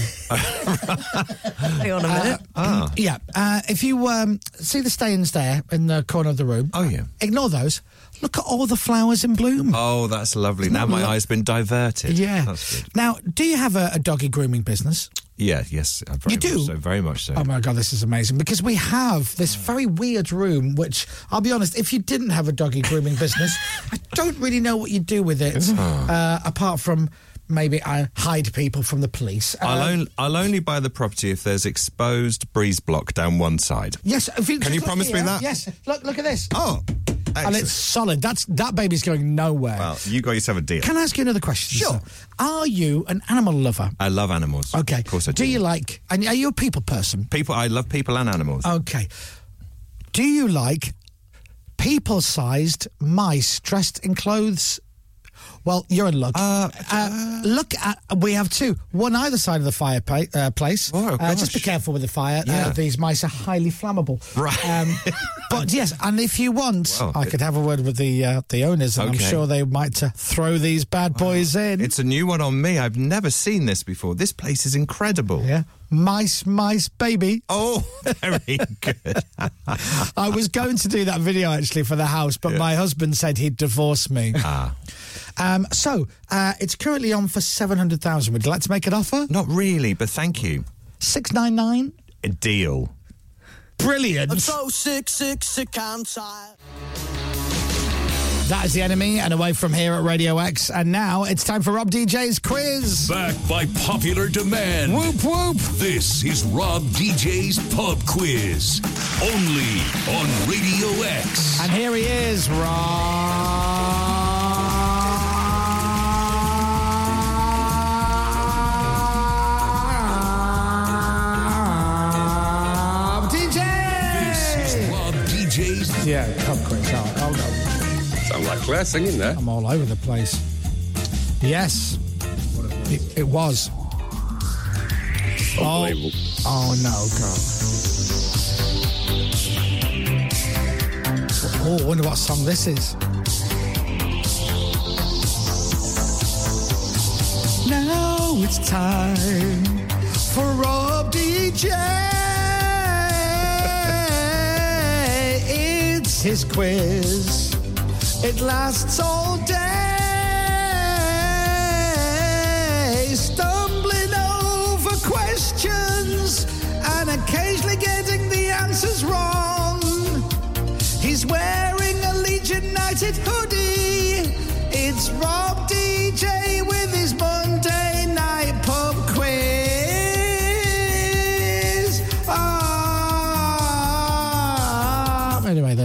Hang on a minute. Ah. Yeah, uh, if you um, see the stains there in the corner of the room, Oh, yeah. ignore those. Look at all the flowers in bloom. Oh, that's lovely. Now my eye's been diverted. Mm. Yeah. That's good. Now, do you have a, a doggy grooming business? Yeah, yes. uh, Very You do? Much so, very much so. Mm. Oh my god, this is amazing because we have this very weird room. Which I'll be honest, if you didn't have a doggy grooming business, I don't really know what you'd do with it, uh, apart from maybe I hide people from the police. Uh, I'll, only, I'll only buy the property if there's exposed breeze block down one side. yes, if Can just you look promise me here. that? Yes, look, look at this. Oh, and it's solid. That's that baby's going nowhere. Well, you guys have a deal. Can I ask you another question? Sure. sir? Are you an animal lover? I love animals. Okay. Of course I do. Do you like? And are you a people person? people? I love people and animals. Okay. Do you like people sized mice dressed in clothes? Well, you're in luck. Uh, look at we have two, one either side of the fireplace. Uh, place. Oh, Uh, gosh. just be careful with the fire. Yeah. Uh, these mice are highly flammable. Right. Um, but yes, and if you want, Wow. I could have a word with the uh, the owners, and Okay. I'm sure they might uh, throw these bad boys in. Oh, It's a new one on me. I've never seen this before. This place is incredible. yeah, mice, mice, baby. Oh, very good. I was going to do that video actually for the house, but my husband said he'd divorce me. Ah, Um, so uh, it's currently on for seven hundred thousand. Would you like to make an offer? not really, but thank you. Six nine nine. A deal. Brilliant. sick, sick, sick, I'm tired. That is the enemy, and away from here at Radio X. And now it's time for Rob DJ's quiz. Back by popular demand. Whoop whoop. This is Rob DJ's Pub Quiz. Only on Radio X. And here he is, Rob DJ. This is Rob DJ's. Yeah, pub quiz. All right, hold on. Sound like Claire singing there. I'm all over the place. Yes, it, it was. Oh, oh no, God. Oh, I wonder what song this is. Now it's time for Rob DJ. it's his quiz. It lasts all day. Stumbling over questions and occasionally getting the answers wrong. He's wearing a Leeds United hoodie. It's Rob DJ with his Monday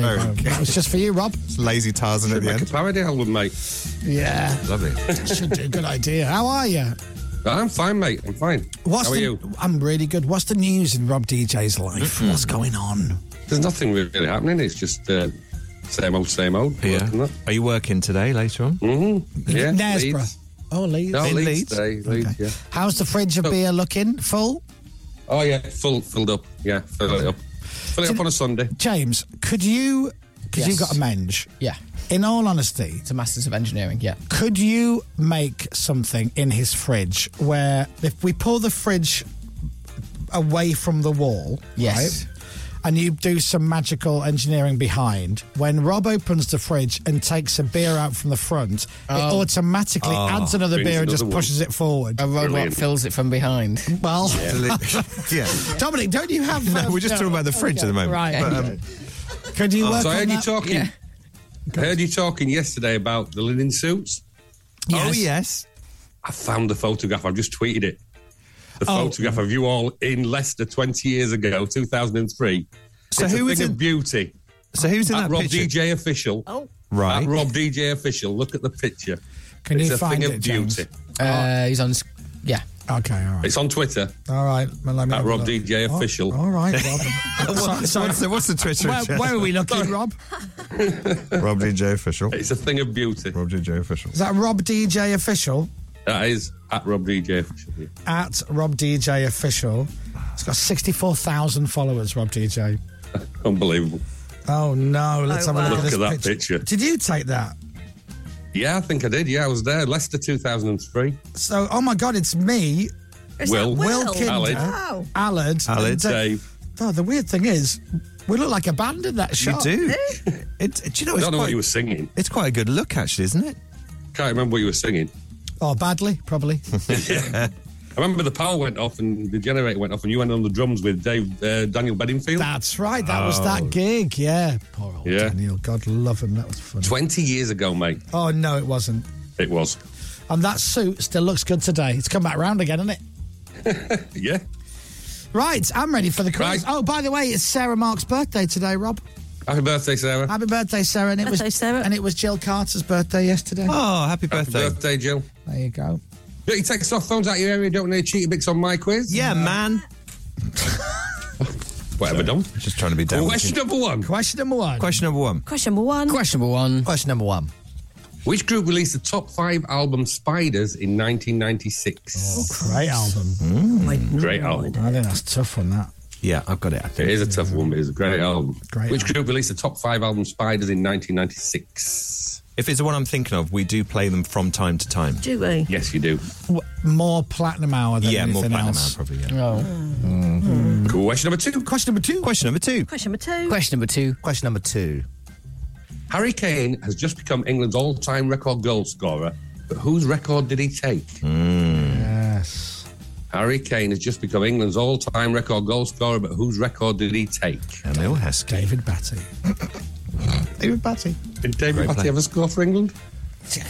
Ah. It's just for Oh, you, Rob. Lazy Tarzan at the Make a end. parody album, mate. Yeah. Lovely. Should do. Good idea. How are you? I'm fine, mate. I'm fine. What's How are the, you? Mm-hmm. I'm really good. What's the news in Rob DJ's life? What's going on? There's nothing really happening. It's just uh, same old, same old. Yeah. Are you working today later on? Mm-hmm. Yeah. Knaresborough. Leeds. Oh, Leeds. No, Leeds. Oh. today. Leeds, yeah. How's the fridge of beer looking? Full? Oh yeah, full, filled up. Yeah, fill it up. Fill it up on a Sunday. James, could you, because you've Yes. got a menge. Yeah. In all honesty, it's a Masters of Engineering, yeah. Could you make something in his fridge where if we pull the fridge away from the wall, Yes. right? And you do some magical engineering behind. When Rob opens the fridge and takes a beer out from the front, it Oh. automatically Oh. adds another Brings beer and just another one. pushes it forward. A robot fills it from behind. Well, yeah. Dominic, don't you have? No, um, we're just talking about the fridge at the moment. Right. But, um, Could you Oh, work so I on heard you that? talking. I heard you talking yesterday about the linen suits. Oh yes. I found the photograph. I've just tweeted it. The Oh. photograph of you all in Leicester 20 years ago, 2003. So it's who a was thing in- of beauty? So who's in At that Rob picture? DJ official. Oh, Right. At Rob DJ official. Look at the picture. Can it's you a thing find it, of James? beauty. Uh, he's on. s- Yeah. Okay. All right. It's on Twitter. All right. Well, let me At have a Rob look. DJ Oh, official. All right, Rob. What- what's the- what's the Twitter Where, address? where are we looking, Rob? Rob DJ official. It's a thing of beauty. Rob DJ official. Is that Rob DJ official? That is at Rob DJ official. yeah. At Rob DJ official. It's got sixty-four thousand followers. Rob DJ. Unbelievable. Oh no! Let's Oh, have a wow. look at this Look at that picture. Did you take that? Yeah, I think I did. Yeah, I was there. Leicester 2003. So, oh my God, it's me. Is Will. that Will? Will Kinder. Aled. Allard. Aled. and Da- Dave. Oh, the weird thing is, we look like a band in that You shot. do. It's, do you know, I it's don't know quite, what you were singing. it's quite a good look, actually, isn't it? Can't remember what you were singing. Oh, badly, probably. I remember the power went off and the generator went off, and you went on the drums with Dave uh, Daniel Bedingfield. That's right. That was Oh. that gig. Yeah. Poor old Yeah. Daniel. God love him. That was funny. Twenty years ago, mate. Oh no, it wasn't. It was. And that suit still looks good today. It's come back round again, hasn't it? Yeah. Right, I'm ready for the quiz. Right. Oh, by the way, it's Sarah Mark's birthday today, Rob. Happy birthday, Sarah. Happy birthday, Sarah! And it was Sarah. and it was Jill Carter's birthday yesterday. Oh, happy birthday. Happy birthday, Jill. There you go. Yeah, you take soft phones out of your area. Don't need cheaty bits on my quiz. Yeah, man. Whatever, Dom. Just trying to be down. Question number one. Question number one. Question number one. Question number one. Question number one. Question number one. Which group released the top five album Spiders in Oh. 1996? Great album. Great album. I think that's a tough on that. Yeah, I've got it. I think. It is a tough one, but it's a great album. Great Which group released the top five album Spiders in 1996? If it's the one I'm thinking of, we do play them from time to time. Do we? Yes, you do. W- More platinum hour than yeah, more anything platinum else. hour, probably. Yeah. Mm. Oh. Question number two. Question number two. Question number two. Question number two. Question number two. Question number two. Harry Kane has just become England's all-time record goal scorer, but whose record did he take? Hmm. Yes. Harry Kane has just become England's all-time record goal scorer, but whose record did he take? Emil Heskey. David Batty. David Batty. Did David Batty ever score for England?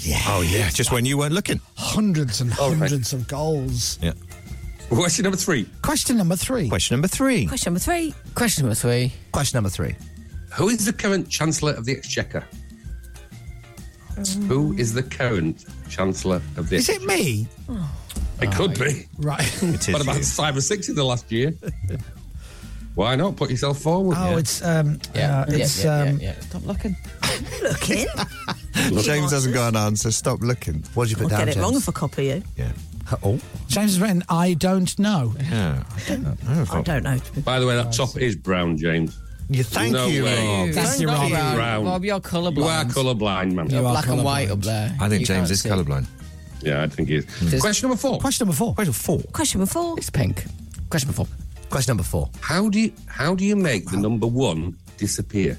Yeah. Oh yeah, just when you weren't looking. Hundreds and All Oh, right. hundreds of goals. Yeah. Question number three. Question number three. Question number three. Question number three. Question number three. Question number three. Who is the current Chancellor of the Exchequer? Who is the current Chancellor of the Um. Is it me? Oh. It could be. Right. It is What about you. Cyber Six in the last year? Why not put yourself forward? Oh, it's um, Yeah. uh, yeah, it's yeah, yeah, um, yeah. Stop looking. Looking. James hasn't got an answer. Stop looking. What did you put I'll down? get it James? wrong if I copy you. Yeah. Oh, James has written. I don't know. Yeah. I don't know. I don't know. to be- By the way, that top is brown, James. you thank No you. way. Rob. Thank Don't you, go Rob. round. Round. Rob, you're colourblind. You are colourblind, man. You are Black and white colourblind. up there. I think You James can't is see. colourblind. Yeah, I think he is. Hmm. Does- Question number four. Question number four. Question four. Question number four. It's pink. Question number four. Question number four. How do you how do you make the number one disappear?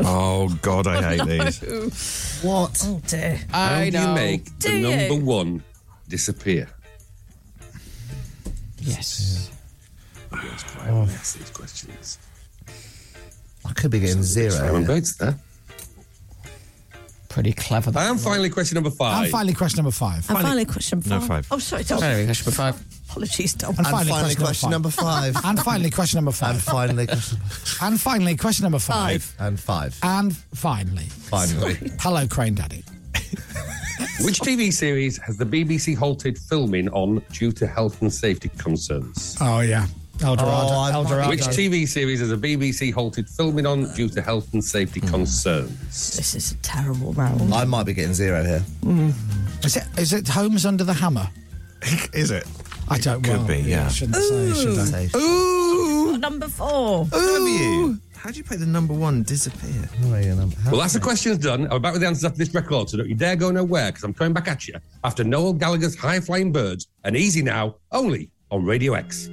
Oh God, I hate these. What? Oh dear. How I do know. you make Do the you? number one disappear? Yes. Yes, quite oh. these questions. I could be getting zero. Simon here. Bates there. Pretty clever. And finally, question number 5 And finally, question number five. And finally, question No five. five. Oh, sorry. Anyway, question number five. Apologies, Tom. And finally, question, number five. and finally, question number five. And finally, and finally, question number five. and five. And finally, Finally. hello, Crane Daddy. Which TV series has the BBC halted filming on due to health and safety concerns? Oh yeah, Eldorado. Oh, Eldorado. Which TV series has the BBC halted filming on due to health and safety concerns? Hmm. This is a terrible round. I might be getting zero here. Mm. Is it? Is it Homes Under the Hammer? Is it? I don't. Could well, be, yeah. Shouldn't say. Should I? Safe. Ooh, number four. Have you? Oh, How do you play the number one disappear? Well, that's the question's done. I'm back with the answers after this record, so don't you dare go nowhere because I'm coming back at you after Noel Gallagher's High Flying Birds and Easy Now only on Radio X.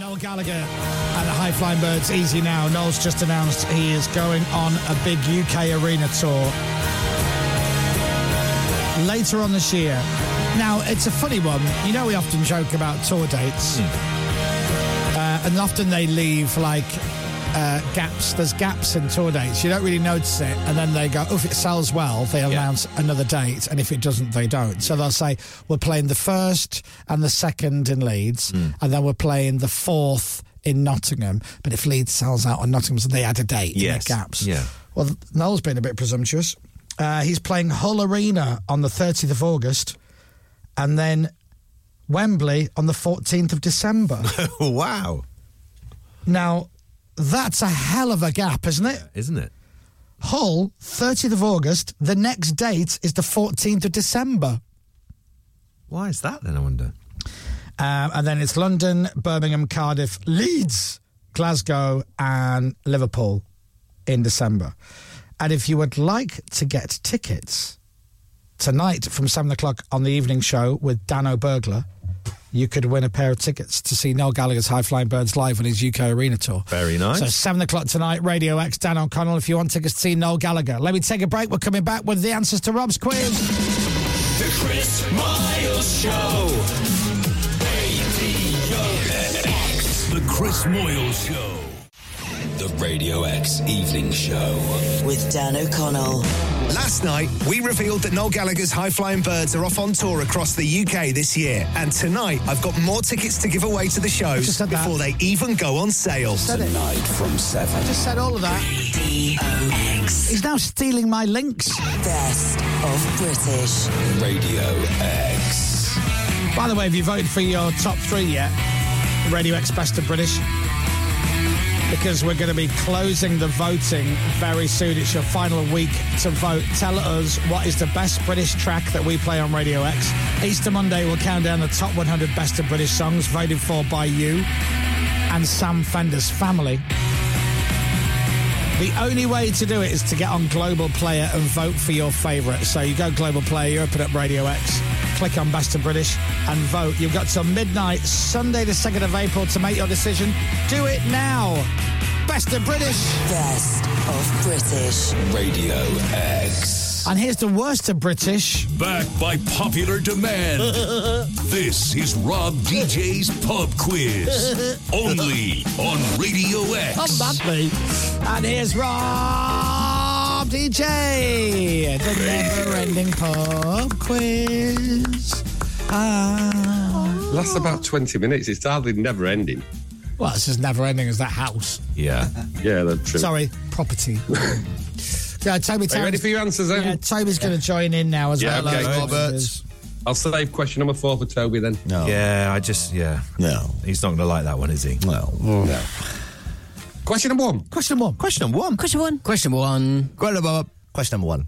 Noel Gallagher and the High Flying Birds. Easy now. Noel's just announced he is going on a big UK arena tour later on this year. Now it's a funny one. You know, we often joke about tour dates, Hmm. uh, and often they leave like. Uh, gaps. There's gaps in tour dates. You don't really notice it, and then they go, "Oh, if it sells well, they announce another date, and if it doesn't, they don't." So they'll say, "We're playing the first and the second in Leeds, Hmm. and then we're playing the fourth in Nottingham." But if Leeds sells out on Nottingham, so they add a date. in their Yes. gaps. Yeah. Well, Noel's been a bit presumptuous. Uh, he's playing Hull Arena on the 30th of August and then Wembley on the 14th of December. wow. Now, that's a hell of a gap, isn't it? Isn't it? Hull, 30th of August. The next date is the 14th of December. Why is that then, I wonder? Um, and then it's London, Birmingham, Cardiff, Leeds, Glasgow, and Liverpool in December. And if you would like to get tickets tonight from seven o'clock on the evening show with Dan O'Burglar, you could win a pair of tickets to see Noel Gallagher's High Flying Birds live on his UK arena tour. Very nice. So seven o'clock tonight, Radio X, Dan O'Connell. If you want tickets to see Noel Gallagher, let me take a break. We're coming back with the answers to Rob's quiz. The Chris Miles Show. Radio X. The Chris Moyle Show. The Radio X Evening Show. with Dan O'Connell. Last night, we revealed that Noel Gallagher's High Flying Birds are off on tour across the UK this year. And tonight, I've got more tickets to give away to the shows before they even go on sale. Tonight from 7. I just said all of that. He's now stealing my links. Best of British. Radio X. By the way, have you voted for your top three yet? Radio X Best of British? Because we're going to be closing the voting very soon. It's your final week to vote. Tell us what is the best British track that we play on Radio X. Easter Monday, we'll count down the top 100 Best of British songs voted for by you and Sam Fender's family. The only way to do it is to get on Global Player and vote for your favourite. So you go Global Player, you open up Radio X, click on Best of British and vote. You've got till midnight, Sunday the 2nd of April to make your decision. Do it now. Best of British. Best of British. Radio X. And here's the worst of British. Back by popular demand. this is Rob DJ's Pub Quiz. Only on Radio X. Come back, me. And here's Rob DJ. The never ending pub quiz. Ah. Lasts about 20 minutes. It's hardly never ending. Well, it's as never ending as that house. Yeah. Yeah, that's true. Sorry, property. yeah, Toby. Are you ready for your answers, then? Yeah, Toby's going to join in now as well. okay. Hello, I'll save question number four for Toby then. No. Yeah, I just, yeah. No. He's not going to like that one, is he? No. No. Question number one. Question one. Question one. Question one. Question one. Question number Question number one.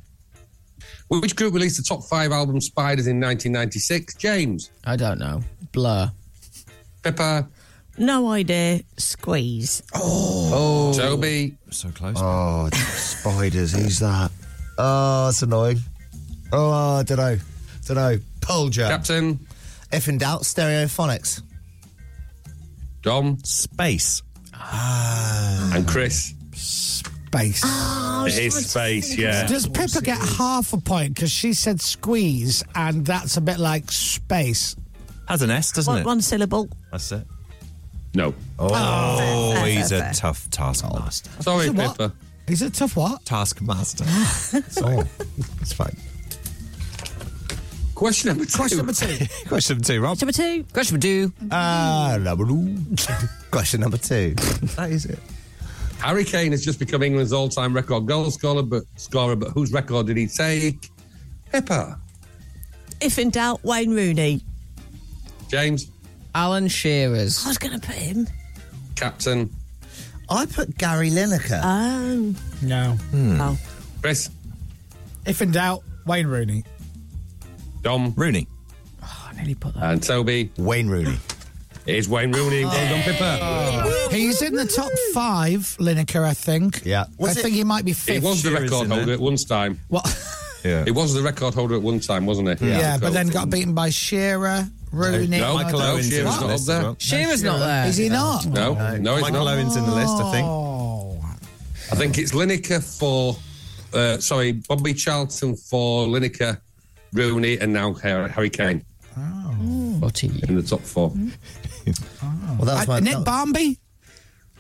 Which group released the top five album Spiders in 1996? James. I don't know. Blur. Pepper. No idea. Squeeze. Oh. Toby. So close. Oh, spiders. Who's that? Oh, it's annoying. Oh, I don't know. Don't know. Polger. Captain. If in doubt, stereophonics. Dom. Space. Ah. And Chris. Base. it is space, yeah. Does Pippa get half a point because she said squeeze and that's a bit like space? Has an S, doesn't One, it? one syllable. That's it. No. Oh, fair, fair, he's fair, a fair. tough taskmaster. Sorry, Is it what? Pepper. Is it tough what? Taskmaster. Oh, it's fine. Question number two. Question number two. Question number two, Rob. Number two. Question number two. Ah, number two. Question number two. that is it. Harry Kane has just become England's all-time record goal scorer, but scorer. But whose record did he take? Pippa, If in doubt, Wayne Rooney. James, Alan Shearer's. I was going to put him. Captain, I put Gary Lineker. Um, No. Oh. Hmm. Chris, If in doubt, Wayne Rooney. Dom, Rooney, Oh, I nearly put and Toby. Wayne Rooney. It is Wayne Rooney. Well done, Pippa. He's in the top five, Lineker, I think. Yeah. I think he might be fifth. It was the record holder at one time. What? Yeah. It was the record holder at one time, wasn't it? Yeah, but then got beaten by Shearer, Rooney. No, Michael no, Owen's Shearer's not up there. Shearer's not there. Is he not? No, no, it's Michael not. Owen's in the list, I think. I think it's Lineker for, uh, sorry, Bobby Charlton for Lineker, Rooney, and now Har- Harry Kane. Oh. In the top four. Well, that was my. Nick Barmby?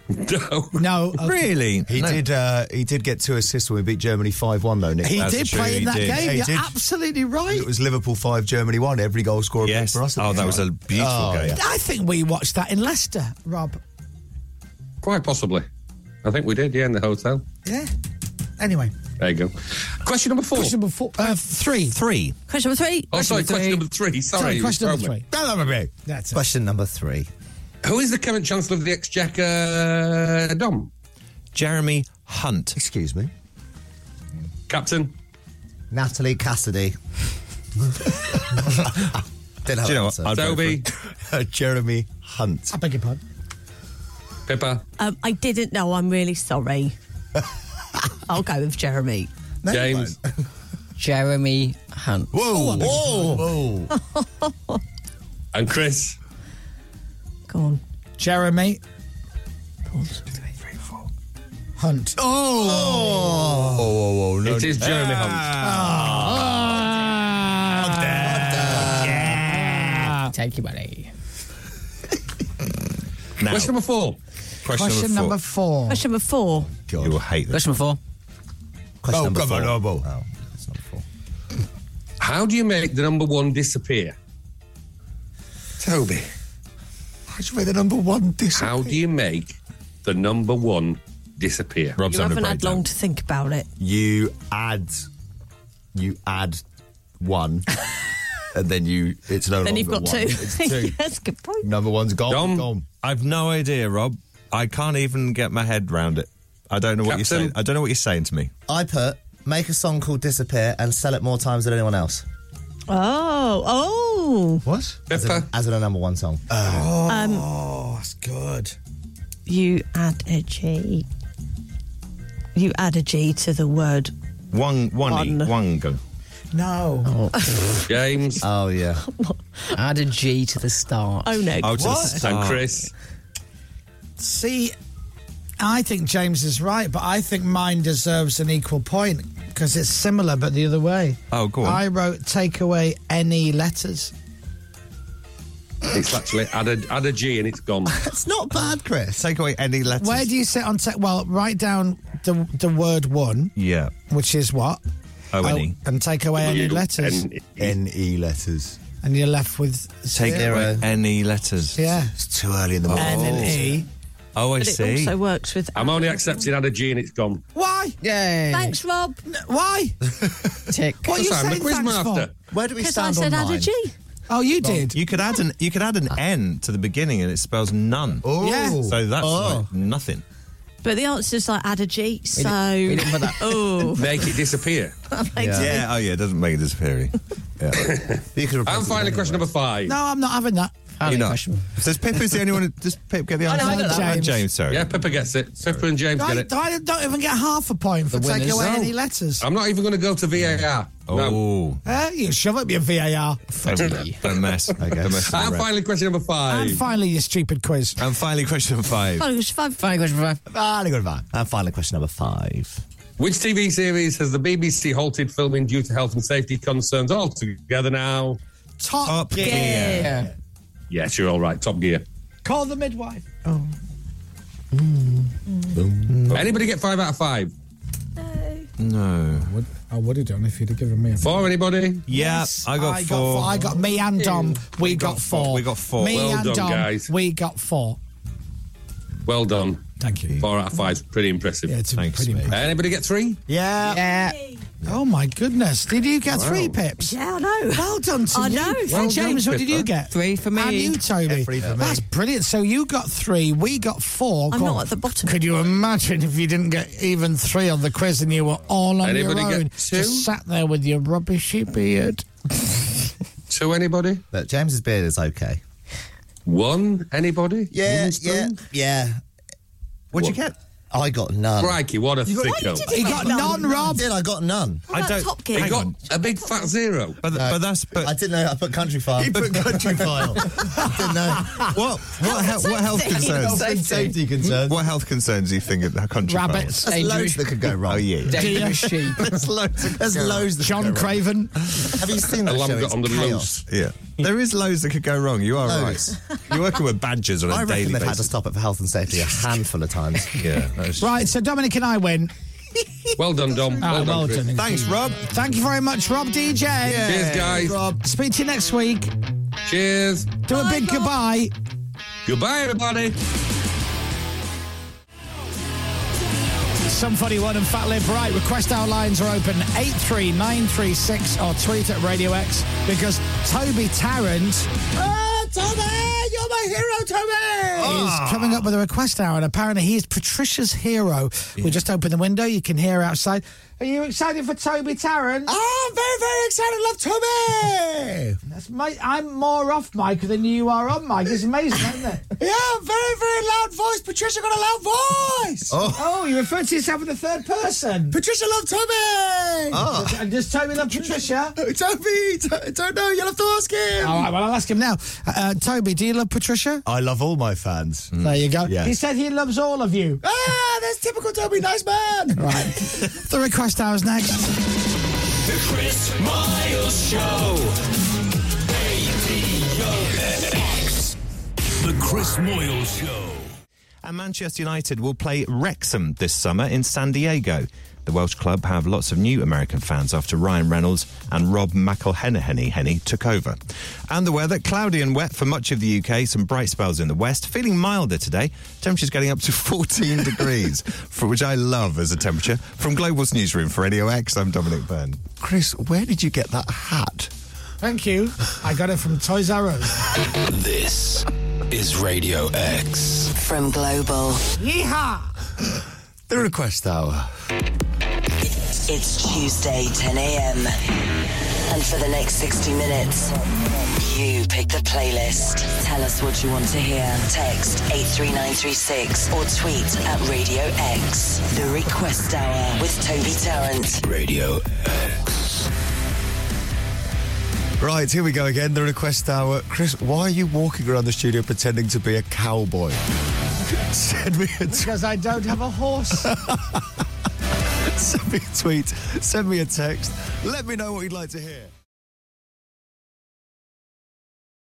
No. No. okay. Really? He No. did. Uh, he did get two assists when we beat Germany five-one, though. Nick, He That's did true, play in he that did. game. He You're did. absolutely right. It was Liverpool five, Germany one. Every goal scorer Yes. for us. Oh, that was a beautiful game. I think we watched that in Leicester, Rob. Quite possibly. I think we did, yeah, in the hotel. Yeah. Anyway, There you go. Question number four. question number four, uh, three. Three. Question number three. Oh, sorry, question number three. Sorry, Sorry, you question number told me. three. That's Question number three. Who is the current Chancellor of the Exchequer, Dom? Jeremy Hunt. Excuse me. Captain? Natalie Cassidy. Didn't have Do you know an what? answer. I'd vote Toby? Jeremy Hunt. I beg your pardon. Pippa? Um, I didn't know. I'm really sorry. I'll go with Jeremy. James? Jeremy Hunt. Whoa! Whoa! Whoa! Oh. And Chris? Go on. Jeremy Hunt. Oh! Oh! No. Ah. It is Jeremy Hunt. Ah. Take your money. Now, Question number four. question, Question number four. Question number four. You will hate this. Question number four. Question Oh, number come four. on, Obo. Oh, that's not four. How do you make the number one disappear? Toby. How'd you make the number one disappear? How do you make the number one disappear? Rob's You having a haven't had breakdown. long to think about it. you add you add one and then you it's no Then longer you've got one. two. It's two. That's a good point. Number one's gone. Dom. gone. I've no idea, Rob. I can't even get my head round it. I don't know what you're Captain? saying. I don't know what you're saying to me. I put make a song called Disappear and sell it more times than anyone else. Oh, oh. What? As, Pippa? a, as a number one song. Uh, Oh, that's good. Um, You add a G. You add a G to the word. One, one, e, One. one go. No. James oh yeah. Add a G to the start. Oh, no. Out What? of the and start. Chris. See, I think James is right, but I think mine deserves an equal point because it's similar but the other way. Oh, go on. I wrote take away any letters. It's actually add a, add a G and it's gone. That's not bad, Chris. Take away any letters. Where do you sit on tech? Well, write down the the word one, Yeah. which is what, O N E. Oh, and take away any letters, And N E letters. and you're left with Take zero. away any letters. Yeah, It's too early in the morning. N and E. Oh, I But it see. also works with. I'm only accepting add a G and it's gone. Why? Yay. Thanks, Rob. Why? Tick. What are you Because I'm a saying quiz thanks master. for? Where do we Because stand I said on add a mine? G. Oh, you did. You could add an you could add an N to the beginning and it spells none. Oh. Yeah. So that's Oh. like nothing. But the answer's like add a G. So. didn't- we didn't put that- Oh. Make it disappear. Yeah. Yeah. Oh yeah. It doesn't make it disappear. You could replace And it finally, with question anyone. number five. No, I'm not having that. Only You're not. question. Does Pip is the only one? who- Does Pip get the answer? I got that one. James. James. Sorry. Yeah, Pippa gets it. Pippa and James I, get it. I don't even get half a point for The taking winners. away No. any letters. I'm not even going to go to VAR. Oh, No. Uh, you shove up your VAR. a, a mess. A mess of a And wreck. finally, question number five. And finally, your stupid quiz. And finally, question five. Oh, it was five. Final question for five. Finally, good one. And finally, question number five. Which TV series has the BBC halted filming due to health and safety concerns altogether now? Top, Top Gear. Gear. Yeah. Yes, you're all right. Top Gear. Call the midwife. Mm. Anybody get five out of five? No. No. Would, I would have done if you'd have given me a Four, anybody? Yeah, I got four. I got me and Dom. We, got, four. We got four. Me Well and done, Dom. guys. We got four. Well done. Thank you. Four out of five's pretty impressive. Yeah, it's Thanks, pretty impressive. Anybody get three? Yeah. Yeah. Oh my goodness! Did you get Wow. three pips? Yeah, I know. Well done to I you. know. Well Well James, done, what did you Pippa. get? Three for me. And you, Toby. Yeah, three for me. That's brilliant. So you got three. We got four. I'm Go not on. at the bottom. Could you imagine if you didn't get even three on the quiz and you were all on Anybody your get own, two? just sat there with your rubbishy beard? Two, anybody? But James's beard is okay. One, anybody? Yeah, yeah, yeah. What'd you What? get? I got none. Crikey, what a thicko. He got none, Rob. Did I got none? What about I don't- Top Gear? he got a big fat zero. But, but that's but I didn't know. I put country file. He put country file. I didn't know. What what, health, what health concerns? Safety concerns. What health concerns do you think of country Rabbits. There's loads that could go wrong. Oh yeah. Dear. There's loads. that could There's go loads that John could go wrong. Craven. Have you seen A that lamb show? got It's on the chaos. loose. Yeah. There is loads that could go wrong. You are Loads. right. You're working with badgers on a I reckon daily they've had basis. to stop it for health and safety a handful of times. yeah. that's- Right. So Dominic and I win. Well done, Dom. Well Ah, done, well Chris. done. Thanks, Rob. Thank you very much, Rob DJ. Cheers, guys. Rob. Speak to you next week. Cheers. Do a big goodbye. Goodbye, everybody. Some Funny One and Fat Lip Right. Request our lines are open 83936 or tweet at Radio X because Toby Tarrant Ah, Oh, Tommy! You're my hero, Ah. Tommy! is coming up with a request hour and apparently he is Patricia's hero. We just opened the window. You can hear outside. Are you excited for Toby Tarrant? Oh, I'm very, very excited. Love Tommy! That's my, I'm more off mic than you are on mic. It's amazing, isn't it? Yeah, very, very loud voice. Patricia got a loud voice. Oh. you refer to yourself in the third person. Patricia love Tommy. Does- And does Toby love Patricia? Toby, t- don't know. You'll have to ask him. All right, well, I'll ask him now. Uh, Toby, do you love Patricia? I love all my fans. There you go. Yeah. He said he loves all of you. Ah, that's typical Toby. Nice man. Right. the request hour's next. The Chris Miles Show. Radio X. The Chris Moyle Show. And Manchester United will play Wrexham this summer in San Diego. The Welsh club have lots of new American fans after Ryan Reynolds and Rob McElhenney Henny took over. And the weather cloudy and wet for much of the UK, some bright spells in the west, feeling milder today. Temperatures getting up to 14 degrees, for which I love as a temperature. From Global's newsroom for Radio X, I'm Dominic Byrne. Chris, where did you get that hat? Thank you. I got it from Toys R Us. This is Radio X. From Global, Yeehaw! The request hour. it's Tuesday, 10 a.m. And for the next 60 minutes, you pick the playlist. Tell us what you want to hear. Text 83936 or tweet at Radio X. The Request Hour with Toby Tarrant. Radio Right, here we go again. The request hour. Chris, why are you walking around the studio pretending to be a cowboy? send me a t- Because I don't have a horse. send me a tweet. Send me a text. Let me know what you'd like to hear.